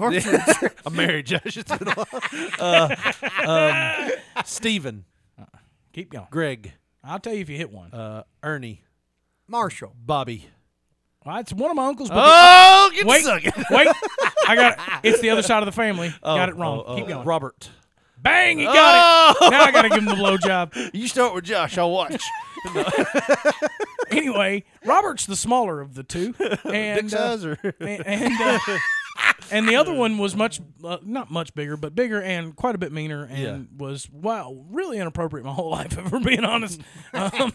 [SPEAKER 7] aren't you?
[SPEAKER 5] I'm married, Josh. It's been a while. Uh, um, Steven.
[SPEAKER 10] Keep going.
[SPEAKER 5] Greg.
[SPEAKER 10] I'll tell you if you hit one.
[SPEAKER 5] Uh, Ernie.
[SPEAKER 7] Marshall.
[SPEAKER 5] Bobby.
[SPEAKER 10] Well, it's one of my uncles. But
[SPEAKER 5] Oh, get
[SPEAKER 10] wait,
[SPEAKER 5] sucking.
[SPEAKER 10] wait. I got it. It's the other side of the family.
[SPEAKER 5] Oh,
[SPEAKER 10] got it wrong.
[SPEAKER 5] oh, oh,
[SPEAKER 10] Keep going.
[SPEAKER 5] Robert.
[SPEAKER 10] Bang! He got
[SPEAKER 5] Oh!
[SPEAKER 10] it. Now I got to give him the blowjob.
[SPEAKER 5] You start with Josh. I'll watch.
[SPEAKER 10] anyway, Robert's the smaller of the two, and
[SPEAKER 5] Dick size or-
[SPEAKER 10] and and, uh, and the other one was much uh, not much bigger, but bigger and quite a bit meaner, and
[SPEAKER 5] Yeah.
[SPEAKER 10] was wow really inappropriate my whole life, if we're being honest. Um,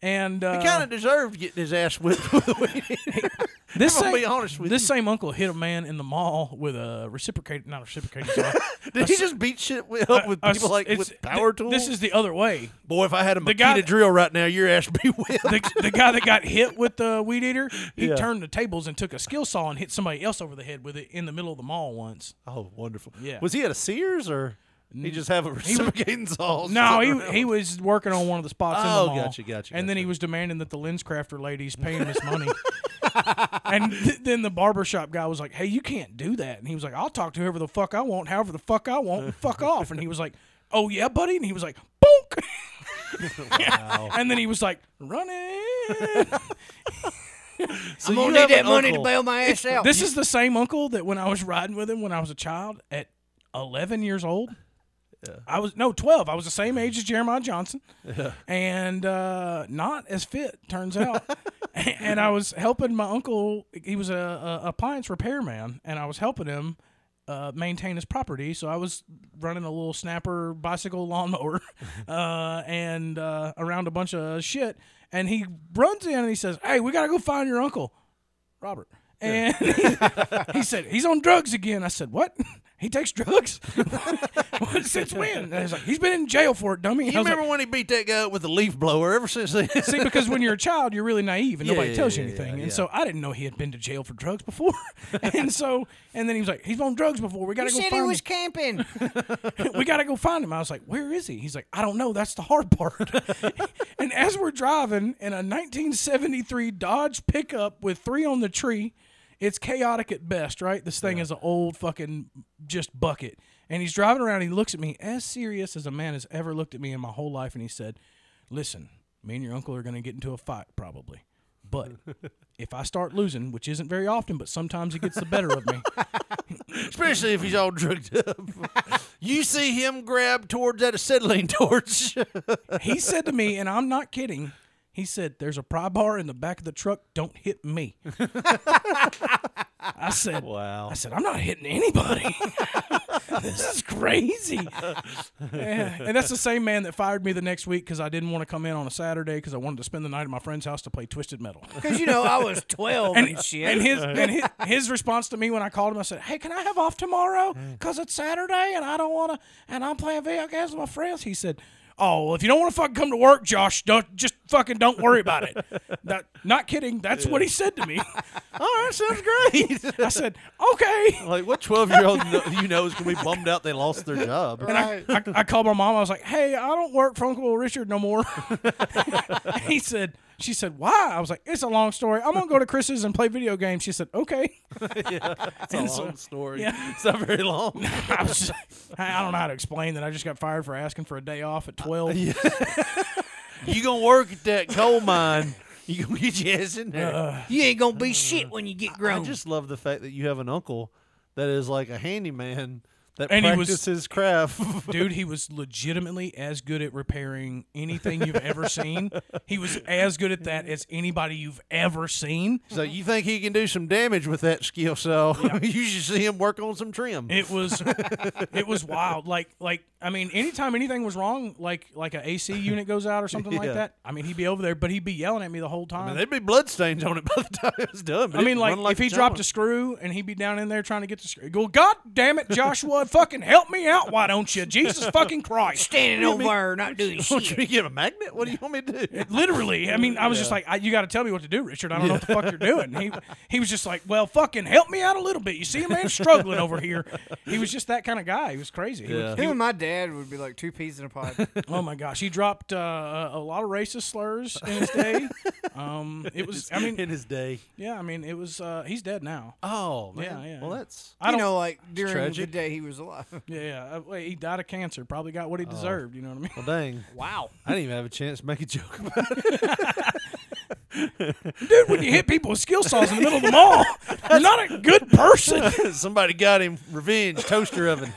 [SPEAKER 10] and uh,
[SPEAKER 5] he kind of deserved getting his ass whipped with a weed eater.
[SPEAKER 10] this
[SPEAKER 5] I'm
[SPEAKER 10] same,
[SPEAKER 5] gonna be honest with
[SPEAKER 10] this
[SPEAKER 5] you.
[SPEAKER 10] same uncle hit a man in the mall with a reciprocating not reciprocating. sorry.
[SPEAKER 5] Did he just beat shit with, up with
[SPEAKER 10] A- a-
[SPEAKER 5] people like
[SPEAKER 10] Uh, it's-
[SPEAKER 5] with power
[SPEAKER 10] th-
[SPEAKER 5] tools?
[SPEAKER 10] This is the other way.
[SPEAKER 5] boy. If I had a
[SPEAKER 10] the guy
[SPEAKER 5] Makita
[SPEAKER 10] that-
[SPEAKER 5] drill right now, your ass be whipped.
[SPEAKER 10] the, the guy that got hit with the weed eater, he
[SPEAKER 5] Yeah.
[SPEAKER 10] turned the tables and took a skill saw and hit somebody else over the head with it in the middle of the mall once.
[SPEAKER 5] Oh, wonderful.
[SPEAKER 10] Yeah.
[SPEAKER 5] Was he at a Sears or he just have a reciprocating saw?
[SPEAKER 10] No,
[SPEAKER 5] sitting
[SPEAKER 10] he, he
[SPEAKER 5] around?
[SPEAKER 10] was working on one of the spots in
[SPEAKER 5] Oh,
[SPEAKER 10] the mall.
[SPEAKER 5] gotcha, gotcha,
[SPEAKER 10] And then he
[SPEAKER 5] gotcha.
[SPEAKER 10] was demanding that the lens crafter ladies pay him his money. and th- then the barbershop guy was like, "Hey, you can't do that." And he was like, "I'll talk to whoever the fuck I want, however the fuck I want, and fuck off." And he was like, "Oh yeah, buddy." And he was like, "Bonk." And then he was like, "Running."
[SPEAKER 5] So
[SPEAKER 7] I'm
[SPEAKER 5] you
[SPEAKER 7] gonna need
[SPEAKER 5] have
[SPEAKER 7] that
[SPEAKER 5] an
[SPEAKER 7] money
[SPEAKER 5] uncle.
[SPEAKER 7] to bail my ass out.
[SPEAKER 10] This is the same uncle that when I was riding with him when I was a child at 11 years old. I was no 12. I was the same age as Jeremiah Johnson, and uh, not as fit. Turns out, and I was helping my uncle. He was a, a appliance repairman, and I was helping him uh, maintain his property. So I was running a little snapper bicycle lawnmower uh, and uh, around a bunch of shit. And he runs in and he says, "Hey, we gotta go find your uncle." Robert. And he said, he's on drugs again. I said, what? He takes drugs? What- Since when? And I was like, he's been in jail for it, dummy. And
[SPEAKER 5] You
[SPEAKER 10] I was like,
[SPEAKER 5] remember when he beat that guy up with the leaf blower? Ever since then,
[SPEAKER 10] See, because when you're a child, you're really naive and
[SPEAKER 5] Yeah,
[SPEAKER 10] nobody
[SPEAKER 5] yeah,
[SPEAKER 10] tells you
[SPEAKER 5] yeah,
[SPEAKER 10] anything.
[SPEAKER 5] yeah,
[SPEAKER 10] and
[SPEAKER 5] yeah.
[SPEAKER 10] so I didn't know he had been to jail for drugs before. and so, and then he was like, he's on drugs before. We
[SPEAKER 7] You
[SPEAKER 10] gotta go
[SPEAKER 7] said
[SPEAKER 10] find
[SPEAKER 7] he
[SPEAKER 10] him.
[SPEAKER 7] was camping.
[SPEAKER 10] we gotta go find him. I was like, where is he? He's like, I don't know. That's the hard part. and as we're driving in a 1973 Dodge pickup with three on the tree, it's chaotic at best, right? This thing is an old fucking just bucket. And he's driving around. And he looks at me as serious as a man has ever looked at me in my whole life. And he said, "Listen, me and your uncle are gonna get into a fight probably." But if I start losing, which isn't very often, but sometimes it gets the better of me,
[SPEAKER 5] especially if he's all drugged up. you see him grab towards that acetylene torch.
[SPEAKER 10] he said to me, and I'm not kidding. He said, "There's a pry bar in the back of the truck. Don't hit me." I said,
[SPEAKER 5] wow.
[SPEAKER 10] "I said I'm not hitting anybody. this is crazy." Yeah, And that's the same man that fired me the next week because I didn't want to come in on a Saturday because I wanted to spend the night at my friend's house to play Twisted Metal.
[SPEAKER 7] Because, you know, I was 12 and, shit.
[SPEAKER 10] And his and his, his response to me when I called him, I said, "Hey, can I have off tomorrow?
[SPEAKER 5] Mm.
[SPEAKER 10] Cause it's Saturday and I don't want to, and I'm playing video games with my friends." He said, "Oh, well, if you don't want to fucking come to work, Josh, don't just fucking don't worry about it." That, not kidding. That's what he said to me.
[SPEAKER 5] all right, sounds great.
[SPEAKER 10] I said, "Okay."
[SPEAKER 5] like what twelve year old you know is gonna be bummed out they lost their job?
[SPEAKER 10] And I, I, I called my mom. I was like, "Hey, I don't work for Uncle Richard no more." he said, She said, "Why?" I was like, "It's a long story. I'm gonna go to Chris's and play video games." She said, "Okay."
[SPEAKER 5] yeah, it's a long
[SPEAKER 10] And so-
[SPEAKER 5] story.
[SPEAKER 10] yeah.
[SPEAKER 5] It's not very long.
[SPEAKER 10] I, was just- I I don't know how to explain that. I just got fired for asking for a day off at twelve.
[SPEAKER 5] you gonna work at that coal mine? You gonna get your ass in there?
[SPEAKER 10] Uh,
[SPEAKER 7] you ain't gonna be shit when you get grown.
[SPEAKER 5] I just love the fact that you have an uncle that is like a handyman that
[SPEAKER 10] And he was-
[SPEAKER 5] practices his craft.
[SPEAKER 10] Dude, he was legitimately as good at repairing anything you've ever seen. He was as good at that as anybody you've ever seen.
[SPEAKER 5] So you think he can do some damage with that skill? So you should see him work on some trim.
[SPEAKER 10] It was it was wild. Like like I mean, anytime anything was wrong, like like an AC unit goes out or something
[SPEAKER 5] Yeah.
[SPEAKER 10] like that. I mean, he'd be over there, but he'd be yelling at me the whole
[SPEAKER 5] I
[SPEAKER 10] time.
[SPEAKER 5] mean, there'd be bloodstains on it by the time it was done. but
[SPEAKER 10] I mean,
[SPEAKER 5] it'd
[SPEAKER 10] like,
[SPEAKER 5] run
[SPEAKER 10] if he
[SPEAKER 5] a
[SPEAKER 10] dropped
[SPEAKER 5] gentleman.
[SPEAKER 10] a screw and he'd be down in there trying to get the screw, go, God damn it, Joshua, fucking help me out, why don't you? Jesus fucking Christ,
[SPEAKER 7] Standing
[SPEAKER 10] What do you
[SPEAKER 7] over
[SPEAKER 10] mean?
[SPEAKER 7] her, not doing
[SPEAKER 5] Don't you
[SPEAKER 7] shit.
[SPEAKER 5] get a magnet? What do you want me to do?
[SPEAKER 10] Literally, I mean, I was just
[SPEAKER 5] Yeah.
[SPEAKER 10] like, I, you got to tell me what to do, Richard. I don't know what the fuck you're doing. He he was just like, well, fucking help me out a little bit. You see a man struggling over here. He was just that kind of guy. He was crazy. He was- he
[SPEAKER 7] Him
[SPEAKER 10] was-
[SPEAKER 7] and my dad would be like two peas in a pod.
[SPEAKER 10] oh my gosh, he dropped uh, a lot of racist slurs in his day. Um, it was, I mean,
[SPEAKER 5] in his day.
[SPEAKER 10] yeah, I mean, it was. Uh, he's dead now.
[SPEAKER 5] Oh man.
[SPEAKER 10] Yeah, yeah.
[SPEAKER 5] Well, that's
[SPEAKER 10] I
[SPEAKER 7] you
[SPEAKER 10] don't
[SPEAKER 7] know, like during the
[SPEAKER 5] tragic.
[SPEAKER 7] day he was alive.
[SPEAKER 10] Yeah, yeah. Uh, wait, he died of cancer. Probably got what he deserved. You know what I mean?
[SPEAKER 5] well, dang.
[SPEAKER 10] Wow,
[SPEAKER 5] I didn't even have a chance to make a joke about
[SPEAKER 10] dude, when you hit people with skill saws in the middle of the mall, you're not a good person.
[SPEAKER 5] it. Somebody got him revenge toaster oven.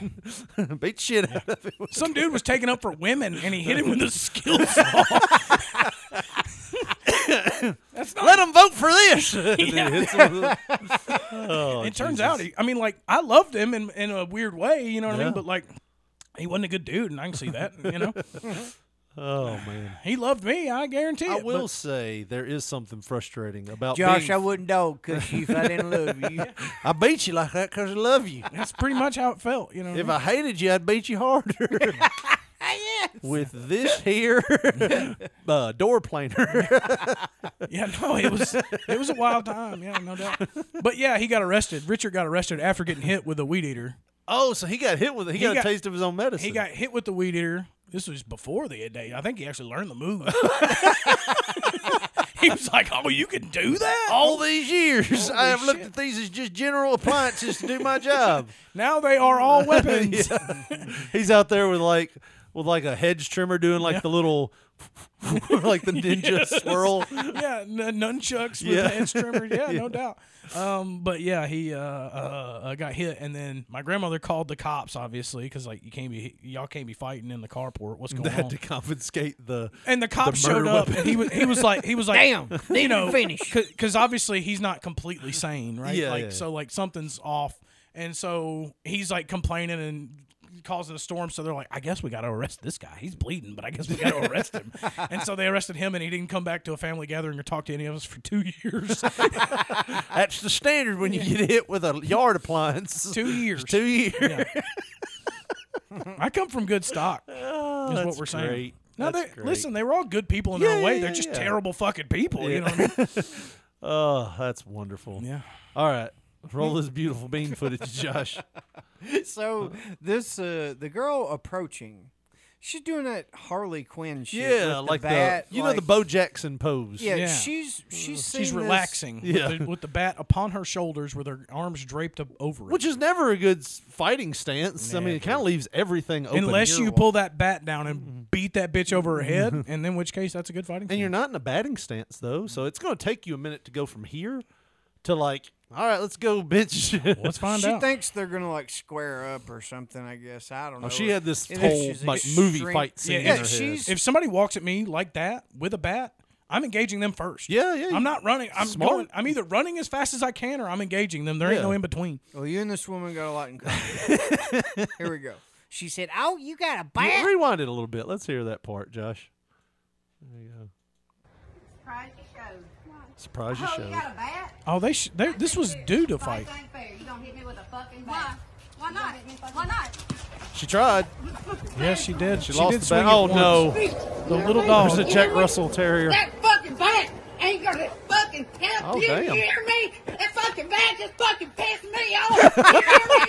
[SPEAKER 5] Beat the shit out of him.
[SPEAKER 10] Some dude was taken up for women, and he hit him with a skill saw. That's not.
[SPEAKER 5] Let them vote for this. And he
[SPEAKER 10] Yeah.
[SPEAKER 5] hits him with a- Oh,
[SPEAKER 10] it turns
[SPEAKER 5] Jesus.
[SPEAKER 10] out, he, I mean, like I loved him in in a weird way. You know what I
[SPEAKER 5] Yeah.
[SPEAKER 10] mean? But like, he wasn't a good dude, and I can see that. You know,
[SPEAKER 5] Oh man.
[SPEAKER 10] he loved me. I guarantee.
[SPEAKER 5] I
[SPEAKER 10] it,
[SPEAKER 5] will
[SPEAKER 10] but-
[SPEAKER 5] say there is something frustrating about
[SPEAKER 7] Josh,
[SPEAKER 5] being-
[SPEAKER 7] I wouldn't dog cuss you if I didn't love you.
[SPEAKER 5] I beat you like that because I love you.
[SPEAKER 10] that's pretty much how it felt. You know. what
[SPEAKER 5] If
[SPEAKER 10] I
[SPEAKER 5] I hated you, I'd beat you harder. With this here uh, door planer.
[SPEAKER 10] Yeah, no, it was it was a wild time. Yeah, no doubt. But yeah, he got arrested. Richard got arrested after getting hit with a weed eater.
[SPEAKER 5] oh, so he got hit with it. He,
[SPEAKER 10] He
[SPEAKER 5] got,
[SPEAKER 10] got-
[SPEAKER 5] a taste of his own medicine.
[SPEAKER 10] He got hit with the weed eater. This was before the day. I think he actually learned the move. he was like, "Oh, you can do that."
[SPEAKER 5] all these years. I
[SPEAKER 10] Holy
[SPEAKER 5] have looked
[SPEAKER 10] shit.
[SPEAKER 5] at these as just general appliances to do my job.
[SPEAKER 10] now they are all weapons.
[SPEAKER 5] He's out there with like with like a hedge trimmer doing like the little like the ninja swirl.
[SPEAKER 10] yeah, n- nunchucks with
[SPEAKER 5] Yeah.
[SPEAKER 10] the edge trimmer. Yeah, no doubt. Um, but yeah, he uh, uh, uh, got hit, and then my grandmother called the cops, obviously, because like you can't be y'all can't be fighting in the carport. What's going
[SPEAKER 5] They had
[SPEAKER 10] on?
[SPEAKER 5] to confiscate the
[SPEAKER 10] And the cop
[SPEAKER 5] murder
[SPEAKER 10] showed up,
[SPEAKER 5] weapon.
[SPEAKER 10] and he was he was like he was like,
[SPEAKER 7] Damn, need
[SPEAKER 10] you
[SPEAKER 7] to
[SPEAKER 10] know,
[SPEAKER 7] finish.
[SPEAKER 10] because obviously he's not completely sane, right?
[SPEAKER 5] Yeah,
[SPEAKER 10] like
[SPEAKER 5] yeah.
[SPEAKER 10] so, like something's off, and so he's like complaining and causing a storm. So they're like, I guess we got to arrest this guy. He's bleeding, but I guess we got to arrest him. And so they arrested him, and he didn't come back to a family gathering or talk to any of us for two years.
[SPEAKER 5] That's the standard when you get hit with a yard appliance.
[SPEAKER 10] two years.
[SPEAKER 5] Two years.
[SPEAKER 10] Yeah. I come from good stock. Is what
[SPEAKER 5] Oh, that's
[SPEAKER 10] we're saying.
[SPEAKER 5] great.
[SPEAKER 10] No,
[SPEAKER 5] That's
[SPEAKER 10] they
[SPEAKER 5] great.
[SPEAKER 10] listen. They were all good people in
[SPEAKER 5] Yeah,
[SPEAKER 10] their own way.
[SPEAKER 5] yeah,
[SPEAKER 10] They're
[SPEAKER 5] yeah,
[SPEAKER 10] just
[SPEAKER 5] yeah.
[SPEAKER 10] terrible fucking people. You know what I mean?
[SPEAKER 5] Oh, that's wonderful.
[SPEAKER 10] Yeah.
[SPEAKER 5] All right. Roll this beautiful bean footage, Josh.
[SPEAKER 7] so this uh, the girl approaching, she's doing that Harley Quinn shit.
[SPEAKER 5] Yeah,
[SPEAKER 7] with
[SPEAKER 5] like
[SPEAKER 7] the, bat,
[SPEAKER 5] the you know
[SPEAKER 7] like-
[SPEAKER 5] the Bo Jackson pose.
[SPEAKER 7] Yeah,
[SPEAKER 10] Yeah.
[SPEAKER 7] she's she's seen this-
[SPEAKER 10] She's relaxing
[SPEAKER 5] Yeah.
[SPEAKER 10] with, the, with the bat upon her shoulders with her arms draped up over it.
[SPEAKER 5] Which is never a good s- fighting stance. I mean, it
[SPEAKER 10] Never.
[SPEAKER 5] kind of leaves everything open.
[SPEAKER 10] Unless
[SPEAKER 5] You're
[SPEAKER 10] you
[SPEAKER 5] wa-
[SPEAKER 10] pull that bat down and beat that bitch over her head, and in which case that's a good fighting.
[SPEAKER 5] and you're
[SPEAKER 10] stance.
[SPEAKER 5] not in a batting stance though, so it's going to take you a minute to go from here to like, all right, let's go, bitch.
[SPEAKER 10] Let's find
[SPEAKER 7] She
[SPEAKER 10] out.
[SPEAKER 7] thinks they're gonna like square up or something. I guess I don't know.
[SPEAKER 5] Oh, she had this
[SPEAKER 7] And if
[SPEAKER 5] whole,
[SPEAKER 7] she's
[SPEAKER 5] like, movie
[SPEAKER 7] extreme-
[SPEAKER 5] fight scene
[SPEAKER 10] yeah,
[SPEAKER 5] in
[SPEAKER 10] yeah,
[SPEAKER 5] her head.
[SPEAKER 7] she's-
[SPEAKER 10] if somebody walks at me like that with a bat, I'm engaging them first.
[SPEAKER 5] Yeah, yeah,
[SPEAKER 10] I'm not running. I'm
[SPEAKER 5] smart.
[SPEAKER 10] going. I'm either running as fast as I can or I'm engaging them. There ain't
[SPEAKER 5] Yeah.
[SPEAKER 10] no in between.
[SPEAKER 7] Well, you and this woman got a lot in common. Here we go. She said, "Oh, you got a
[SPEAKER 5] Re-
[SPEAKER 7] bat."
[SPEAKER 5] rewind it a little bit. Let's hear that part, Josh. There you go.
[SPEAKER 15] Surprise you showed.
[SPEAKER 5] Surprise you
[SPEAKER 15] Oh, you
[SPEAKER 5] showed.
[SPEAKER 15] got a bat?
[SPEAKER 10] Oh, they. Sh- they this was due to fight.
[SPEAKER 15] This ain't fair. You gonna hit me with a fucking bat? Why, Why not? Why not?
[SPEAKER 5] She tried.
[SPEAKER 10] Yeah, she did.
[SPEAKER 5] She, lost
[SPEAKER 10] did
[SPEAKER 5] the
[SPEAKER 10] swing
[SPEAKER 5] bat.
[SPEAKER 10] it
[SPEAKER 5] Oh
[SPEAKER 10] once.
[SPEAKER 5] no.
[SPEAKER 10] The little
[SPEAKER 5] There's
[SPEAKER 10] dog.
[SPEAKER 5] a Jack Russell Terrier.
[SPEAKER 15] That fucking bat ain't gonna fucking help
[SPEAKER 5] Oh,
[SPEAKER 15] you.
[SPEAKER 5] damn.
[SPEAKER 15] You hear me? That fucking bat just fucking pissed me off. You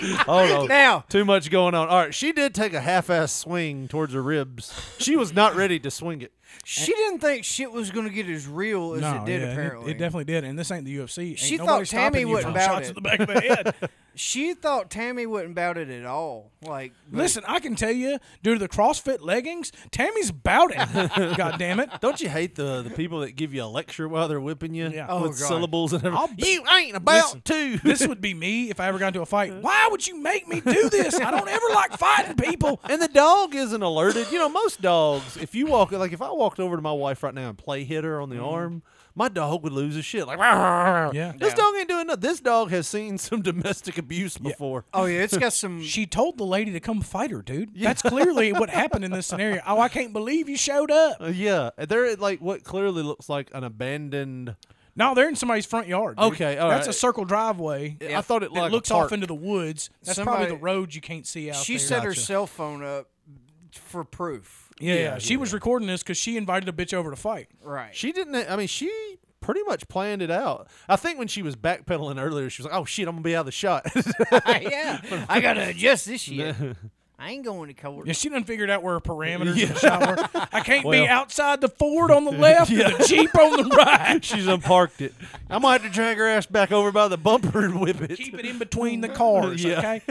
[SPEAKER 15] hear me?
[SPEAKER 5] Oh no.
[SPEAKER 7] Now-
[SPEAKER 5] too much going on. All right, she did take a half-ass swing towards her ribs. She was not ready to swing it.
[SPEAKER 7] She didn't think shit was going to get as real as
[SPEAKER 10] No,
[SPEAKER 7] it did.
[SPEAKER 10] yeah, it-
[SPEAKER 7] apparently,
[SPEAKER 10] it, definitely did. And this ain't the UFC. Ain't
[SPEAKER 7] she
[SPEAKER 10] nobody
[SPEAKER 7] thought
[SPEAKER 10] stopping
[SPEAKER 7] Tammy
[SPEAKER 10] you
[SPEAKER 7] wouldn't
[SPEAKER 10] from
[SPEAKER 7] bout it.
[SPEAKER 10] shots in the back of the head.
[SPEAKER 7] she thought Tammy wouldn't bout it at all. Like, but-
[SPEAKER 10] Listen, I can tell you, due to the CrossFit leggings, Tammy's about it. God damn it!
[SPEAKER 5] Don't you hate the the people that give you a lecture while they're whipping you
[SPEAKER 10] Oh,
[SPEAKER 5] with
[SPEAKER 10] God.
[SPEAKER 5] syllables and everything?
[SPEAKER 10] you
[SPEAKER 5] ain't about Uh-huh.
[SPEAKER 10] to. this would be me if I ever got into a fight. Why would you make me do this? I don't ever like fighting people.
[SPEAKER 5] And the dog isn't alerted. You know, most dogs, if you walk, like if I walked over to my wife right now and play hit her on the arm, my dog would lose his shit. Like,
[SPEAKER 10] Mm-hmm. Yeah.
[SPEAKER 5] this dog ain't doing nothing. This dog has seen some domestic abuse before.
[SPEAKER 7] Oh yeah, it's got some.
[SPEAKER 10] She told the lady to come fight her, dude. That's clearly what happened in this scenario. Oh, I can't believe you showed up.
[SPEAKER 5] Uh, yeah, they're at like what clearly looks like an abandoned.
[SPEAKER 10] No, they're in somebody's front yard. dude.
[SPEAKER 5] Okay, all
[SPEAKER 10] that's
[SPEAKER 5] right.
[SPEAKER 10] a circle driveway.
[SPEAKER 5] I thought it
[SPEAKER 10] that
[SPEAKER 5] looked like a
[SPEAKER 10] looks
[SPEAKER 5] park.
[SPEAKER 10] off into the woods. That's probably
[SPEAKER 7] Somebody-
[SPEAKER 10] the road you can't see out.
[SPEAKER 7] she
[SPEAKER 10] there.
[SPEAKER 7] set her cell phone up for proof.
[SPEAKER 10] Yeah, yeah, she was recording this because she invited a bitch over to fight.
[SPEAKER 7] Right.
[SPEAKER 5] She didn't. I mean, she pretty much planned it out. I think when she was backpedaling earlier, she was like, "Oh shit, I'm gonna be out of the shot."
[SPEAKER 7] yeah, I gotta adjust this shit. I ain't going to court.
[SPEAKER 10] Yeah, she done figured out where her parameters in the shower. I can't be
[SPEAKER 5] Well-
[SPEAKER 10] outside the Ford on the left, or the Jeep on the right.
[SPEAKER 5] She's unparked it. I'm gonna have to drag her ass back over by the bumper and whip it.
[SPEAKER 10] Keep it in between the cars,
[SPEAKER 5] Yeah.
[SPEAKER 10] okay?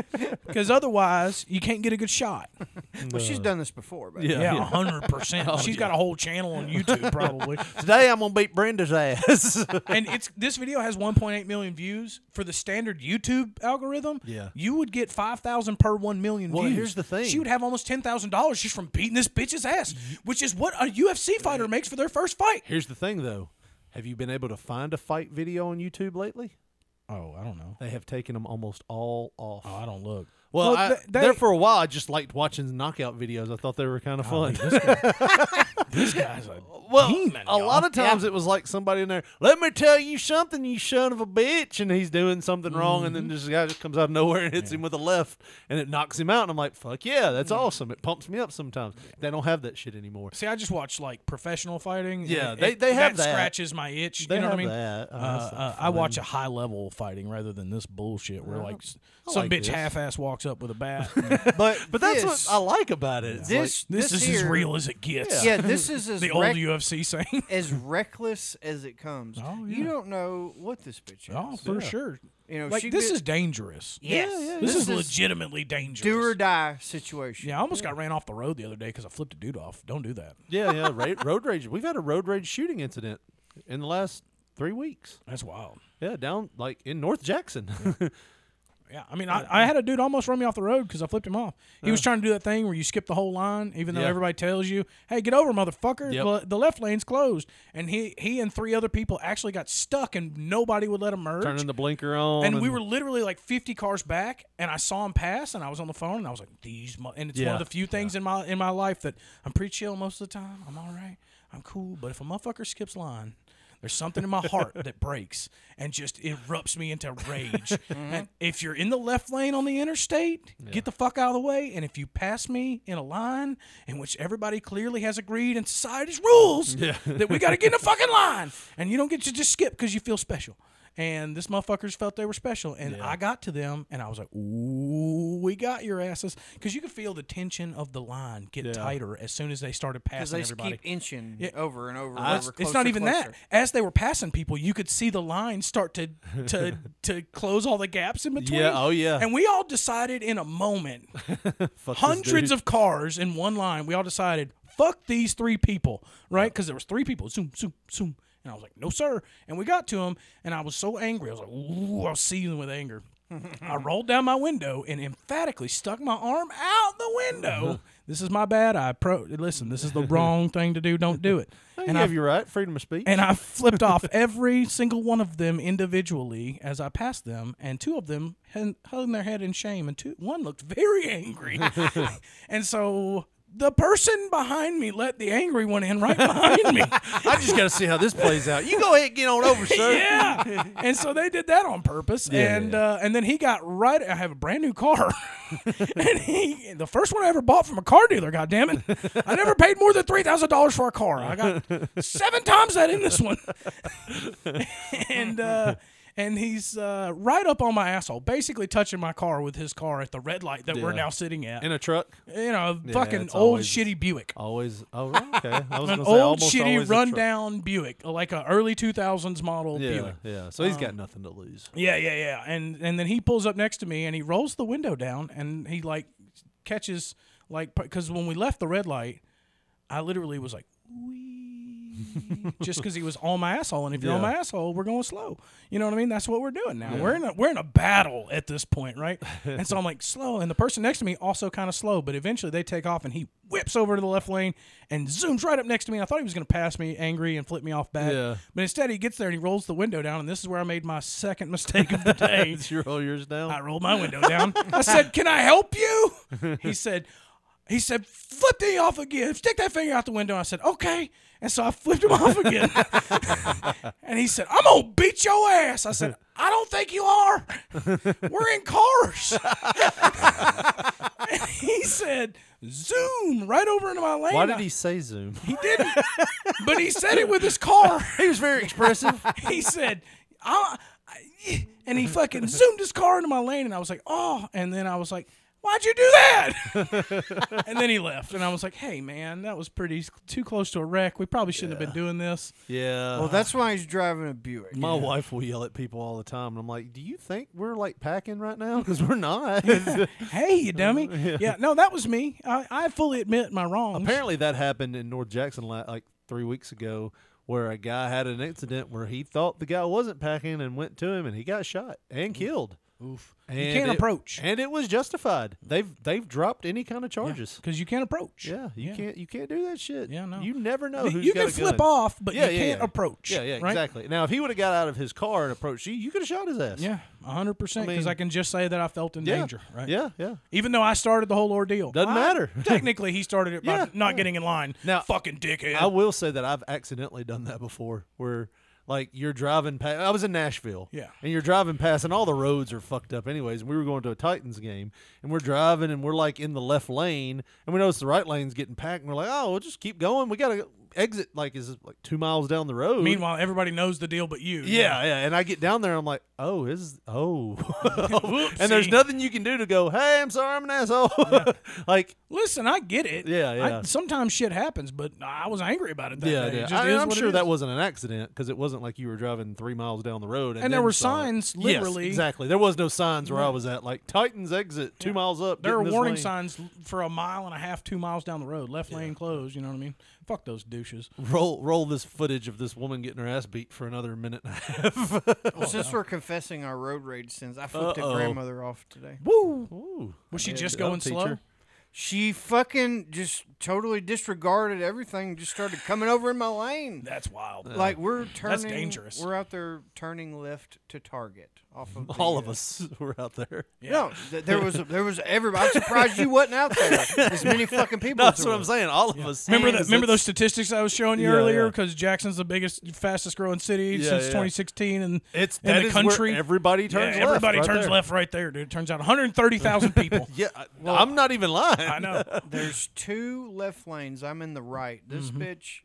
[SPEAKER 10] Because otherwise, you can't get a good shot.
[SPEAKER 7] Well, she's done this before, but
[SPEAKER 5] Yeah.
[SPEAKER 10] Yeah,
[SPEAKER 5] Yeah.
[SPEAKER 10] hundred percent.
[SPEAKER 5] Oh,
[SPEAKER 10] She's got a whole channel on YouTube, probably.
[SPEAKER 5] Today I'm gonna beat Brenda's ass.
[SPEAKER 10] and it's this video has 1.8 million views for the standard YouTube algorithm.
[SPEAKER 5] Yeah.
[SPEAKER 10] you would get 5,000 per 1 million
[SPEAKER 5] Well,
[SPEAKER 10] views.
[SPEAKER 5] here's the thing.
[SPEAKER 10] she would have almost ten thousand dollars just from beating this bitch's ass, which is what a UFC fighter makes for their first fight.
[SPEAKER 5] Here's the thing, though. Have you been able to find a fight video on YouTube lately?
[SPEAKER 10] Oh, I don't know.
[SPEAKER 5] They have taken them almost all off.
[SPEAKER 10] Oh, I don't look.
[SPEAKER 5] Well,
[SPEAKER 10] Well,
[SPEAKER 5] I,
[SPEAKER 10] th- they-
[SPEAKER 5] there for a while, I just liked watching knockout videos. I thought they were kind of
[SPEAKER 10] Oh,
[SPEAKER 5] fun.
[SPEAKER 10] This guy's a
[SPEAKER 5] well,
[SPEAKER 10] demon.
[SPEAKER 5] a lot of times it was like somebody in there. Let me tell you something, you son of a bitch, and he's doing something wrong, and then this guy just comes out of nowhere and hits him with a left, and it knocks him out. And I'm like, fuck yeah, that's awesome. It pumps me up sometimes. They don't have that shit anymore.
[SPEAKER 10] See, I just watch like professional fighting.
[SPEAKER 5] Yeah,
[SPEAKER 10] and
[SPEAKER 5] they-
[SPEAKER 10] it-
[SPEAKER 5] they have that.
[SPEAKER 10] scratches my itch.
[SPEAKER 5] They
[SPEAKER 10] you know
[SPEAKER 5] have
[SPEAKER 10] what I mean?
[SPEAKER 5] that. Oh,
[SPEAKER 10] Uh,
[SPEAKER 5] that's
[SPEAKER 10] uh, I watch a high level fighting rather than this bullshit where like s-
[SPEAKER 5] I
[SPEAKER 10] some
[SPEAKER 5] like
[SPEAKER 10] bitch
[SPEAKER 5] this.
[SPEAKER 10] half ass walks up with a bat.
[SPEAKER 7] but
[SPEAKER 5] But that's
[SPEAKER 7] this-
[SPEAKER 5] what I like about it. It's
[SPEAKER 7] This,
[SPEAKER 10] this,
[SPEAKER 7] this
[SPEAKER 10] is as
[SPEAKER 7] here-
[SPEAKER 10] real as it gets.
[SPEAKER 7] Yeah, this is as
[SPEAKER 10] the old
[SPEAKER 7] rec-
[SPEAKER 10] UFC saying.
[SPEAKER 7] as reckless as it comes.
[SPEAKER 10] Oh,
[SPEAKER 7] You
[SPEAKER 10] yeah.
[SPEAKER 7] don't know what this bitch is.
[SPEAKER 10] Oh, for sure.
[SPEAKER 7] You know,
[SPEAKER 10] like
[SPEAKER 7] she
[SPEAKER 10] this
[SPEAKER 7] bit-
[SPEAKER 10] is dangerous.
[SPEAKER 7] Yes.
[SPEAKER 10] This, is, legitimately dangerous.
[SPEAKER 7] do or die situation.
[SPEAKER 10] yeah, I almost got ran off the road the other day because I flipped a dude off. Don't do that.
[SPEAKER 5] Yeah, yeah. Ra- road rage. We've had a road rage shooting incident in the last three weeks.
[SPEAKER 10] That's wild.
[SPEAKER 5] Yeah, down like in North Jackson.
[SPEAKER 10] Yeah, I mean, I, I had a dude almost run me off the road because I flipped him off. He was trying to do that thing where you skip the whole line, even though
[SPEAKER 5] Uh. Yeah.
[SPEAKER 10] everybody tells you, "Hey, get over, motherfucker!
[SPEAKER 5] Yep.
[SPEAKER 10] The, the left lane's closed." And he he and three other people actually got stuck, and nobody would let him merge.
[SPEAKER 5] Turning the blinker on.
[SPEAKER 10] and we were literally like 50 cars back and i saw him pass and i was on the phone and i was like these mo-. and it's one
[SPEAKER 5] Yeah.
[SPEAKER 10] of the few things in my in my life that i'm pretty chill most of the time i'm all right i'm cool but if a motherfucker skips line there's something in my heart that breaks and just erupts me into rage.
[SPEAKER 5] Mm-hmm.
[SPEAKER 10] And if you're in the left lane on the interstate, get the fuck out of the way. And if you pass me in a line in which everybody clearly has agreed in society's rules that we got to get in the fucking line, and you don't get to just skip because you feel special. And this motherfuckers felt they were special, and I got to them, and I was like, "Ooh, we got your asses," because you could feel the tension of the line get tighter as soon as they started
[SPEAKER 7] because
[SPEAKER 10] passing
[SPEAKER 7] they just
[SPEAKER 10] everybody.
[SPEAKER 7] keep inching
[SPEAKER 10] Yeah.
[SPEAKER 7] over and over and
[SPEAKER 10] Well,
[SPEAKER 7] over.
[SPEAKER 10] it's, it's
[SPEAKER 7] closer,
[SPEAKER 10] not even
[SPEAKER 7] closer.
[SPEAKER 10] that. As they were passing people, you could see the line start to to to close all the gaps in between.
[SPEAKER 5] Yeah, oh, yeah.
[SPEAKER 10] And we all decided in a moment,
[SPEAKER 5] Fuck this
[SPEAKER 10] hundreds
[SPEAKER 5] dude.
[SPEAKER 10] of cars in one line. We all decided, fuck these three people, right? Because there was three people. Zoom, zoom, zoom. And I was like, no, sir. And we got to him, and I was so angry. I was like, ooh, I was seething with anger. I rolled down my window and emphatically stuck my arm out the
[SPEAKER 5] Uh-huh.
[SPEAKER 10] window. this is my bad. I pro listen. This is the wrong thing to do. Don't do it.
[SPEAKER 5] Hey,
[SPEAKER 10] And
[SPEAKER 5] you
[SPEAKER 10] I
[SPEAKER 5] have your right, freedom of speech.
[SPEAKER 10] and I flipped off every single one of them individually as I passed them, and two of them had- hung their head in shame, and two one looked very angry, and so the person behind me let the angry one in right behind me.
[SPEAKER 5] I just got to see how this plays out. You go ahead, and get on over, sir.
[SPEAKER 10] yeah, and so they did that on purpose,
[SPEAKER 5] Yeah,
[SPEAKER 10] and
[SPEAKER 5] yeah,
[SPEAKER 10] Uh, and then he got right. I have a brand new car, and he the first one I ever bought from a car dealer. God damn it, I never paid more than three thousand dollars for a car. I got seven times that in this one. and uh, and he's uh, right up on my asshole, basically touching my car with his car at the red light that we're
[SPEAKER 5] Yeah.
[SPEAKER 10] now sitting at.
[SPEAKER 5] in a truck.
[SPEAKER 10] you know, a
[SPEAKER 5] Yeah,
[SPEAKER 10] fucking
[SPEAKER 5] it's
[SPEAKER 10] old
[SPEAKER 5] always-
[SPEAKER 10] shitty Buick.
[SPEAKER 5] Always. Oh, okay. I was
[SPEAKER 10] an
[SPEAKER 5] gonna say
[SPEAKER 10] old
[SPEAKER 5] almost
[SPEAKER 10] shitty
[SPEAKER 5] always a truck.
[SPEAKER 10] rundown Buick, like a early two thousands model
[SPEAKER 5] Yeah,
[SPEAKER 10] Buick.
[SPEAKER 5] yeah. So he's got
[SPEAKER 10] Um,
[SPEAKER 5] nothing to lose.
[SPEAKER 10] Yeah, yeah, yeah. And and then he pulls up next to me and he rolls the window down and he like catches like because when we left the red light, I literally was like, "Wee," just because he was on my asshole. And if you're on
[SPEAKER 5] Yeah.
[SPEAKER 10] my asshole, we're going slow. You know what I mean? That's what we're doing now.
[SPEAKER 5] Yeah.
[SPEAKER 10] We're in a we're in a battle at this point, right? and so I'm like slow, and the person next to me also kind of slow. But eventually they take off and he whips over to the left lane and zooms right up next to me. I thought he was going to pass me, angry and flip me off back.
[SPEAKER 5] Yeah.
[SPEAKER 10] But instead he gets there and he rolls the window down. And this is where I made my second mistake of the day.
[SPEAKER 5] Did you roll yours down?
[SPEAKER 10] I rolled my window down. I said, "Can I help you?" He said, "He said, flip the off again. Stick that finger out the window." I said, "Okay." And so I flipped him off again. and he said, "I'm gonna beat your ass." I said, "I don't think you are. We're in cars." and he said, "Zoom right over into my lane."
[SPEAKER 5] Why did he say Zoom?
[SPEAKER 10] He didn't. but he said it with his car.
[SPEAKER 5] He was very expressive.
[SPEAKER 10] he said, I, I- and he fucking zoomed his car into my lane, and I was like, oh. And then I was like, why'd you do that? and then he left, and I was like, hey, man, that was pretty too close to a wreck. We probably shouldn't have been doing this.
[SPEAKER 5] Yeah.
[SPEAKER 10] Well,
[SPEAKER 7] that's why he's driving a Buick.
[SPEAKER 5] My
[SPEAKER 10] Yeah.
[SPEAKER 5] wife will yell at people all the time, and I'm like, "Do you think we're like packing right now? Because we're not."
[SPEAKER 10] hey, you dummy. Yeah. no, that was me. I, I fully admit my wrongs.
[SPEAKER 5] Apparently, that happened in North Jackson la- like three weeks ago, where a guy had an incident where he thought the guy wasn't packing and went to him, and he got shot and killed.
[SPEAKER 10] Oof.
[SPEAKER 5] And
[SPEAKER 10] you can't
[SPEAKER 5] it-
[SPEAKER 10] approach
[SPEAKER 5] and it was justified. They've they've dropped any kind of charges.
[SPEAKER 10] because you can't approach.
[SPEAKER 5] Yeah, you
[SPEAKER 10] Yeah.
[SPEAKER 5] can't you can't do that shit.
[SPEAKER 10] Yeah, no.
[SPEAKER 5] You never know
[SPEAKER 10] You-
[SPEAKER 5] who's
[SPEAKER 10] you
[SPEAKER 5] got
[SPEAKER 10] can
[SPEAKER 5] a
[SPEAKER 10] flip
[SPEAKER 5] gun.
[SPEAKER 10] off, but you can't approach,
[SPEAKER 5] Yeah, yeah,
[SPEAKER 10] right?
[SPEAKER 5] exactly. Now, if he would have got out of his car and approached you, you could have shot his ass.
[SPEAKER 10] Yeah, 100%. Because I,
[SPEAKER 5] I mean-
[SPEAKER 10] can just say that I felt in
[SPEAKER 5] Yeah.
[SPEAKER 10] danger, right?
[SPEAKER 5] Yeah, yeah.
[SPEAKER 10] Even though I started the whole ordeal.
[SPEAKER 5] Doesn't
[SPEAKER 10] I-
[SPEAKER 5] matter.
[SPEAKER 10] technically, he started it by not getting in line.
[SPEAKER 5] Now-
[SPEAKER 10] fucking dickhead.
[SPEAKER 5] I will say that I've accidentally done that before, where like you're driving past. I was in Nashville,
[SPEAKER 10] Yeah.
[SPEAKER 5] and you're driving past, and all the roads are fucked up, anyways. And we were going to a Titans game, and we're driving, and we're like in the left lane, and we notice the right lane's getting packed, and we're like, oh, we'll just keep going. We gotta exit like is like two miles down the road.
[SPEAKER 10] Meanwhile, everybody knows the deal but you.
[SPEAKER 5] Yeah, yeah, and I get down there, and I'm like, oh, is oh, and there's
[SPEAKER 10] Whoopsie.
[SPEAKER 5] nothing you can do to go. Hey, I'm sorry, I'm an asshole. like,
[SPEAKER 10] Listen, I get it.
[SPEAKER 5] Yeah, yeah.
[SPEAKER 10] I, sometimes shit happens, but I was angry about it that
[SPEAKER 5] yeah,
[SPEAKER 10] day. It
[SPEAKER 5] yeah.
[SPEAKER 10] just
[SPEAKER 5] I,
[SPEAKER 10] is
[SPEAKER 5] I'm
[SPEAKER 10] what it
[SPEAKER 5] sure that
[SPEAKER 10] is.
[SPEAKER 5] wasn't an accident because it wasn't like you were driving three miles down the road, and,
[SPEAKER 10] And there
[SPEAKER 5] then
[SPEAKER 10] were
[SPEAKER 5] saw it.
[SPEAKER 10] signs,
[SPEAKER 5] Yes,
[SPEAKER 10] literally.
[SPEAKER 5] exactly. There was no signs where I
[SPEAKER 10] No.
[SPEAKER 5] was at, like Titans exit two miles up.
[SPEAKER 10] There
[SPEAKER 5] get
[SPEAKER 10] are
[SPEAKER 5] in this
[SPEAKER 10] warning
[SPEAKER 5] lane.
[SPEAKER 10] signs for a mile and a half, two miles down the road. Left lane closed. You know what I mean? Fuck those douches.
[SPEAKER 5] Roll, roll this footage of this woman getting her ass beat for another minute and a half.
[SPEAKER 7] Since we're confessing our road rage sins, I flipped a
[SPEAKER 5] Uh-oh.
[SPEAKER 7] grandmother off today.
[SPEAKER 10] Woo!
[SPEAKER 5] Ooh.
[SPEAKER 10] Was she
[SPEAKER 5] Yeah,
[SPEAKER 10] just
[SPEAKER 5] that'll
[SPEAKER 10] going
[SPEAKER 5] teach
[SPEAKER 10] slow?
[SPEAKER 5] her.
[SPEAKER 7] She fucking just totally disregarded everything. Just started coming over in my lane.
[SPEAKER 10] That's wild.
[SPEAKER 5] uh,
[SPEAKER 7] like we're
[SPEAKER 10] That's
[SPEAKER 7] turning.
[SPEAKER 10] dangerous.
[SPEAKER 7] We're out there turning left to Target off of the,
[SPEAKER 5] All of
[SPEAKER 7] uh,
[SPEAKER 5] us were out there.
[SPEAKER 7] No, th- there was there was everybody. I'm surprised you wasn't out there. As many fucking people.
[SPEAKER 5] No,
[SPEAKER 7] as
[SPEAKER 5] that's
[SPEAKER 7] there
[SPEAKER 5] what I'm
[SPEAKER 7] was.
[SPEAKER 5] saying. All of us.
[SPEAKER 10] Remember that?
[SPEAKER 5] Because
[SPEAKER 10] Remember
[SPEAKER 5] it's-
[SPEAKER 10] those statistics I was showing you
[SPEAKER 5] Yeah,
[SPEAKER 10] earlier?
[SPEAKER 5] yeah.
[SPEAKER 10] Because Jackson's the biggest, fastest growing city
[SPEAKER 5] Yeah,
[SPEAKER 10] since
[SPEAKER 5] yeah.
[SPEAKER 10] 2016, and
[SPEAKER 5] It's-
[SPEAKER 10] in
[SPEAKER 5] that
[SPEAKER 10] the
[SPEAKER 5] is where
[SPEAKER 10] country.
[SPEAKER 5] everybody
[SPEAKER 10] Yeah,
[SPEAKER 5] turns left
[SPEAKER 10] everybody
[SPEAKER 5] right
[SPEAKER 10] turns
[SPEAKER 5] there.
[SPEAKER 10] left right there, dude. Turns out 130,000 people.
[SPEAKER 5] Yeah, I- I'm not even lying.
[SPEAKER 10] I know.
[SPEAKER 7] There's two left lanes. I'm in the right. This
[SPEAKER 5] Mm-hmm.
[SPEAKER 7] bitch,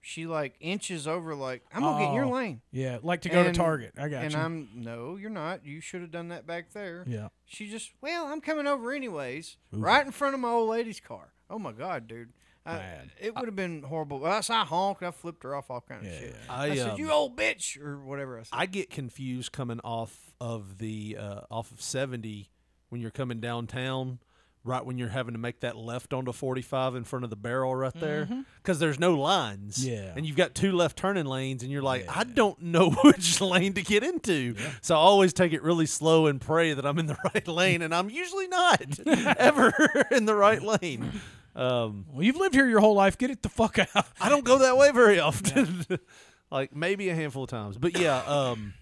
[SPEAKER 7] she like inches over. Like I'm gonna get in your
[SPEAKER 10] Oh,
[SPEAKER 7] lane.
[SPEAKER 10] Yeah, like to go
[SPEAKER 7] And-
[SPEAKER 10] to Target. I got
[SPEAKER 7] and
[SPEAKER 10] you.
[SPEAKER 7] I'm no, you're not. You should have done that back there.
[SPEAKER 10] Yeah.
[SPEAKER 7] She just well, I'm coming over anyways, right in front of my old lady's car. Oh my god, dude. I, it would have been horrible. Well, I, so I honked. I flipped her off. All kind of shit.
[SPEAKER 5] I,
[SPEAKER 7] said,
[SPEAKER 5] um,
[SPEAKER 7] "You old bitch," or whatever I said.
[SPEAKER 5] I get confused coming off of the uh, off of seventy when you're coming downtown, right when you're having to make that left onto forty five in front of the barrel right there, because there's no lines.
[SPEAKER 10] Yeah.
[SPEAKER 5] and you've got two left turning lanes, and you're like, I don't know which lane to get into, so I always take it really slow and pray that I'm in the right lane, and I'm usually not ever in the right lane. Um,
[SPEAKER 10] well, you've lived here your whole life. Get it the fuck out.
[SPEAKER 5] I don't go that way very often. like maybe a handful of times. But yeah, um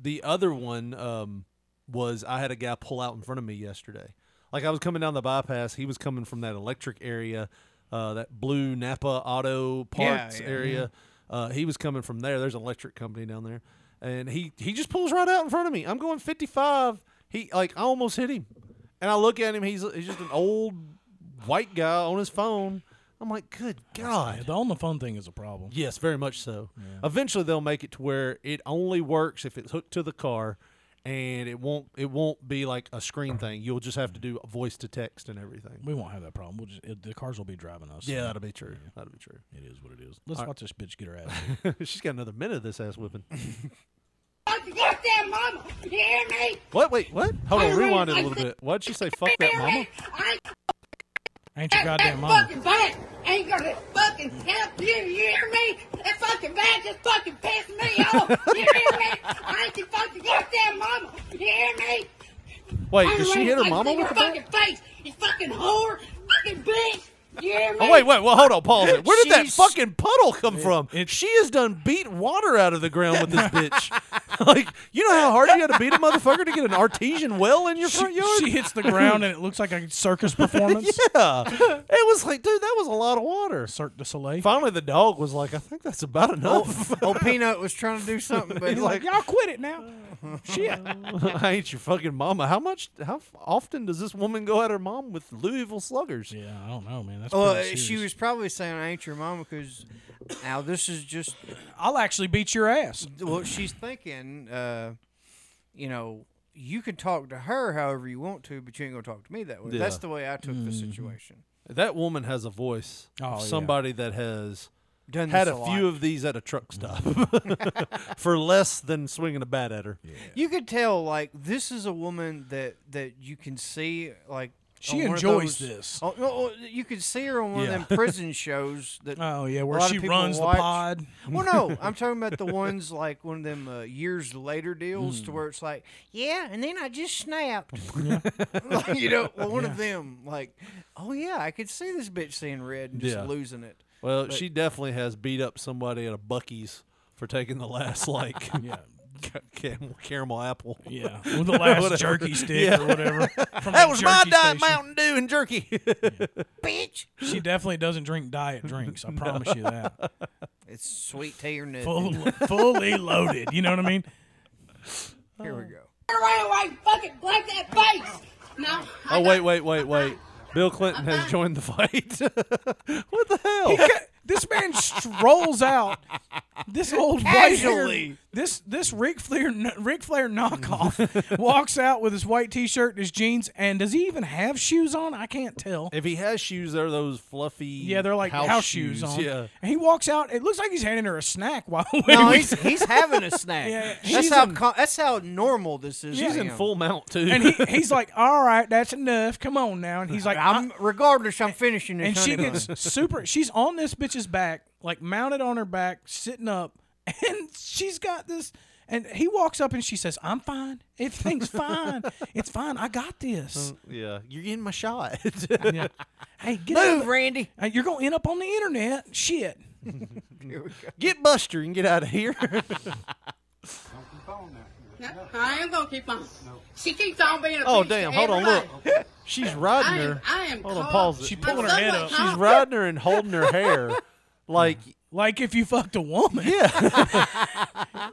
[SPEAKER 5] the other one um was I had a guy pull out in front of me yesterday. Like I was coming down the bypass, he was coming from that electric area, uh that blue Napa auto parts
[SPEAKER 7] yeah.
[SPEAKER 5] area. Uh he was coming from there. There's an electric company down there. And he he just pulls right out in front of me. I'm going 55. He like I almost hit him. And I look at him, he's he's just an old white guy on his phone. I'm like, good God.
[SPEAKER 10] The on the phone thing is a problem.
[SPEAKER 5] Yes, very much so. Eventually, they'll make it to where it only works if it's hooked to the car, and it won't it won't be like a screen thing. You'll just have to do voice to text and everything.
[SPEAKER 10] We won't have that problem. We'll just it, the cars will be driving us.
[SPEAKER 5] Yeah, that'll be true. That'll be true.
[SPEAKER 10] It is what it is. Let's
[SPEAKER 5] All right.
[SPEAKER 10] watch this bitch get her ass.
[SPEAKER 5] She's got another minute of this ass whipping.
[SPEAKER 15] Fuck your goddamn mama. You hear me?
[SPEAKER 5] what? Wait, what? Hold
[SPEAKER 15] I
[SPEAKER 5] on,
[SPEAKER 15] really
[SPEAKER 5] rewind it a
[SPEAKER 15] like
[SPEAKER 5] little
[SPEAKER 15] the-
[SPEAKER 5] bit. Why'd she say "fuck that mama"?
[SPEAKER 15] I
[SPEAKER 10] Ain't your goddamn mama.
[SPEAKER 15] fucking back ain't gonna fucking help you. You hear me? That fucking back just fucking pissed me off. You hear me? I ain't your fucking goddamn mama. You hear me?
[SPEAKER 5] Wait,
[SPEAKER 15] I
[SPEAKER 5] did she
[SPEAKER 15] really
[SPEAKER 5] hit her
[SPEAKER 15] like
[SPEAKER 5] mama
[SPEAKER 15] in
[SPEAKER 5] with
[SPEAKER 15] your
[SPEAKER 5] the bat?
[SPEAKER 15] fucking face? You fucking whore. Fucking bitch. You hear me?
[SPEAKER 5] Oh wait, wait, well, hold on, pause it. Where did that
[SPEAKER 15] She's-
[SPEAKER 5] fucking puddle come from? she has done beat water out of the ground with this bitch. like, you know how hard you had to beat a motherfucker to get an artesian well in your front yard?
[SPEAKER 10] She hits the ground and it looks like a circus performance.
[SPEAKER 5] yeah, it was like, dude, that was a lot of water.
[SPEAKER 10] Cirque du Soleil.
[SPEAKER 5] Finally, the dog was like, I think that's about
[SPEAKER 10] Oh,
[SPEAKER 5] enough.
[SPEAKER 7] Old Peanut was trying to do something, but
[SPEAKER 5] He's
[SPEAKER 7] he's like,
[SPEAKER 10] y'all quit it now. Shit.
[SPEAKER 5] I ain't your fucking mama. How much? How f- often does this woman go at her mom with Louisville Sluggers?
[SPEAKER 10] Yeah, I don't know, man. That's
[SPEAKER 7] Well, uh, she was probably saying, "I ain't your mama," because now this is just
[SPEAKER 10] I'll actually beat your ass.
[SPEAKER 7] well, she's thinking, uh, you know, you can talk to her however you want to, but you ain't gonna talk to me that way.
[SPEAKER 5] Yeah.
[SPEAKER 7] That's the way I took the
[SPEAKER 10] Mhm.
[SPEAKER 7] situation.
[SPEAKER 5] That woman has a voice.
[SPEAKER 10] Oh,
[SPEAKER 5] of
[SPEAKER 10] yeah.
[SPEAKER 5] somebody that has
[SPEAKER 7] Done
[SPEAKER 5] had
[SPEAKER 7] this
[SPEAKER 5] a,
[SPEAKER 7] a
[SPEAKER 5] few
[SPEAKER 7] lot.
[SPEAKER 5] of these at a truck stop
[SPEAKER 10] Mm.
[SPEAKER 5] for less than swinging a bat at her.
[SPEAKER 7] You could tell, like, this is a woman that that you can see, like.
[SPEAKER 10] She
[SPEAKER 7] on one of
[SPEAKER 10] enjoys
[SPEAKER 7] those-
[SPEAKER 10] this.
[SPEAKER 7] Oh, oh, oh, you could see her on one
[SPEAKER 10] Yeah.
[SPEAKER 7] of them prison shows that.
[SPEAKER 10] Oh, yeah,
[SPEAKER 7] a
[SPEAKER 10] where
[SPEAKER 7] lot of
[SPEAKER 10] she
[SPEAKER 7] people
[SPEAKER 10] runs the
[SPEAKER 7] watch.
[SPEAKER 10] pod.
[SPEAKER 7] Well, no, I'm talking about the ones like one of them uh, years later deals to
[SPEAKER 10] Mm.
[SPEAKER 7] where it's like, yeah, and then I just snapped. Like, you know, well, one of them, like, oh yeah, I could see this bitch seeing red and just
[SPEAKER 5] Yeah.
[SPEAKER 7] losing it.
[SPEAKER 5] Well,
[SPEAKER 7] But-
[SPEAKER 5] she definitely has beat up somebody at a Bucky's for taking the last like
[SPEAKER 10] yeah.
[SPEAKER 5] caramel, caramel apple.
[SPEAKER 10] Yeah, with the last
[SPEAKER 5] Whatever.
[SPEAKER 10] jerky stick or whatever from
[SPEAKER 5] that
[SPEAKER 10] the
[SPEAKER 5] was my
[SPEAKER 10] jerky
[SPEAKER 5] diet
[SPEAKER 10] station.
[SPEAKER 5] Mountain Dew and jerky.
[SPEAKER 7] Bitch,
[SPEAKER 10] She definitely doesn't drink diet drinks. I promise you that.
[SPEAKER 7] it's sweet tea or nothing.
[SPEAKER 10] Full, fully loaded. You know what I mean?
[SPEAKER 7] Here we go.
[SPEAKER 15] Turn around while you fucking black that face. No.
[SPEAKER 5] oh wait, wait, wait, wait. Bill Clinton has joined the fight. what the hell?
[SPEAKER 10] This man strolls out. This old white hair,
[SPEAKER 7] Casually.
[SPEAKER 10] this this Ric Flair Ric Flair knockoff walks out with his white T-shirt, and his jeans, and does he even have shoes on? I can't tell.
[SPEAKER 5] If he has shoes, they're those fluffy.
[SPEAKER 10] Yeah, they're like house, shoes, on.
[SPEAKER 5] Yeah.
[SPEAKER 10] And he walks out. It looks like he's handing her a snack while
[SPEAKER 7] No, he's he's having a snack.
[SPEAKER 10] Yeah,
[SPEAKER 7] that's
[SPEAKER 10] she's
[SPEAKER 7] how
[SPEAKER 10] in-
[SPEAKER 7] co- that's how normal this is.
[SPEAKER 5] She's
[SPEAKER 7] to
[SPEAKER 5] in
[SPEAKER 7] him.
[SPEAKER 5] full mount too.
[SPEAKER 10] and he, he's like, "All right, that's enough. Come on now." And he's like,
[SPEAKER 7] I'm regardless. I'm finishing this.
[SPEAKER 10] and she
[SPEAKER 7] honey bun.
[SPEAKER 10] gets super. She's on this bitch's back, like mounted on her back, sitting up, and she's got this. And he walks up and she says, "I'm fine. Everything's fine. It's fine. I got this.
[SPEAKER 5] yeah, you're getting my shot.
[SPEAKER 10] Yeah. Hey, get
[SPEAKER 7] move,
[SPEAKER 10] up.
[SPEAKER 7] Randy.
[SPEAKER 10] Hey, You're gonna end up on the internet. Shit.
[SPEAKER 5] get Buster and get out of here.
[SPEAKER 15] No, I am gonna keep on. She keeps on being a
[SPEAKER 5] oh
[SPEAKER 15] bitch to
[SPEAKER 5] damn! Hold on,
[SPEAKER 15] everybody.
[SPEAKER 5] look. She's riding
[SPEAKER 15] I am-
[SPEAKER 5] her.
[SPEAKER 15] I am
[SPEAKER 5] Hold on,
[SPEAKER 15] caught.
[SPEAKER 5] pause it.
[SPEAKER 10] She pulling her
[SPEAKER 15] I'm
[SPEAKER 10] head
[SPEAKER 15] somewhat
[SPEAKER 10] up.
[SPEAKER 15] caught.
[SPEAKER 5] She's riding her and holding her hair, like
[SPEAKER 10] Like if you fucked a woman
[SPEAKER 5] yeah,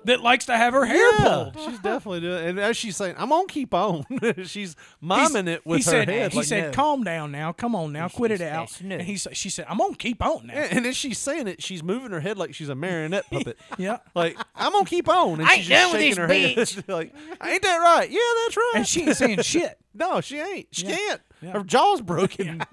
[SPEAKER 10] that likes to have her hair
[SPEAKER 5] yeah.
[SPEAKER 10] pulled.
[SPEAKER 5] She's definitely doing. And as she's saying, "I'm gonna keep on," she's
[SPEAKER 10] He's-
[SPEAKER 5] miming it with
[SPEAKER 10] he
[SPEAKER 5] her
[SPEAKER 10] said,
[SPEAKER 5] head.
[SPEAKER 10] He
[SPEAKER 5] like,
[SPEAKER 10] said,
[SPEAKER 5] "No."
[SPEAKER 10] "Calm down now. Come on now. Quit it out."
[SPEAKER 7] that's new.
[SPEAKER 10] And he sa- she said, "I'm gonna keep on now."
[SPEAKER 5] Yeah, and as she's saying it, she's moving her head like she's a marionette puppet.
[SPEAKER 10] Yeah.
[SPEAKER 5] Like I'm gonna keep on, and
[SPEAKER 7] I
[SPEAKER 5] she's
[SPEAKER 7] ain't
[SPEAKER 5] just
[SPEAKER 7] done with
[SPEAKER 5] shaking her
[SPEAKER 7] this
[SPEAKER 5] head. like ain't that right? Yeah, that's right.
[SPEAKER 10] And she ain't saying shit.
[SPEAKER 5] no, she ain't. She
[SPEAKER 10] Yeah.
[SPEAKER 5] can't.
[SPEAKER 10] Yeah.
[SPEAKER 5] Her jaw's broken.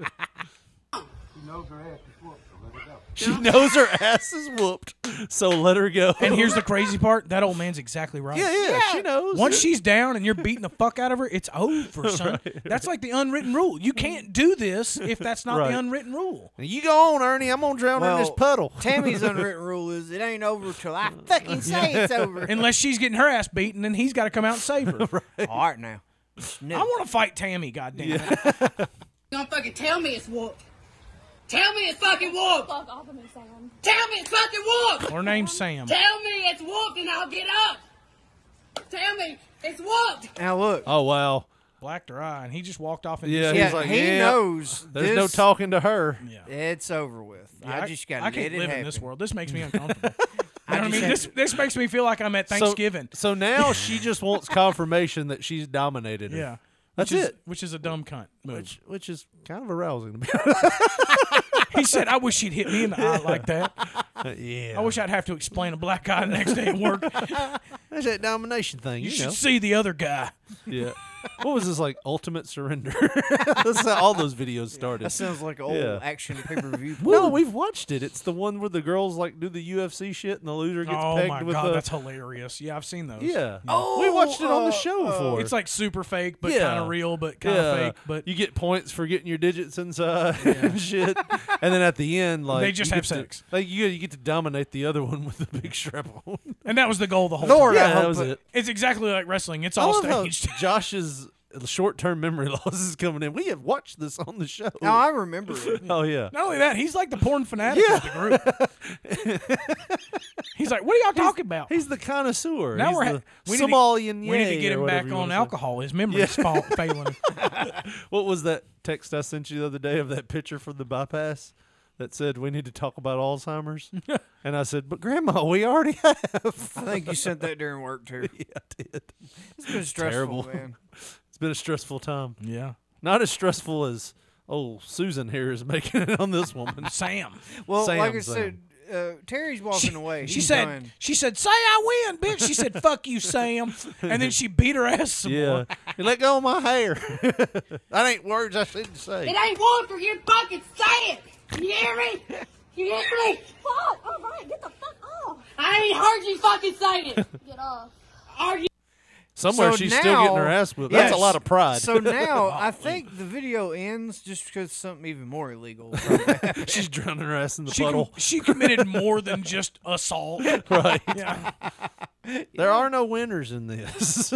[SPEAKER 5] She knows her ass is whooped, so let her go.
[SPEAKER 10] And here's the crazy part: that old man's exactly right.
[SPEAKER 5] yeah, yeah, she knows.
[SPEAKER 10] Once she's down and you're beating the fuck out of her, it's over, son. That's like the unwritten rule. You can't do this if that's not
[SPEAKER 5] Right.
[SPEAKER 10] the unwritten rule.
[SPEAKER 5] you go on, Ernie. I'm gonna drown her in this
[SPEAKER 7] Well,
[SPEAKER 5] puddle.
[SPEAKER 7] Tammy's unwritten rule is it ain't over till I fucking say it's over.
[SPEAKER 10] Unless she's getting her ass beaten, then he's got to come out and save her.
[SPEAKER 7] All right now. No.
[SPEAKER 10] I want to fight Tammy. Goddamn it!
[SPEAKER 15] You don't fucking tell me it's warped. Tell me it's fucking warped. Tell me it's fucking warped.
[SPEAKER 10] Her name's Sam.
[SPEAKER 15] Tell me it's warped and I'll get up. Tell me it's warped.
[SPEAKER 7] now look.
[SPEAKER 5] oh wow.
[SPEAKER 10] Blacked her eye, and he just walked off. And
[SPEAKER 5] Yeah,
[SPEAKER 7] yeah,
[SPEAKER 5] he's like,
[SPEAKER 7] he
[SPEAKER 5] yeah,
[SPEAKER 7] knows.
[SPEAKER 5] There's
[SPEAKER 7] this,
[SPEAKER 5] no talking to her.
[SPEAKER 10] yeah.
[SPEAKER 7] It's over with. I, just got to
[SPEAKER 10] I
[SPEAKER 7] let
[SPEAKER 10] can't
[SPEAKER 7] it
[SPEAKER 10] live
[SPEAKER 7] happen.
[SPEAKER 10] in this world. This makes me uncomfortable. You know what I
[SPEAKER 7] just
[SPEAKER 10] mean?
[SPEAKER 7] had
[SPEAKER 10] This
[SPEAKER 7] to-
[SPEAKER 10] this makes me feel like I'm at
[SPEAKER 5] So-
[SPEAKER 10] Thanksgiving.
[SPEAKER 5] So, now she just wants confirmation that she's dominated. her.
[SPEAKER 10] yeah.
[SPEAKER 5] That's
[SPEAKER 10] which is-
[SPEAKER 5] it.
[SPEAKER 10] which is a dumb cunt move.
[SPEAKER 5] Which which is kind of arousing to me.
[SPEAKER 10] he said, "I wish he'd hit me in the eye like that."
[SPEAKER 5] Uh, yeah.
[SPEAKER 10] I wish I'd have to explain a black eye the next day at work.
[SPEAKER 5] That's that domination thing.
[SPEAKER 10] You,
[SPEAKER 5] You,
[SPEAKER 10] should
[SPEAKER 5] know.
[SPEAKER 10] see the other guy.
[SPEAKER 5] Yeah. What was this like? Ultimate Surrender. That's how all those videos started.
[SPEAKER 7] That sounds like an old
[SPEAKER 5] Yeah.
[SPEAKER 7] action pay per view.
[SPEAKER 5] No, we've watched it. It's the one where the girls like do the UFC shit and the loser gets
[SPEAKER 10] Oh
[SPEAKER 5] pegged
[SPEAKER 10] my
[SPEAKER 5] with
[SPEAKER 10] god,
[SPEAKER 5] the.
[SPEAKER 10] that's hilarious. Yeah, I've seen those.
[SPEAKER 5] Yeah. We watched it on the show before.
[SPEAKER 10] Oh, It's like super fake, but kind of real, but kind of
[SPEAKER 5] Yeah.
[SPEAKER 10] fake. But
[SPEAKER 5] you get points for getting your digits inside and shit. And then at the end, like
[SPEAKER 10] They just
[SPEAKER 5] you
[SPEAKER 10] have
[SPEAKER 5] get to-
[SPEAKER 10] sex.
[SPEAKER 5] like you, you get to dominate the other one with the big strap on.
[SPEAKER 10] and that was the goal the whole
[SPEAKER 5] Lord,
[SPEAKER 10] time.
[SPEAKER 5] I Yeah, that hope was it- it.
[SPEAKER 10] It's exactly like wrestling. It's
[SPEAKER 5] I
[SPEAKER 10] all
[SPEAKER 5] love how
[SPEAKER 10] staged.
[SPEAKER 5] Josh's short-term memory loss is coming in. We have watched this on the show.
[SPEAKER 7] No, I remember it.
[SPEAKER 5] Oh yeah.
[SPEAKER 10] Not only that, he's like the porn fanatic of the group. he's like, "What are y'all talking about?"
[SPEAKER 5] He's the connoisseur.
[SPEAKER 10] Now
[SPEAKER 5] He's
[SPEAKER 10] we're ha-
[SPEAKER 5] the
[SPEAKER 10] we need to-
[SPEAKER 5] Somalian.
[SPEAKER 10] we need to
[SPEAKER 5] yay
[SPEAKER 10] get
[SPEAKER 5] or
[SPEAKER 10] him
[SPEAKER 5] whatever
[SPEAKER 10] back
[SPEAKER 5] you
[SPEAKER 10] on
[SPEAKER 5] wanna say.
[SPEAKER 10] alcohol. His memory's fa- failing.
[SPEAKER 5] what was that text I sent you the other day of that picture from the bypass that said we need to talk about Alzheimer's? and I said, but Grandma, we already have.
[SPEAKER 7] I think you sent that during work too.
[SPEAKER 5] yeah, I did.
[SPEAKER 7] It's been stressful,
[SPEAKER 5] Terrible.
[SPEAKER 7] man.
[SPEAKER 5] It's been a stressful time.
[SPEAKER 10] Yeah.
[SPEAKER 5] Not as stressful as oh Susan here is making it on this woman.
[SPEAKER 10] Sam.
[SPEAKER 7] Well,
[SPEAKER 5] Sam,
[SPEAKER 7] like I
[SPEAKER 5] Sam.
[SPEAKER 7] said, uh, Terry's walking away.
[SPEAKER 10] She
[SPEAKER 7] He's
[SPEAKER 10] said,
[SPEAKER 7] done.
[SPEAKER 10] "She said, say I win, bitch." She said, "Fuck you, Sam," and then she beat her ass some
[SPEAKER 5] Yeah.
[SPEAKER 10] more.
[SPEAKER 5] You let go of my hair. that ain't words I shouldn't say.
[SPEAKER 15] It ain't water, you fucking say it. You hear me? You hear me? Fuck, all right, get the fuck off. I ain't heard you fucking say it. Get off. Are you?
[SPEAKER 5] Somewhere
[SPEAKER 7] So
[SPEAKER 5] she's still getting her
[SPEAKER 7] now-
[SPEAKER 5] ass whipped.
[SPEAKER 7] Yes.
[SPEAKER 5] That's a lot of pride.
[SPEAKER 7] So now I think the video ends just because something even more illegal.
[SPEAKER 5] she's drowning her ass in the
[SPEAKER 10] She, com-
[SPEAKER 5] puddle.
[SPEAKER 10] she committed more than just assault.
[SPEAKER 5] Right.
[SPEAKER 10] Yeah.
[SPEAKER 5] There are no winners in this.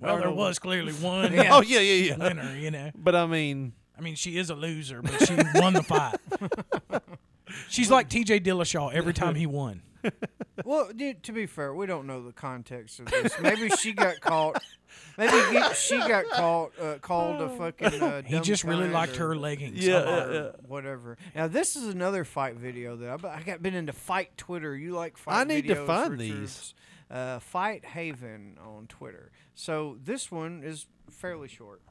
[SPEAKER 10] Well, there was clearly one.
[SPEAKER 5] Oh yeah, yeah, yeah.
[SPEAKER 10] Winner, you know.
[SPEAKER 5] But I mean,
[SPEAKER 10] I mean, she is a loser, but she won the fight. She's like T.J. Dillashaw every time he won.
[SPEAKER 7] well, dude, to be fair, we don't know the context of this. Maybe she got caught. Maybe he- she got caught uh, called a fucking. Uh,
[SPEAKER 10] He
[SPEAKER 7] dumb
[SPEAKER 10] just really
[SPEAKER 7] cunt
[SPEAKER 10] liked
[SPEAKER 7] or-
[SPEAKER 10] her leggings.
[SPEAKER 5] Yeah,
[SPEAKER 10] Or-
[SPEAKER 5] yeah, yeah.
[SPEAKER 7] Whatever. Now this is another fight video that I, but I got been into fight Twitter. You like fight?
[SPEAKER 5] I need to
[SPEAKER 7] videos,
[SPEAKER 5] find
[SPEAKER 7] Richards? Uh, fight Haven on Twitter. So this one is fairly short.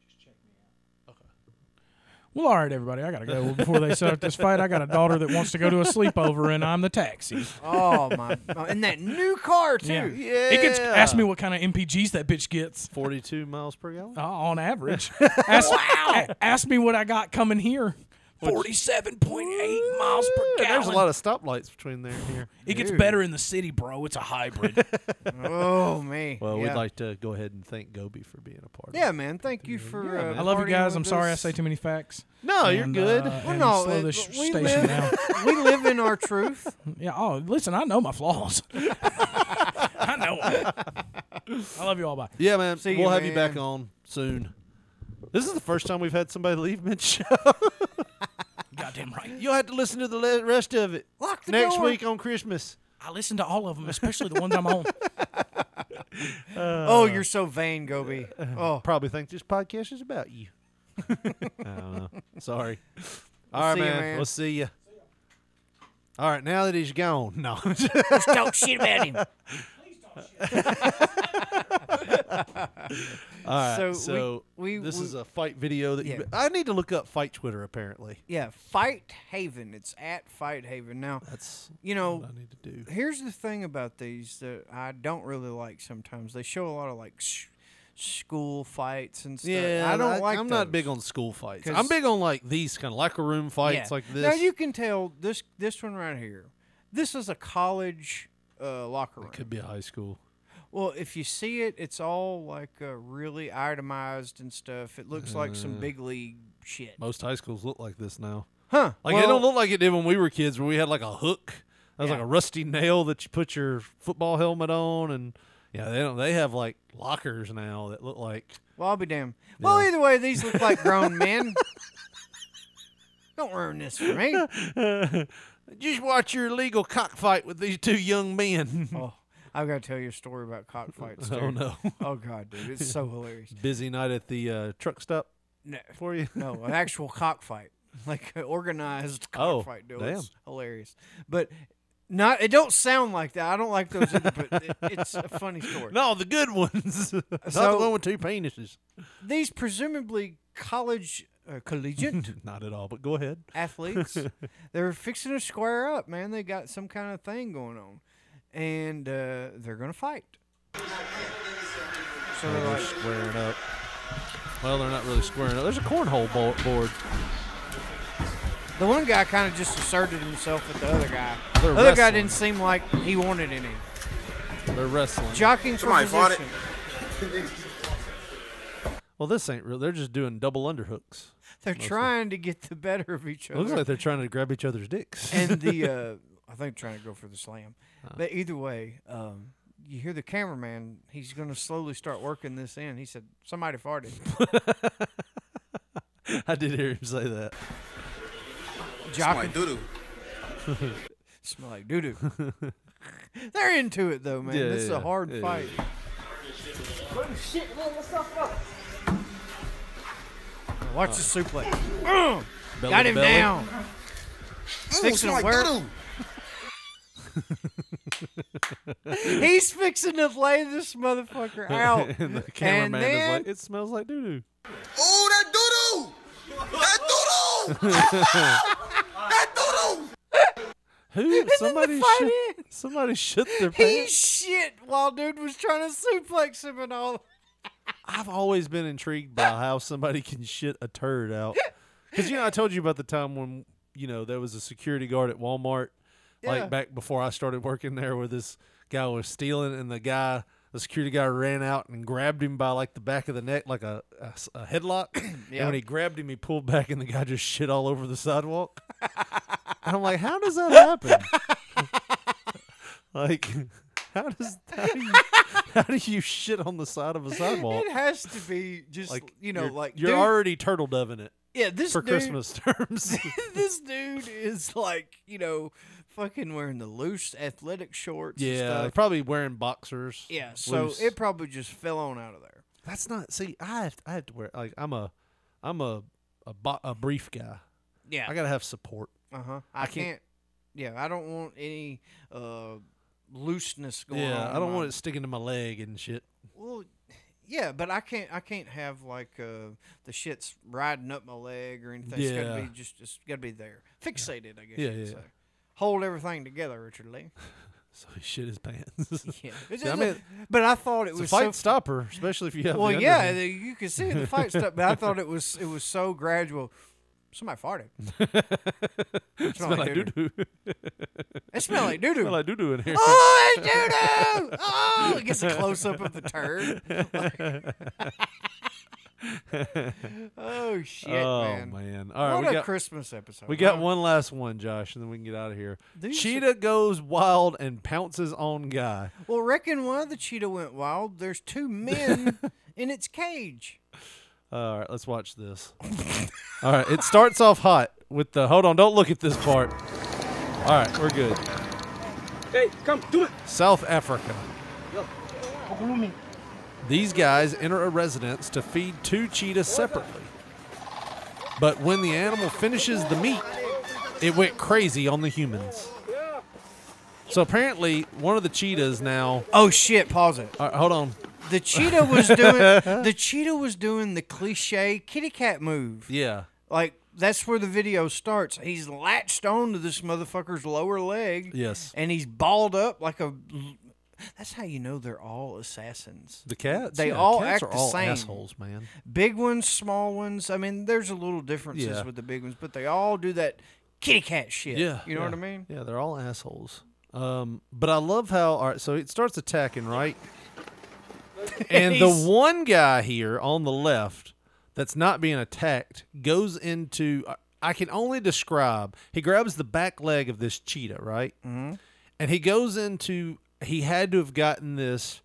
[SPEAKER 10] Well, all right, everybody, I gotta go before they start this fight. I got a daughter that wants to go to a sleepover, and I'm the taxi.
[SPEAKER 7] Oh my! and that new car too.
[SPEAKER 10] Yeah. It gets
[SPEAKER 5] Yeah.
[SPEAKER 10] ask me what kind of MPGs that bitch gets
[SPEAKER 5] 42 miles per gallon.
[SPEAKER 10] uh, on average. ask, wow. ask me what I got coming here. Forty-seven point eight miles per
[SPEAKER 5] Yeah,
[SPEAKER 10] gallon.
[SPEAKER 5] There's a lot of stoplights between there and here.
[SPEAKER 10] It gets
[SPEAKER 7] Dude.
[SPEAKER 10] better in the city, bro. It's a hybrid.
[SPEAKER 7] Oh man.
[SPEAKER 5] Well,
[SPEAKER 7] yeah.
[SPEAKER 5] we'd like to go ahead and thank Gobi for being a part.
[SPEAKER 7] Yeah, man. Thank you for.
[SPEAKER 5] Yeah,
[SPEAKER 7] uh,
[SPEAKER 5] man.
[SPEAKER 10] I love you
[SPEAKER 7] partying
[SPEAKER 10] guys.
[SPEAKER 7] with
[SPEAKER 10] I'm sorry I
[SPEAKER 7] us.
[SPEAKER 10] say too many facts.
[SPEAKER 5] No, Oh, you're
[SPEAKER 10] And,
[SPEAKER 5] good.
[SPEAKER 10] uh,
[SPEAKER 7] Well,
[SPEAKER 10] and
[SPEAKER 7] no,
[SPEAKER 10] slow
[SPEAKER 7] it-
[SPEAKER 10] this sh-
[SPEAKER 7] we
[SPEAKER 10] station
[SPEAKER 7] live,
[SPEAKER 10] down.
[SPEAKER 7] we live in our truth.
[SPEAKER 10] Yeah. Oh, listen, I know my flaws. I know 'em. I love you all. Bye.
[SPEAKER 5] Yeah, man.
[SPEAKER 7] See
[SPEAKER 5] we'll
[SPEAKER 7] you,
[SPEAKER 5] have you back
[SPEAKER 7] man.
[SPEAKER 5] on soon. This is the first time we've had somebody leave mid show.
[SPEAKER 10] Goddamn right.
[SPEAKER 5] You'll have to listen to the le- rest of it
[SPEAKER 7] Lock the
[SPEAKER 5] next
[SPEAKER 7] door.
[SPEAKER 5] week on Christmas.
[SPEAKER 10] I listen to all of them, especially the ones I'm on. Uh,
[SPEAKER 7] oh, you're so vain, Gobi. Oh,
[SPEAKER 5] Probably think this podcast is about you. I don't know. Sorry. All right,
[SPEAKER 7] see ya,
[SPEAKER 5] man.
[SPEAKER 7] man.
[SPEAKER 5] We'll see you. All right, now that he's gone. No.
[SPEAKER 13] Talk shit about him.
[SPEAKER 5] All right.
[SPEAKER 7] So
[SPEAKER 5] So,
[SPEAKER 7] we- we-
[SPEAKER 5] this
[SPEAKER 7] we-
[SPEAKER 5] is a fight video that
[SPEAKER 7] Yeah.
[SPEAKER 5] you, I need to look up fight Twitter apparently.
[SPEAKER 7] yeah. Fight Haven. It's at Fight Haven now.
[SPEAKER 5] That's
[SPEAKER 7] You know,
[SPEAKER 5] what I need to do.
[SPEAKER 7] here's the thing about these that I don't really like. Sometimes they show a lot of like sh- school fights and stuff.
[SPEAKER 5] Yeah,
[SPEAKER 7] I don't like.
[SPEAKER 5] I'm not
[SPEAKER 7] those.
[SPEAKER 5] big on school fights.
[SPEAKER 7] 'Cause-
[SPEAKER 5] I'm big on like these kind of locker room fights,
[SPEAKER 7] Yeah.
[SPEAKER 5] like this.
[SPEAKER 7] Now you can tell this this one right here. This is a college uh, locker room.
[SPEAKER 5] could be a high school.
[SPEAKER 7] Well, if you see it, it's all like uh, really itemized and stuff. It looks like some big league shit.
[SPEAKER 5] Uh. Most high schools look like this now.
[SPEAKER 7] Huh?
[SPEAKER 5] Like
[SPEAKER 7] well,
[SPEAKER 5] it don't look like it did when we were kids, where we had like a hook. That was
[SPEAKER 7] Yeah.
[SPEAKER 5] like a rusty nail that you put your football helmet on, and yeah, they don't. They have like lockers now that look like.
[SPEAKER 7] Well, I'll be damned. Well, either way, these look like grown men. Don't ruin this for me.
[SPEAKER 5] Just watch your illegal cockfight with these two young men.
[SPEAKER 7] Oh, I've got to tell you a story about cockfights.
[SPEAKER 5] Oh
[SPEAKER 7] dude.
[SPEAKER 5] no!
[SPEAKER 7] Oh god, dude, it's so hilarious.
[SPEAKER 5] Busy night at the uh, truck stop
[SPEAKER 7] No,
[SPEAKER 5] for you.
[SPEAKER 7] no, an actual cockfight, like an organized
[SPEAKER 5] Oh,
[SPEAKER 7] cockfight. dude,
[SPEAKER 5] damn.
[SPEAKER 7] it's hilarious. But Not it don't sound like that. I don't like those, either, but it, it's a funny story.
[SPEAKER 5] No, the good ones. Not the
[SPEAKER 7] So-
[SPEAKER 5] one with two penises.
[SPEAKER 7] These presumably college, uh, collegiate
[SPEAKER 5] Not at all, but go ahead.
[SPEAKER 7] athletes, they're fixing to square up, man. They got some kind of thing going on, and uh, they're gonna fight. So they're
[SPEAKER 5] they're
[SPEAKER 7] like,
[SPEAKER 5] squaring up. Well, they're not really squaring up. There's a cornhole bo- board.
[SPEAKER 7] The one guy kind of just asserted himself with the other guy.
[SPEAKER 5] They're
[SPEAKER 7] the other guy
[SPEAKER 5] wrestling.
[SPEAKER 7] didn't seem like he wanted any.
[SPEAKER 5] They're wrestling.
[SPEAKER 7] Jockeying for
[SPEAKER 14] Somebody fought it.
[SPEAKER 7] position.
[SPEAKER 5] Well, this ain't real. They're just doing double underhooks.
[SPEAKER 7] They're
[SPEAKER 5] Mostly.
[SPEAKER 7] trying to get the better of each other.
[SPEAKER 5] Looks like they're trying to grab each other's dicks.
[SPEAKER 7] and the uh, I think trying to go for the slam.
[SPEAKER 5] Uh.
[SPEAKER 7] But either way, um, you hear the cameraman. He's going to slowly start working this in. He said somebody farted. uh,
[SPEAKER 5] I did hear him say that.
[SPEAKER 7] Jockey
[SPEAKER 14] doo-doo.
[SPEAKER 7] smell like doo doo. They're into it though, man.
[SPEAKER 5] Yeah,
[SPEAKER 7] this is
[SPEAKER 5] yeah,
[SPEAKER 7] a hard
[SPEAKER 5] yeah,
[SPEAKER 7] fight. Watch the suplex. Mm.
[SPEAKER 5] Belly
[SPEAKER 7] Got
[SPEAKER 5] to
[SPEAKER 7] him
[SPEAKER 5] Uh. belly.
[SPEAKER 7] down.
[SPEAKER 15] smell
[SPEAKER 7] Fixing to
[SPEAKER 15] like
[SPEAKER 7] wear. He's fixing to lay this motherfucker out.
[SPEAKER 5] and the cameraman is
[SPEAKER 7] then-
[SPEAKER 5] like, it smells like doo
[SPEAKER 15] Oh, that doo doo! That doo
[SPEAKER 5] doo.
[SPEAKER 15] That doo doo!
[SPEAKER 5] Who? Somebody
[SPEAKER 7] fight
[SPEAKER 5] shit. Somebody shit their
[SPEAKER 7] He
[SPEAKER 5] pants.
[SPEAKER 7] shit while dude was trying to suplex him and all.
[SPEAKER 5] I've always been intrigued by how somebody can shit a turd out. Because you know, I told you about the time when you know there was a security guard at Walmart,
[SPEAKER 7] Yeah.
[SPEAKER 5] like back before I started working there, where this guy was stealing, and the guy, the security guy, ran out and grabbed him by like the back of the neck, like a a s- a headlock.
[SPEAKER 7] Yeah.
[SPEAKER 5] And when he grabbed him, he pulled back, and the guy just shit all over the sidewalk. and I'm like, how does that happen? like. How does how do, you, how do you shit on the side of a sidewalk?
[SPEAKER 7] It has to be just you know
[SPEAKER 5] you're-
[SPEAKER 7] like
[SPEAKER 5] you're
[SPEAKER 7] dude,
[SPEAKER 5] already turtle doving it.
[SPEAKER 7] Yeah, this
[SPEAKER 5] for
[SPEAKER 7] dude-
[SPEAKER 5] Christmas terms.
[SPEAKER 7] this dude is like you know fucking wearing the loose athletic shorts. and
[SPEAKER 5] yeah,
[SPEAKER 7] stuff.
[SPEAKER 5] probably wearing boxers.
[SPEAKER 7] yeah. So
[SPEAKER 5] loose.
[SPEAKER 7] it probably just fell on out of there.
[SPEAKER 5] that's not. See, I have, I have to wear like I'm a I'm a a, bo- a brief guy.
[SPEAKER 7] Yeah.
[SPEAKER 5] I gotta have support.
[SPEAKER 7] Uh huh. I,
[SPEAKER 5] I
[SPEAKER 7] can't,
[SPEAKER 5] can't-
[SPEAKER 7] Yeah, I don't want any uh looseness going on.
[SPEAKER 5] yeah, I
[SPEAKER 7] in
[SPEAKER 5] don't
[SPEAKER 7] my-
[SPEAKER 5] want it sticking to my leg and shit.
[SPEAKER 7] Well, yeah, but I can't. I can't have like uh, the shit's riding up my leg or anything. It's gotta
[SPEAKER 5] Yeah.
[SPEAKER 7] be just. It's gotta be there, fixated. I guess.
[SPEAKER 5] Yeah,
[SPEAKER 7] you
[SPEAKER 5] yeah.
[SPEAKER 7] could Say. Hold everything together, Richard Lee.
[SPEAKER 5] So he shit his pants.
[SPEAKER 7] Yeah,
[SPEAKER 5] See,
[SPEAKER 7] It's
[SPEAKER 5] I
[SPEAKER 7] just
[SPEAKER 5] mean,
[SPEAKER 7] like- but I thought it
[SPEAKER 5] it's a
[SPEAKER 7] was
[SPEAKER 5] fight
[SPEAKER 7] so,
[SPEAKER 5] stopper, especially if you have.
[SPEAKER 7] Well,
[SPEAKER 5] the underhook.
[SPEAKER 7] yeah, the- you could see the fight stuff, but I thought it was it was so gradual. Somebody farted.
[SPEAKER 5] It smell like doo doo.
[SPEAKER 7] It smell like doo-doo.
[SPEAKER 5] Smell like doo doo in here.
[SPEAKER 7] Oh, it's doo doo! Oh, it gets a close up of the turd. oh shit,
[SPEAKER 5] oh,
[SPEAKER 7] man!
[SPEAKER 5] All right,
[SPEAKER 7] what
[SPEAKER 5] we
[SPEAKER 7] a
[SPEAKER 5] got,
[SPEAKER 7] Christmas episode.
[SPEAKER 5] We got
[SPEAKER 7] Wow.
[SPEAKER 5] one last one, Josh, and then we can get out of here.
[SPEAKER 7] These
[SPEAKER 5] Cheetah goes wild and pounces on guy.
[SPEAKER 7] Well, reckon why the cheetah went wild. There's two men in its cage.
[SPEAKER 5] All right, let's watch this. All right, it starts off hot with the hold on, don't look at this part. All right, we're good.
[SPEAKER 15] Hey, come, do it!
[SPEAKER 5] South Africa.
[SPEAKER 15] Gloomy.
[SPEAKER 5] These guys enter a residence to feed two cheetahs separately. But when the animal finishes the meat, it went crazy on the humans. So apparently, one of the cheetahs now.
[SPEAKER 7] Oh shit! Pause it.
[SPEAKER 5] All right, hold on.
[SPEAKER 7] The cheetah was doing the cheetah was doing the cliche kitty cat move.
[SPEAKER 5] Yeah.
[SPEAKER 7] Like that's where the video starts. He's latched onto this motherfucker's lower leg.
[SPEAKER 5] Yes.
[SPEAKER 7] And he's balled up like a. That's how you know they're all assassins.
[SPEAKER 5] The cats.
[SPEAKER 7] They
[SPEAKER 5] yeah,
[SPEAKER 7] all
[SPEAKER 5] cats
[SPEAKER 7] act
[SPEAKER 5] are
[SPEAKER 7] the
[SPEAKER 5] all
[SPEAKER 7] same.
[SPEAKER 5] Assholes, man.
[SPEAKER 7] Big ones, small ones. I mean, there's a little differences
[SPEAKER 5] Yeah.
[SPEAKER 7] with the big ones, but they all do that kitty cat shit.
[SPEAKER 5] Yeah.
[SPEAKER 7] You know what I
[SPEAKER 5] yeah.
[SPEAKER 7] mean?
[SPEAKER 5] Yeah, they're all assholes. Um, but I love how. All right, so it starts attacking, right? And the
[SPEAKER 7] He's-
[SPEAKER 5] one guy here on the left that's not being attacked goes into. I- I can only describe. He grabs the back leg of this cheetah, right? Mm-hmm. And he goes into. He had to have gotten this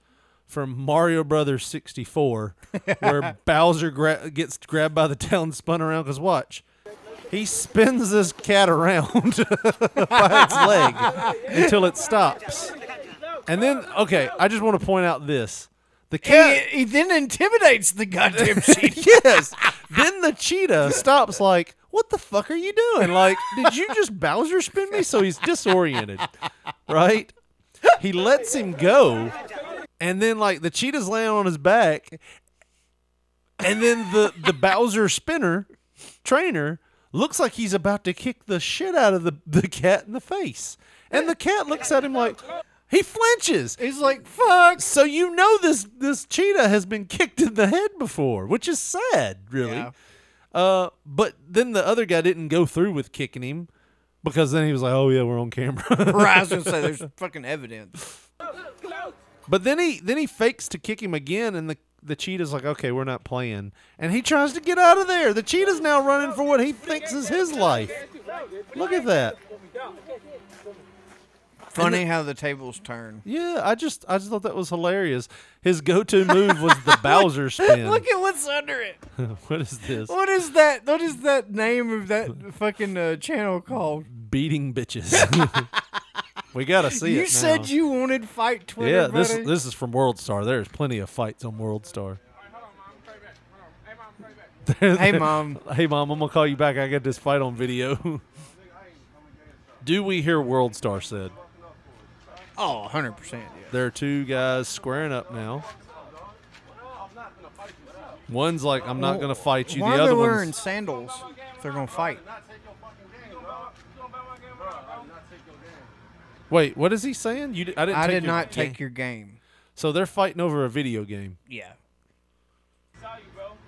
[SPEAKER 5] from Mario Brothers 64, where Bowser gra- gets grabbed by the tail and spun around. Because watch, he spins this cat around by its leg until it stops. And then, okay, I just want to point out this. The cat.
[SPEAKER 7] He, he then intimidates the goddamn cheetah.
[SPEAKER 5] yes. Then the cheetah stops, like, what the fuck are you doing? Like, did you just Bowser spin me? So he's disoriented, right? He lets him go, and then like the cheetah's laying on his back, and then the the Bowser spinner trainer looks like he's about to kick the shit out of the the cat in the face, and the cat looks at him like. He flinches.
[SPEAKER 7] He's like, "Fuck!"
[SPEAKER 5] So you know this this cheetah has been kicked in the head before, which is sad, really.
[SPEAKER 7] Yeah.
[SPEAKER 5] Uh, but then the other guy didn't go through with kicking him because then he was like, "Oh yeah, we're on camera."
[SPEAKER 7] Right, I was gonna say there's fucking evidence.
[SPEAKER 5] But then he then he fakes to kick him again, and the the cheetah's like, "Okay, we're not playing," and he tries to get out of there. The cheetah's now running for what he thinks is his life. Look at that.
[SPEAKER 7] Funny how the tables turn.
[SPEAKER 5] Yeah, I just I just thought that was hilarious. His go-to move was the Bowser spin.
[SPEAKER 7] Look at what's under it.
[SPEAKER 5] what is this?
[SPEAKER 7] What is that? What is that name of that fucking uh, channel called?
[SPEAKER 5] Beating bitches. we gotta see it.
[SPEAKER 7] you
[SPEAKER 5] now.
[SPEAKER 7] said you wanted fight Twitter.
[SPEAKER 5] Yeah, this
[SPEAKER 7] buddy.
[SPEAKER 5] this is from World Star. There's plenty of fights on World Star.
[SPEAKER 7] Hey, Mom.
[SPEAKER 5] hey mom, I'm gonna call you back. I got this fight on video. Do we hear World Star said?
[SPEAKER 7] Oh, 100 percent.
[SPEAKER 5] There are two guys squaring up now. One's like, I'm not gonna fight you.
[SPEAKER 7] Why
[SPEAKER 5] the
[SPEAKER 7] are they
[SPEAKER 5] other
[SPEAKER 7] wearing
[SPEAKER 5] one's
[SPEAKER 7] sandals? If they're gonna fight.
[SPEAKER 5] wait. What is he saying? You, d- I didn't.
[SPEAKER 7] I
[SPEAKER 5] take
[SPEAKER 7] did
[SPEAKER 5] your-
[SPEAKER 7] not take your game.
[SPEAKER 5] So they're fighting over a video game.
[SPEAKER 7] Yeah.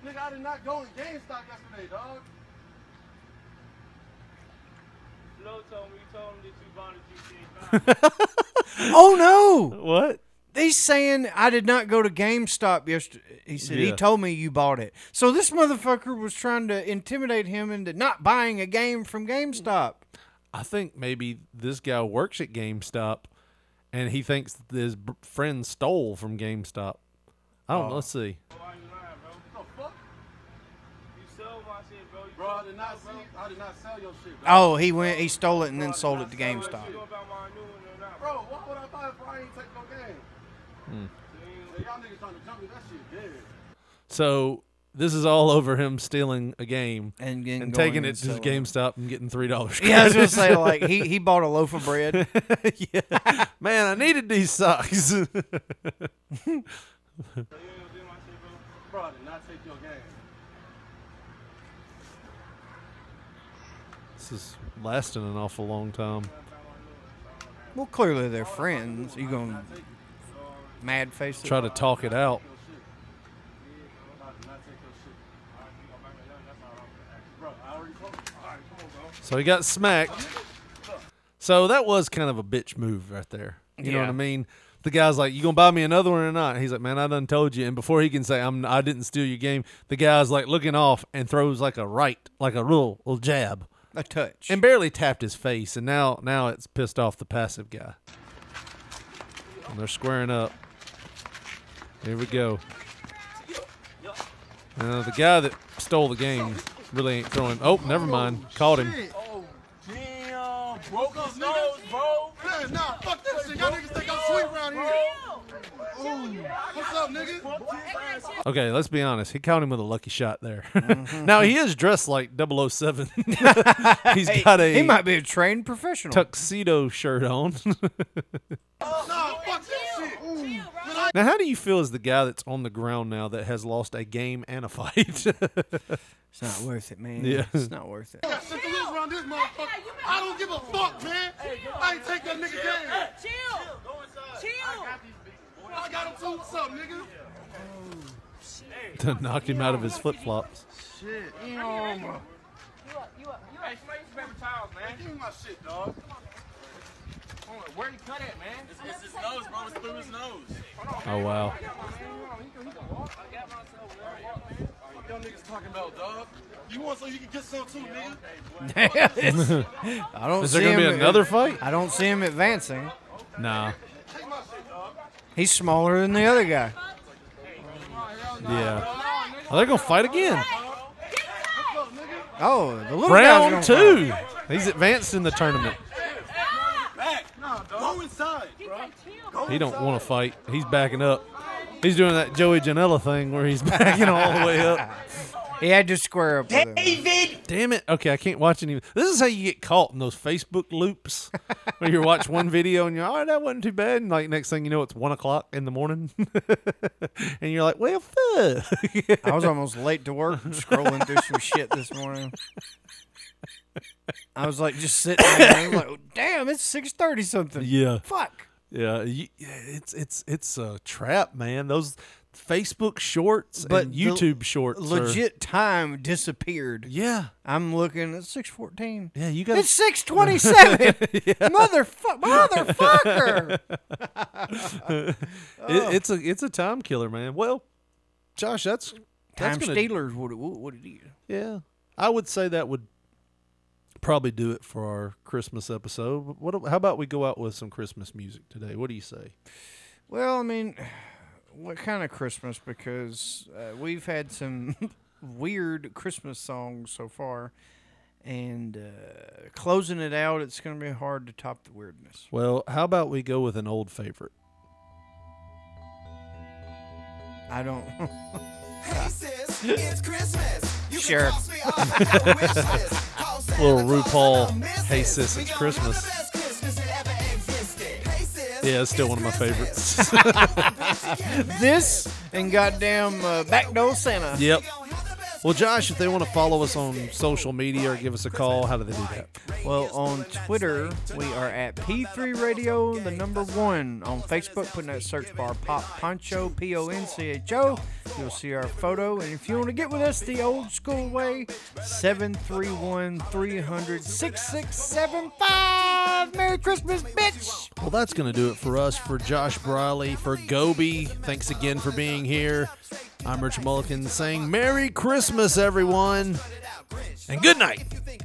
[SPEAKER 14] Nigga, I did not go in GameStop yesterday, dog. Flo told me, you told him that you bought a GTA 5.
[SPEAKER 7] Oh no!
[SPEAKER 5] What?
[SPEAKER 7] He's saying I did not go to GameStop yesterday. He said he
[SPEAKER 5] Yeah.
[SPEAKER 7] told me you bought it. So this motherfucker was trying to intimidate him into not buying a game from GameStop.
[SPEAKER 5] I think maybe this guy works at GameStop, and he thinks that his b- friend stole from GameStop. I don't know.
[SPEAKER 14] Oh.
[SPEAKER 5] Let's see.
[SPEAKER 14] Bro, I did not see, I did not sell your shit, bro.
[SPEAKER 7] Oh, he went, he stole it and then sold it to GameStop.
[SPEAKER 14] Bro, why would I buy it if I ain't take no game?
[SPEAKER 5] Hmm.
[SPEAKER 14] So y'all niggas trying to jump me, that shit dead.
[SPEAKER 5] So this is all over him stealing a game
[SPEAKER 7] and, going
[SPEAKER 5] taking
[SPEAKER 7] and
[SPEAKER 5] it to
[SPEAKER 7] selling it.
[SPEAKER 5] GameStop and getting three dollars.
[SPEAKER 7] Yeah, I was gonna say like he, he bought a loaf of bread.
[SPEAKER 5] yeah, man, I needed these socks.
[SPEAKER 14] Bro, I did not take your game.
[SPEAKER 5] this is lasting an awful long time.
[SPEAKER 7] Well, clearly they're friends. You gonna mad face it?
[SPEAKER 5] Try to talk it out. So he got smacked. So that was kind of a bitch move right there. You know what
[SPEAKER 7] Yeah.
[SPEAKER 5] I mean? The guy's like, "You gonna buy me another one or not?" He's like, "Man, I done told you." And before he can say, "I'm, I didn't steal your game," the guy's like looking off and throws like a right, like a little, little jab,
[SPEAKER 7] a touch,
[SPEAKER 5] and barely tapped his face. And now, now it's pissed off the passive guy. And they're squaring up. Here we go. Uh, the guy that stole the game really ain't throwing. Oh, never mind. Caught him.
[SPEAKER 14] Oh, damn. Broke his nose, bro. Nah, nah, fuck that shit. Y'all niggas think I'm sweet around here. Ooh. What's up, nigga?
[SPEAKER 5] Okay, let's be honest. He caught him with a lucky shot there. now he is dressed like 007. He's got a
[SPEAKER 7] He might be a trained professional.
[SPEAKER 5] tuxedo shirt on.
[SPEAKER 14] Nah, fuck that shit.
[SPEAKER 5] now, how do you feel as the guy that's on the ground now that has lost a game and a fight? it's
[SPEAKER 7] not worth it, man.
[SPEAKER 5] Yeah,
[SPEAKER 7] It's not worth it.
[SPEAKER 14] I got shit to lose around this motherfucker. I don't give a fuck, man. I ain't take that nigga game. Chill. Chill. I got him too. What's up, nigga?
[SPEAKER 5] Knocked him out of his flip flops.
[SPEAKER 14] Shit. You up, you up, you up. Hey, somebody use paper towels, man. Give me my shit, dog. Hold on, Where you cut at, man? It's, his nose, bro. It's through his nose.
[SPEAKER 5] Oh wow.
[SPEAKER 14] Y'all niggas talking about, dog. You want so you can get some too, nigga?
[SPEAKER 7] I don't.
[SPEAKER 5] Is there
[SPEAKER 7] see
[SPEAKER 5] gonna be
[SPEAKER 7] him-
[SPEAKER 5] another fight?
[SPEAKER 7] I don't see him advancing.
[SPEAKER 5] Nah.
[SPEAKER 7] He's smaller than the other guy.
[SPEAKER 5] Yeah. Oh, they're gonna fight again.
[SPEAKER 7] Oh, the little
[SPEAKER 5] Round
[SPEAKER 7] guy's gonna
[SPEAKER 5] two. He's advanced in the tournament.
[SPEAKER 14] Back. Nah, dog. Go inside, bro. Go
[SPEAKER 5] He don't
[SPEAKER 14] inside.
[SPEAKER 5] want to fight. He's backing up. He's doing that Joey Janela thing where he's backing all the way up.
[SPEAKER 7] He had to square up. With him.
[SPEAKER 5] David. Damn it. Okay, I can't watch any. This is how you get caught in those Facebook loops where you watch one video and you're, all right, that wasn't too bad. And like next thing you know, it's one o'clock in the morning. and you're like, well, fuck.
[SPEAKER 7] I was almost late to work scrolling through some shit this morning. I was like just sitting there, and I'm like, oh, damn, it's six thirty something.
[SPEAKER 5] Yeah.
[SPEAKER 7] Fuck.
[SPEAKER 5] Yeah, you, it's it's it's a trap, man. Those Facebook shorts
[SPEAKER 7] But
[SPEAKER 5] and
[SPEAKER 7] the
[SPEAKER 5] YouTube shorts. are-
[SPEAKER 7] Legit time disappeared.
[SPEAKER 5] Yeah.
[SPEAKER 7] I'm looking at six fourteen.
[SPEAKER 5] Yeah, you got
[SPEAKER 7] It's six twenty seven. Motherfucker motherfucker.
[SPEAKER 5] it, it's a it's a time killer, man. Well, Josh, that's that's
[SPEAKER 7] Time
[SPEAKER 5] gonna-
[SPEAKER 7] stealers what it what it is.
[SPEAKER 5] Yeah, I would say that would probably do it for our Christmas episode. But What? How about we go out with some Christmas music today? What do you say?
[SPEAKER 7] Well, I mean, what kind of Christmas? Because uh, we've had some weird Christmas songs so far, and uh, closing it out, it's going to be hard to top the weirdness.
[SPEAKER 5] Well, how about we go with an old favorite?
[SPEAKER 7] I don't.
[SPEAKER 16] Hey sis, it's Christmas. You can
[SPEAKER 7] Sure.
[SPEAKER 16] cross me off your wish list. Call
[SPEAKER 5] Little
[SPEAKER 16] Santa Claus and
[SPEAKER 5] RuPaul.
[SPEAKER 16] I'll miss
[SPEAKER 5] Hey
[SPEAKER 16] it.
[SPEAKER 5] sis,
[SPEAKER 16] We
[SPEAKER 5] it's
[SPEAKER 16] gon' have
[SPEAKER 5] Christmas.
[SPEAKER 16] the best Christmas that ever existed. Hey sis,
[SPEAKER 5] Yeah, it's still one of my favorites.
[SPEAKER 7] this and goddamn uh, backdoor Santa.
[SPEAKER 5] yep. Well, Josh, if they want to follow us on social media or give us a call, how do they do that?
[SPEAKER 7] Well, on Twitter, we are at P3 Radio, the number one. On Facebook, put in that search bar Pop Poncho, P O N C H O. You'll see our photo. And if you want to get with us the old school way, 731 300 6675. Merry Christmas, bitch!
[SPEAKER 5] Well, that's going to do it for us. For Josh Briley, for Gobi, thanks again for being here. I'm Rich Mulligan saying Merry Christmas, everyone, and good night.
[SPEAKER 16] if you think